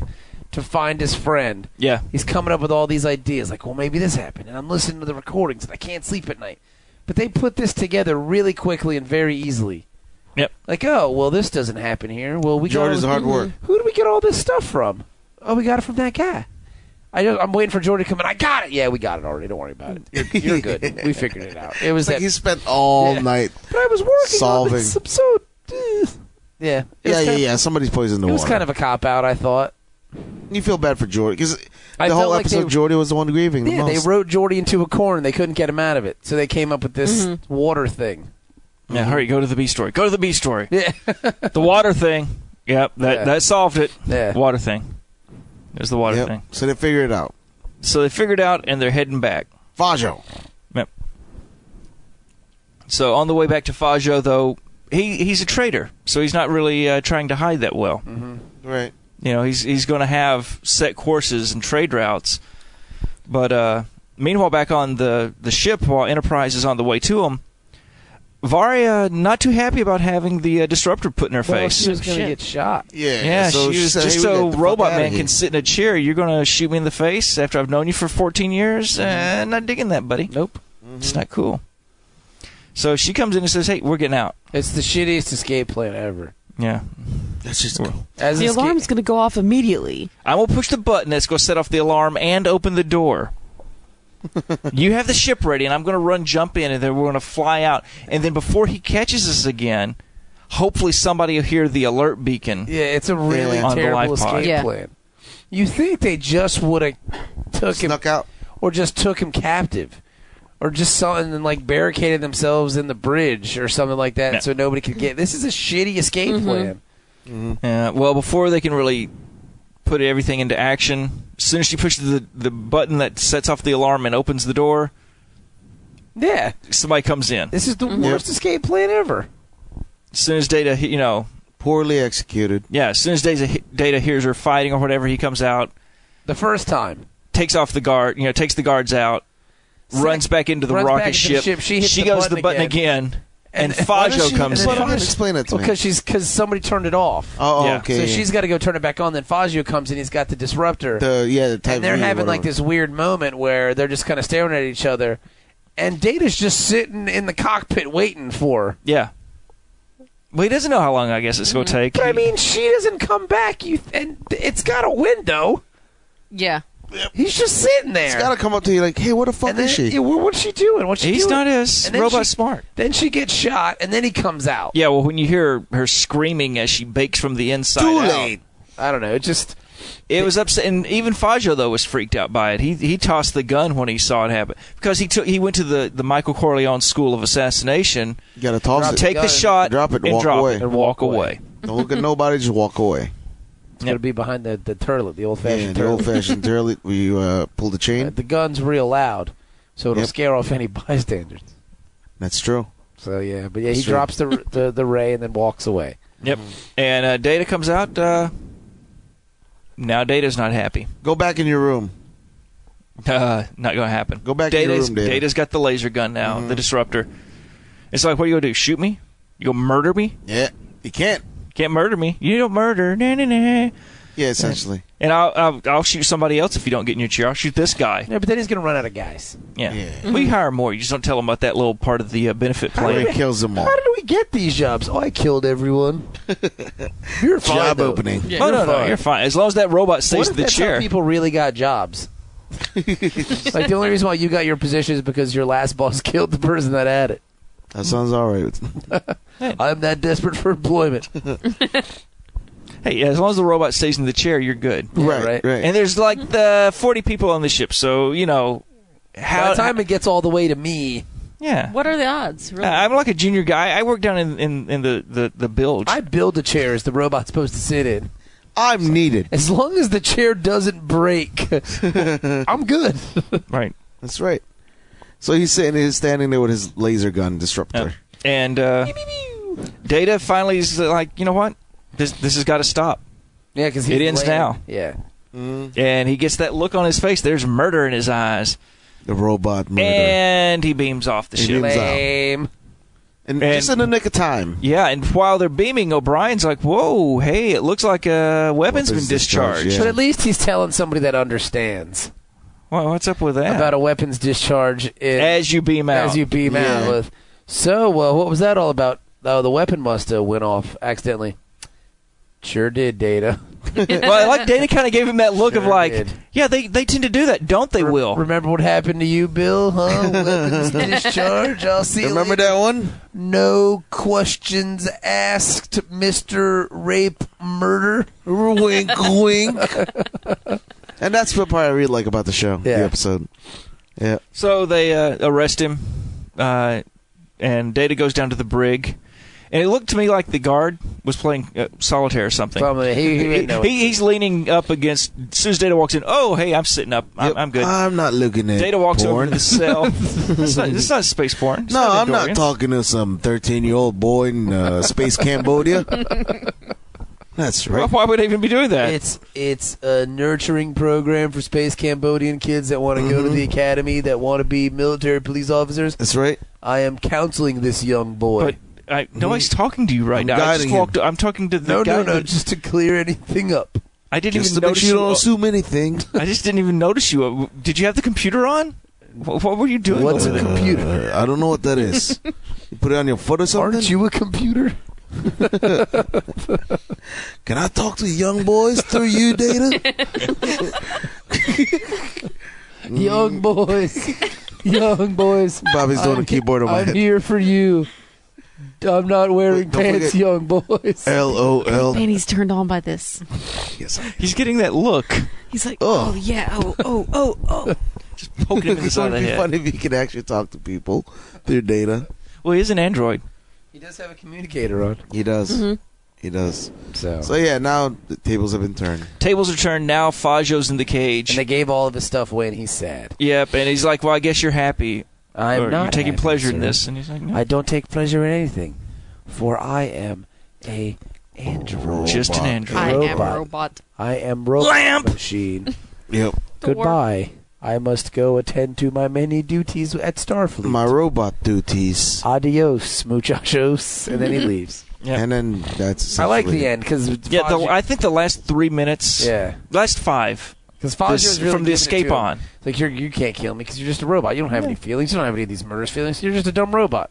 Speaker 3: to find his friend.
Speaker 4: Yeah.
Speaker 3: He's coming up with all these ideas, like, well, maybe this happened, and I'm listening to the recordings, and I can't sleep at night. But they put this together really quickly and very easily.
Speaker 4: Yep.
Speaker 3: Like, oh, well, this doesn't happen here. Well, we got all
Speaker 2: Jordan's
Speaker 3: this-
Speaker 2: hard work.
Speaker 3: Who did we get all this stuff from? Oh, we got it from that guy. I know, I'm waiting for Jordan to come in. I got it. Yeah, we got it already. Don't worry about it. You're, you're good. we figured it out. It was
Speaker 2: It's like
Speaker 3: that
Speaker 2: he spent all night.
Speaker 3: but I was working on
Speaker 2: Solving.
Speaker 3: this episode. Eh. Yeah. It
Speaker 2: Yeah,
Speaker 3: was
Speaker 2: yeah,
Speaker 3: kind of-
Speaker 2: yeah. Somebody's poisoned the
Speaker 3: It
Speaker 2: water.
Speaker 3: was kind of a cop out, I thought.
Speaker 2: You feel bad for Jordy because
Speaker 3: I
Speaker 2: the
Speaker 3: felt
Speaker 2: whole
Speaker 3: like
Speaker 2: episode,
Speaker 3: they-
Speaker 2: Jordy was the one grieving the
Speaker 3: Yeah, they
Speaker 2: most.
Speaker 3: wrote Jordy into a corner. They couldn't get him out of it, so they came up with this water thing.
Speaker 4: Yeah, hurry, go to the B story. Go to the B story.
Speaker 3: Yeah.
Speaker 4: the water thing. Yep, that
Speaker 3: Yeah.
Speaker 4: that solved it.
Speaker 3: Yeah.
Speaker 4: Water thing. There's the water
Speaker 2: Yep.
Speaker 4: thing.
Speaker 2: So they figured it out.
Speaker 4: So they figured out and they're heading back.
Speaker 2: Fajo.
Speaker 4: So on the way back to Fajo, though, he he's a traitor, so he's not really uh, trying to hide that well.
Speaker 2: Right.
Speaker 4: You know, he's he's going to have set courses and trade routes. But uh, meanwhile, back on the the ship, while Enterprise is on the way to him, Varya not too happy about having the uh, disruptor put in her
Speaker 3: Well,
Speaker 4: face.
Speaker 3: she was going to get shot.
Speaker 2: Yeah.
Speaker 4: Yeah,
Speaker 2: so
Speaker 4: she was
Speaker 2: said,
Speaker 4: just
Speaker 2: "Hey, we
Speaker 4: so
Speaker 2: get the fuck
Speaker 4: robot
Speaker 2: outta
Speaker 4: man
Speaker 2: here."
Speaker 4: can sit in a chair. You're gonna shoot me in the face after I've known you for 14 years.
Speaker 2: Mm-hmm.
Speaker 4: Uh, not digging that, buddy.
Speaker 3: Nope.
Speaker 4: It's not cool. So she comes in and says, "Hey, we're getting out."
Speaker 3: It's the shittiest escape plan ever.
Speaker 4: Yeah,
Speaker 2: That's just
Speaker 3: As
Speaker 5: The
Speaker 3: an escape-
Speaker 5: alarm's going to go off immediately.
Speaker 4: I will push the button that's gonna set off the alarm and open the door. you have the ship ready, and I'm gonna run, jump in, and then we're gonna fly out. And then before he catches us again, hopefully somebody will hear the alert beacon.
Speaker 3: Yeah, it's a really
Speaker 2: Yeah.
Speaker 4: On the life
Speaker 3: terrible
Speaker 4: pod.
Speaker 3: escape
Speaker 5: Yeah.
Speaker 3: plan. You think they just would have took him
Speaker 2: snuck out.
Speaker 3: or just took him captive, or just something and like barricaded themselves in the bridge or something like that,
Speaker 4: Yeah.
Speaker 3: so nobody could get. This is a shitty escape
Speaker 2: Mm-hmm.
Speaker 3: plan.
Speaker 4: Yeah. Uh, Well, before they can really put everything into action, as soon as she pushes the the button that sets off the alarm and opens the door,
Speaker 3: Yeah,
Speaker 4: somebody comes in.
Speaker 3: this is the worst escape plan ever.
Speaker 4: As soon as Data, he- you know,
Speaker 2: Poorly executed.
Speaker 4: yeah, as soon as Data, Data hears her fighting or whatever, he comes out,
Speaker 3: The first time,
Speaker 4: takes off the guard, you know, takes the guards out,
Speaker 3: Sec-
Speaker 4: runs back into the
Speaker 3: runs
Speaker 4: rocket
Speaker 3: back into the
Speaker 4: ship.
Speaker 3: ship, she hits the
Speaker 4: goes
Speaker 3: button
Speaker 4: the button again, and,
Speaker 2: Why does
Speaker 4: Fajo
Speaker 2: she-
Speaker 4: comes
Speaker 2: why
Speaker 4: in.
Speaker 2: don't you Explain that to me.
Speaker 3: because she's because somebody turned it off,
Speaker 2: Oh,
Speaker 4: Yeah.
Speaker 2: okay.
Speaker 3: so she's got to go turn it back on. Then Fazio comes in, he's got the disruptor,
Speaker 2: the yeah. The type
Speaker 3: and they're
Speaker 2: V or
Speaker 3: having like
Speaker 2: whatever.
Speaker 3: this weird moment where they're just kind of staring at each other, and Data's just sitting in the cockpit waiting for. her.
Speaker 4: Yeah. Well, he doesn't know how long I guess it's going to take.
Speaker 3: Mm-hmm. But I mean, she doesn't come back. You and it's got a window.
Speaker 5: Yeah.
Speaker 3: He's just sitting there.
Speaker 2: It's gotta come up to you like, hey, what the fuck
Speaker 3: and then,
Speaker 2: is she?
Speaker 3: yeah, what- what's she doing? What's she
Speaker 4: he's
Speaker 3: doing?
Speaker 4: not as
Speaker 3: And then
Speaker 4: robot
Speaker 3: she-
Speaker 4: smart.
Speaker 3: Then she gets shot, and then he comes out.
Speaker 4: Yeah, well, when you hear her screaming as she bakes from the inside out,
Speaker 3: I don't know. It just
Speaker 4: it was upset. And even Fajo though was freaked out by it. He he tossed the gun when he saw it happen because he took he went to the the Michael Corleone School of Assassination.
Speaker 2: You gotta toss it.
Speaker 4: take the
Speaker 3: gun.
Speaker 4: shot,
Speaker 2: Drop it,
Speaker 4: and
Speaker 2: walk
Speaker 4: drop
Speaker 2: away.
Speaker 4: it, and walk away.
Speaker 2: Don't look at nobody. Just walk away.
Speaker 3: it's gonna be behind the the turlet, the old
Speaker 2: Yeah,
Speaker 3: fashioned
Speaker 2: the
Speaker 3: turlet.
Speaker 2: old fashioned turlet. where you uh, pull the
Speaker 3: Uh,
Speaker 2: chain.
Speaker 3: the gun's real loud, so it'll
Speaker 2: Yep.
Speaker 3: scare off any bystanders.
Speaker 2: That's true.
Speaker 3: So yeah, but yeah, he
Speaker 2: That's true.
Speaker 3: drops the, the the ray and then walks away.
Speaker 4: Yep. And uh, Data comes out. Uh, now Data's not happy.
Speaker 2: Go back in your room.
Speaker 4: Uh, not gonna happen.
Speaker 2: Go back to your
Speaker 4: Data's,
Speaker 2: room, Data.
Speaker 4: has got the laser gun now, the disruptor. It's like, what are you gonna do? Shoot me? You gonna murder me?
Speaker 2: Yeah, you can't.
Speaker 4: Can't murder me. You don't murder. Nah, nah, nah.
Speaker 2: Yeah, essentially.
Speaker 4: And I'll, I'll I'll shoot somebody else if you don't get in your chair. I'll shoot this guy.
Speaker 3: Yeah, but then he's gonna run out of guys.
Speaker 4: Yeah.
Speaker 2: Yeah.
Speaker 4: We hire more. You just don't tell them about that little part of the uh, benefit
Speaker 2: Or
Speaker 4: plan.
Speaker 2: it kills them all.
Speaker 3: How did we get these jobs? Oh, I killed everyone. You're fine,
Speaker 2: Job
Speaker 3: though.
Speaker 2: opening.
Speaker 4: oh, no,
Speaker 3: you're
Speaker 4: no,
Speaker 3: fine.
Speaker 4: you're fine. As long as that robot
Speaker 3: What
Speaker 4: stays
Speaker 3: if
Speaker 4: in the
Speaker 3: that's
Speaker 4: chair.
Speaker 3: How people really got jobs. like the only reason why you got your position is because your last boss killed the person that had it.
Speaker 2: That sounds all right.
Speaker 3: I'm that desperate for employment.
Speaker 4: hey, as long as the robot stays in the chair, you're good.
Speaker 2: right,
Speaker 3: right.
Speaker 2: right.
Speaker 4: And there's like the 40 people on the ship, so, you know,
Speaker 3: By
Speaker 4: how.
Speaker 3: the time it gets all the way to me,
Speaker 4: yeah.
Speaker 5: What are the odds? Really?
Speaker 4: Uh, I'm like a junior guy. I work down in, in, in the, the, the bilge.
Speaker 3: I build the chairs the robot's supposed to sit in.
Speaker 2: I'm needed.
Speaker 3: As long as the chair doesn't break, I'm good.
Speaker 4: right.
Speaker 2: That's right. So he's sitting, he's standing there with his laser gun disruptor.
Speaker 4: And uh, Data finally is uh, like, you know what? This this has got to stop.
Speaker 3: Yeah, because
Speaker 4: It ends now.
Speaker 3: Yeah.
Speaker 4: And he gets that look on his face. There's murder in his eyes,
Speaker 2: The robot murder.
Speaker 4: and he beams off the
Speaker 2: He
Speaker 4: ship.
Speaker 2: beams out.
Speaker 3: Lame.
Speaker 2: And,
Speaker 4: and-
Speaker 2: just in the nick of time.
Speaker 4: Yeah, and while they're beaming, O'Brien's like, "Whoa, hey, it looks like a
Speaker 2: Weapons
Speaker 4: weapon's been discharged.
Speaker 2: discharged,
Speaker 3: But at least he's telling somebody that understands
Speaker 4: Wha- what's up with that?"
Speaker 3: about a weapons discharge in,
Speaker 4: as you beam out,
Speaker 3: as you beam
Speaker 2: Yeah.
Speaker 3: out with. So, well, what was that all about? Oh, the weapon must have went off accidentally. Sure did, Data.
Speaker 4: well, I like Dana kind of gave him that look of
Speaker 3: Sure
Speaker 4: like,
Speaker 3: did.
Speaker 4: "Yeah, they they tend to do that, don't they, Will?"
Speaker 3: Remember what happened to you, Bill? Huh? Weapons discharge. I'll see. you
Speaker 2: Remember
Speaker 3: later.
Speaker 2: that one?
Speaker 3: No questions asked, Mister Rape Murder.
Speaker 2: wink, wink. and that's what part I really like about the show,
Speaker 3: Yeah.
Speaker 2: the episode. Yeah.
Speaker 4: So they uh, arrest him, uh, and Data goes down to the brig, and it looked to me like the guard was playing uh, solitaire or something.
Speaker 3: Probably he, he,
Speaker 4: He-
Speaker 3: no,
Speaker 4: he- he's leaning up against. As soon as Data walks in, oh hey, I'm sitting up. I'm,
Speaker 2: Yep.
Speaker 4: I'm good.
Speaker 2: I'm not looking at
Speaker 4: Data walks
Speaker 2: porn.
Speaker 4: over to the cell. it's, not, it's not space porn. It's
Speaker 2: No, I'm not
Speaker 4: Andorian.
Speaker 2: talking to some 13 year old boy in uh, space Cambodia. That's
Speaker 4: Why,
Speaker 2: right.
Speaker 4: why would I even be doing that?
Speaker 3: It's it's a nurturing program for space Cambodian kids that want to go to the academy that want to be military police officers.
Speaker 2: That's right.
Speaker 3: I am counseling this young boy.
Speaker 4: but I, nobody's talking to you right
Speaker 2: Mm-hmm. I'm
Speaker 4: now. I just
Speaker 2: guiding him.
Speaker 4: walked. I'm talking to the
Speaker 3: no,
Speaker 4: guy.
Speaker 3: no, no,
Speaker 4: that-
Speaker 3: just to clear anything up.
Speaker 4: I didn't
Speaker 2: Just to
Speaker 4: even
Speaker 2: make
Speaker 4: notice
Speaker 2: sure you don't assume anything.
Speaker 4: I just didn't even notice you. Did you have the computer on? What, what were you doing?
Speaker 3: What's
Speaker 4: over
Speaker 3: a
Speaker 4: there?
Speaker 3: computer?
Speaker 2: Uh, I don't know what that is. you put it on your foot or something?
Speaker 3: Aren't you a computer?
Speaker 2: Can I talk to young boys through you, Data?
Speaker 3: Young boys. Young boys.
Speaker 2: Bobby's doing a keyboard on my
Speaker 3: I'm
Speaker 2: head.
Speaker 3: here for you. I'm not wearing
Speaker 2: Wait, don't
Speaker 3: pants,
Speaker 2: forget- Uh,
Speaker 3: young boys.
Speaker 2: L O L.
Speaker 5: Man, he's turned on by this.
Speaker 2: Yes.
Speaker 4: He's getting that look.
Speaker 5: He's like,
Speaker 2: Oh.
Speaker 5: oh, yeah, oh, oh, oh, oh.
Speaker 4: Just poking him in the
Speaker 2: It's
Speaker 4: side
Speaker 2: going
Speaker 4: of
Speaker 2: to
Speaker 4: the
Speaker 2: be
Speaker 4: head.
Speaker 2: funny if you could actually talk to people through Data.
Speaker 4: Well, he is an android.
Speaker 3: He does have a communicator on.
Speaker 2: He does. He does.
Speaker 3: So.
Speaker 2: So, yeah, now the tables have been turned.
Speaker 4: Tables are turned now. Fajo's in the cage.
Speaker 3: And they gave all of his stuff away, and he's sad.
Speaker 4: Yep, and he's like, "Well, I guess you're happy.
Speaker 3: I'm
Speaker 4: or
Speaker 3: not
Speaker 4: you're taking
Speaker 3: happy,
Speaker 4: pleasure
Speaker 3: sir.
Speaker 4: in this." And he's like, "No,
Speaker 3: I don't take pleasure in anything, for I am a android.
Speaker 4: just an android."
Speaker 5: I am
Speaker 3: Robot.
Speaker 5: a robot.
Speaker 3: I am robot
Speaker 4: Lamp!
Speaker 3: machine.
Speaker 2: Yep.
Speaker 5: Thor.
Speaker 3: Goodbye. I must go attend to my many duties at Starfleet.
Speaker 2: My robot duties.
Speaker 3: Adios, muchachos. And then he leaves.
Speaker 4: Yeah.
Speaker 2: And then that's.
Speaker 3: I like the
Speaker 2: essentially-
Speaker 3: end because
Speaker 4: yeah, the, I think the last three minutes,
Speaker 3: yeah,
Speaker 4: last five,
Speaker 3: because
Speaker 4: this- from the escape on.
Speaker 3: Like you're, you can't kill me because you're just a robot. You don't have any feelings. You don't have any of these murderous feelings. You're just a dumb robot.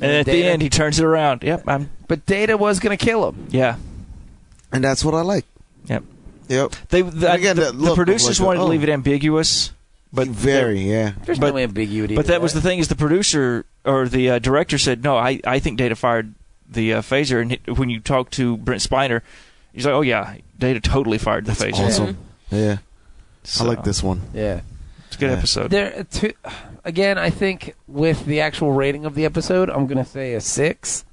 Speaker 4: And
Speaker 3: And
Speaker 4: at the
Speaker 3: Data-
Speaker 4: end, he turns it around. Yep, I'm.
Speaker 3: But Data was gonna kill him.
Speaker 4: Yeah,
Speaker 2: And that's what I like.
Speaker 4: Yep.
Speaker 2: Yep.
Speaker 4: they. The,
Speaker 2: again,
Speaker 4: the,
Speaker 2: that
Speaker 4: the
Speaker 2: look of
Speaker 4: producers
Speaker 2: like a-
Speaker 4: wanted
Speaker 2: oh.
Speaker 4: to leave it ambiguous, but
Speaker 2: Very, yeah.
Speaker 3: There's
Speaker 4: But-
Speaker 3: no ambiguity.
Speaker 4: But
Speaker 3: to
Speaker 4: that was the thing is the producer or the uh, director said, "No, I, I think Data fired the uh, phaser." And it- when you talk to Brent Spiner, he's like, "Oh yeah, Data totally fired the phaser."
Speaker 2: Awesome. Yeah.
Speaker 4: So,
Speaker 2: I like this one.
Speaker 3: Yeah.
Speaker 4: It's a good
Speaker 2: Yeah.
Speaker 4: episode.
Speaker 3: There, uh, two, again, I think with the actual rating of the episode, I'm gonna say a six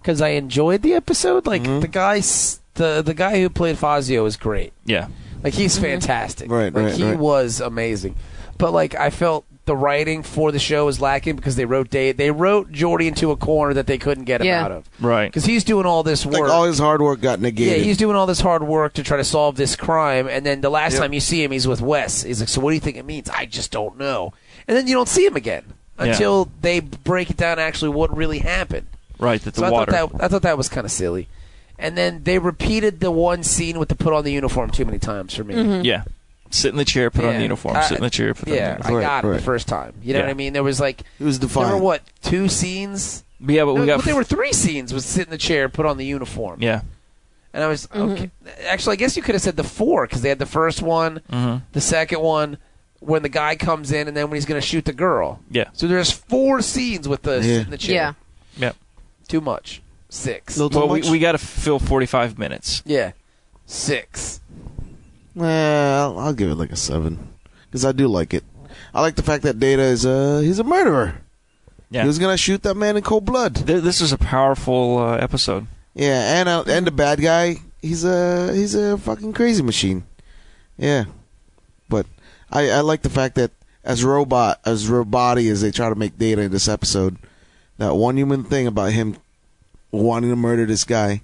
Speaker 3: because I enjoyed the episode. Like
Speaker 2: Mhm.
Speaker 3: the guy, s- the the guy who played Fazio is great.
Speaker 4: yeah,
Speaker 3: Like he's fantastic.
Speaker 2: Mm-hmm. Right,
Speaker 3: like,
Speaker 2: right,
Speaker 3: He
Speaker 2: right.
Speaker 3: was amazing. But like I felt the writing for the show was lacking because they wrote Dave, they wrote Jordy into a corner that they couldn't get him
Speaker 5: Yeah.
Speaker 3: out of
Speaker 4: right.
Speaker 3: because he's doing all this work.
Speaker 2: Like all his hard work got
Speaker 3: yeah,
Speaker 2: negated.
Speaker 3: he's doing all this hard work to try to solve this crime, and then the last time you see him, he's with Wes. He's like, "So what do you think it means?" I just don't know. And then you don't see him again
Speaker 4: Yeah.
Speaker 3: until they break it down. Actually, what really happened?
Speaker 4: Right, that the
Speaker 3: so
Speaker 4: water.
Speaker 3: I thought that I thought that was kind of silly. And then they repeated the one scene with the put on the uniform too many times for me.
Speaker 4: yeah, sit in the chair, put on
Speaker 3: mm-hmm. Yeah.
Speaker 4: the uniform.
Speaker 3: I-
Speaker 4: sit in the chair, put on the
Speaker 3: Yeah,
Speaker 4: uniform.
Speaker 3: I got it
Speaker 2: Right,
Speaker 3: the
Speaker 2: right.
Speaker 3: first time. You know
Speaker 4: Yeah.
Speaker 3: what I mean? There was like
Speaker 2: It was
Speaker 3: there
Speaker 2: defined.
Speaker 3: were what two scenes?
Speaker 4: But yeah, but
Speaker 3: No,
Speaker 4: we got.
Speaker 3: but there were three scenes. Was sit in the chair, put on the uniform.
Speaker 4: yeah,
Speaker 3: And I was okay. Actually, I guess you could have said the four because they had the first one,
Speaker 4: Mhm.
Speaker 3: the second one, when the guy comes in, and then when he's going to shoot the girl.
Speaker 4: yeah.
Speaker 3: So there's four scenes with the
Speaker 2: Yeah.
Speaker 3: in the chair.
Speaker 5: Yeah.
Speaker 3: Too much. Six.
Speaker 2: Little too
Speaker 4: Well, we,
Speaker 2: much?
Speaker 4: we got to fill forty-five minutes.
Speaker 3: yeah. Six.
Speaker 2: Well, I'll give it like a seven because I do like it. I like the fact that Data is a—he's a murderer.
Speaker 4: Yeah,
Speaker 2: He was gonna shoot that man in cold blood.
Speaker 4: Th- this was a powerful uh, episode.
Speaker 2: Yeah, and uh, and the bad guy—he's a—he's a fucking crazy machine. Yeah, but I I like the fact that as robot as roboty as they try to make Data in this episode. That one human thing about him wanting to murder this guy,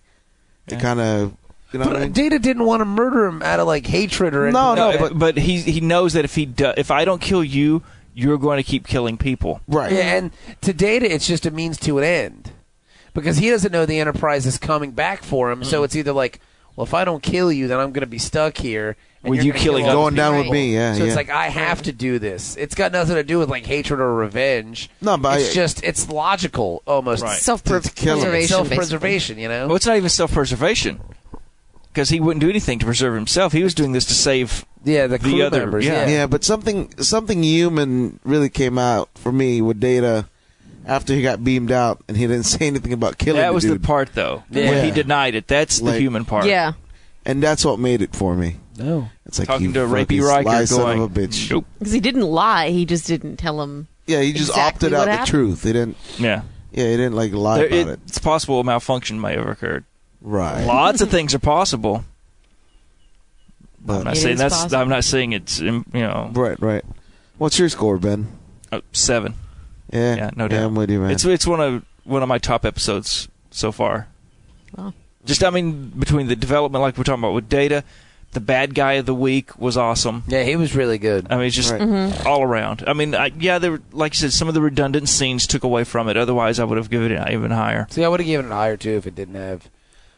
Speaker 2: it kind of you know
Speaker 6: But
Speaker 2: what I
Speaker 6: uh,
Speaker 2: mean?
Speaker 6: Data didn't want to murder him out of like hatred or anything.
Speaker 2: No, no, but
Speaker 4: but, but he he knows that if he do, if I don't kill you, you're going to keep killing people.
Speaker 2: right.
Speaker 6: Yeah, and to Data, it's just a means to an end because he doesn't know the Enterprise is coming back for him.
Speaker 2: Mm-hmm.
Speaker 6: So it's either like, well, if I don't kill you, then I'm going to be stuck here. and
Speaker 4: With
Speaker 6: you're
Speaker 4: you
Speaker 6: gonna
Speaker 4: killing
Speaker 6: kill
Speaker 2: Going
Speaker 6: other
Speaker 2: down
Speaker 6: people.
Speaker 2: with me, yeah,
Speaker 6: So
Speaker 2: yeah.
Speaker 6: it's like I have to do this. It's got nothing to do with like hatred or revenge.
Speaker 2: No, but
Speaker 6: it's
Speaker 2: I-
Speaker 6: just it's logical almost.
Speaker 4: Right.
Speaker 5: Self-preservation.
Speaker 6: Self-preservation, you know.
Speaker 4: Well, it's not even self preservation because he wouldn't do anything to preserve himself. He was doing this to save.
Speaker 6: Yeah, the crew
Speaker 4: other-
Speaker 6: members.
Speaker 4: yeah.
Speaker 2: Yeah, but something something human really came out for me with Data after he got beamed out and he didn't say anything about killing.
Speaker 4: that was
Speaker 2: the,
Speaker 4: the
Speaker 2: dude.
Speaker 4: part though.
Speaker 2: Yeah.
Speaker 4: When he denied it. That's the
Speaker 2: Like-
Speaker 4: human part.
Speaker 5: Yeah.
Speaker 2: and that's what made it for me.
Speaker 6: No.
Speaker 2: It's like
Speaker 4: Oh. Talking
Speaker 2: you
Speaker 4: to a rapey
Speaker 2: fucking
Speaker 4: Riker,
Speaker 2: sly son
Speaker 4: going,
Speaker 2: of a bitch.
Speaker 4: Nope.
Speaker 5: Because he didn't lie, he just didn't tell him.
Speaker 2: Yeah, he just
Speaker 5: Exactly
Speaker 2: opted
Speaker 5: what
Speaker 2: out the
Speaker 5: happened.
Speaker 2: truth. He didn't.
Speaker 4: Yeah.
Speaker 2: Yeah, he didn't like lie
Speaker 4: There-
Speaker 2: about
Speaker 4: it-
Speaker 2: it.
Speaker 4: It's possible a malfunction may have occurred.
Speaker 2: Right.
Speaker 4: Lots of things are possible. I'm
Speaker 2: But,
Speaker 4: not
Speaker 5: It
Speaker 4: saying
Speaker 5: is
Speaker 4: that's.
Speaker 5: possible.
Speaker 4: I'm not saying it's. um, You know,
Speaker 2: right, right. What's your score, Ben?
Speaker 4: uh, seven.
Speaker 2: Yeah,
Speaker 4: Yeah, no doubt.
Speaker 2: I'm with you, man.
Speaker 4: It's it's one of one of my top episodes so far.
Speaker 5: Wow.
Speaker 4: Just I mean, between the development, like we're talking about with Data, the bad guy of the week was awesome.
Speaker 6: Yeah, he was really good.
Speaker 4: I mean, it's just
Speaker 2: Right.
Speaker 5: Mm-hmm.
Speaker 4: all around. I mean, I, yeah, there, were- like you said, some of the redundant scenes took away from it. Otherwise, I would have given it even higher.
Speaker 3: See, I would have given it higher too if it didn't have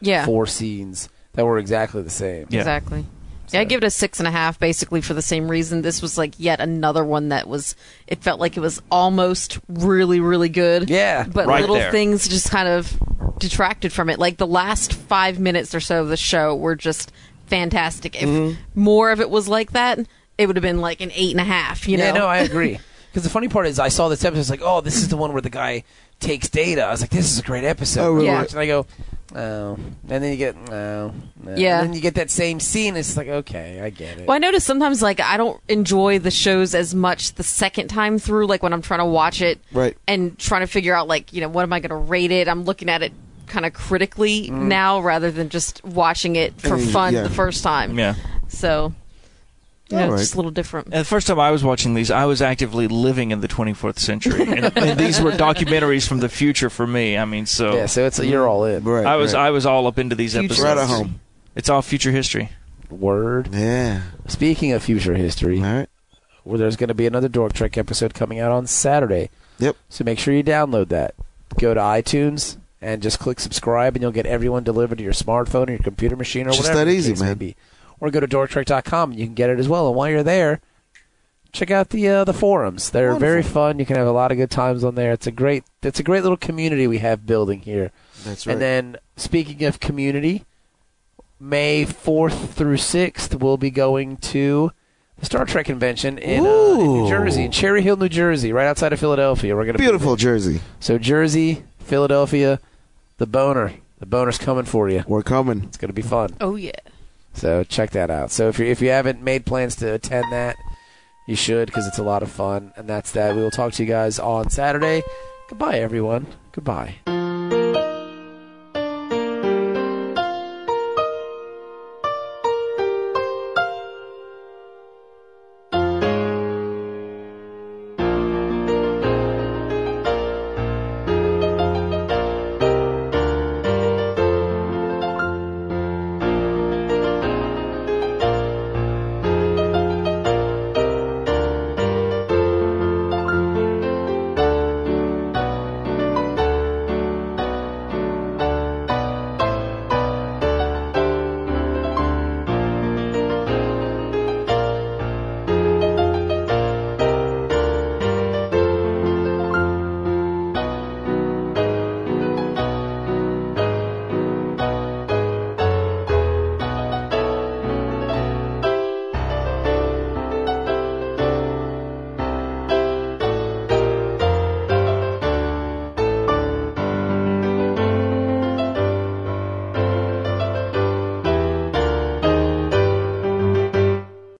Speaker 5: Yeah.
Speaker 3: four scenes that were exactly the same.
Speaker 4: Yeah.
Speaker 5: Exactly. Yeah, I give it a six and a half, basically for the same reason. This was like yet another one that was. It felt like it was almost really, really good.
Speaker 3: Yeah,
Speaker 5: but
Speaker 4: right
Speaker 5: little
Speaker 4: there.
Speaker 5: things just kind of detracted from it. Like the last five minutes or so of the show were just fantastic. If
Speaker 3: Mm-hmm.
Speaker 5: more of it was like that, it would have been like an eight and a half. You
Speaker 3: yeah,
Speaker 5: know?
Speaker 3: no, I agree. Because the funny part is, I saw this episode. It's like, oh, this is the one where the guy takes data. I was like, this is a great episode.
Speaker 2: Oh,
Speaker 5: really?
Speaker 3: I watched it And I go, oh. And then you get, no. no.
Speaker 5: Yeah.
Speaker 3: And then you get that same scene. It's like, okay, I get it.
Speaker 5: Well, I notice sometimes like I don't enjoy the shows as much the second time through, like when I'm trying to watch it
Speaker 2: Right.
Speaker 5: and trying to figure out like, you know, what am I gonna rate it? I'm looking at it kind of critically now rather than just watching it for
Speaker 2: Mm,
Speaker 5: fun
Speaker 2: yeah.
Speaker 5: the first time.
Speaker 4: Yeah. Uh,
Speaker 5: So you know,
Speaker 2: All right.
Speaker 5: it's just a little different.
Speaker 4: And the first time I was watching these, I was actively living in the 24th century, and, and these were documentaries from the future for me. I mean, so
Speaker 3: yeah, so it's you're all in.
Speaker 2: right,
Speaker 4: I was
Speaker 2: right.
Speaker 4: I was all up into these
Speaker 5: Future
Speaker 4: episodes.
Speaker 2: right at home.
Speaker 4: It's all future history.
Speaker 3: Word.
Speaker 2: Yeah.
Speaker 3: Speaking of future history,
Speaker 2: All right.
Speaker 3: where there's going to be another Dork Trek episode coming out on Saturday.
Speaker 2: Yep.
Speaker 3: So make sure you download that. Go to iTunes and just click subscribe, and you'll get everyone delivered to your smartphone or your computer machine or
Speaker 2: Just
Speaker 3: whatever.
Speaker 2: that
Speaker 3: the
Speaker 2: easy,
Speaker 3: case may
Speaker 2: man.
Speaker 3: be. Or go to dorktrek.com and you can get it as well. And while you're there, check out the uh, the forums. They're very fun. You can have a lot of good times on there. It's a great it's a great little community we have building here.
Speaker 2: That's
Speaker 3: And then speaking of community, May 4th through 6th, we'll be going to the Star Trek convention in, uh, in New
Speaker 2: Ooh.
Speaker 3: Jersey, in Cherry Hill, New Jersey, right outside of Philadelphia. We're gonna be
Speaker 2: Beautiful Jersey.
Speaker 3: there. So Jersey, Philadelphia, the boner, the boner's coming for you.
Speaker 2: We're coming.
Speaker 3: It's gonna be fun.
Speaker 5: Oh yeah.
Speaker 3: So check that out. So if you if you haven't made plans to attend that, you should because it's a lot of fun. And that's that. We will talk to you guys on Saturday. Goodbye, everyone. Goodbye.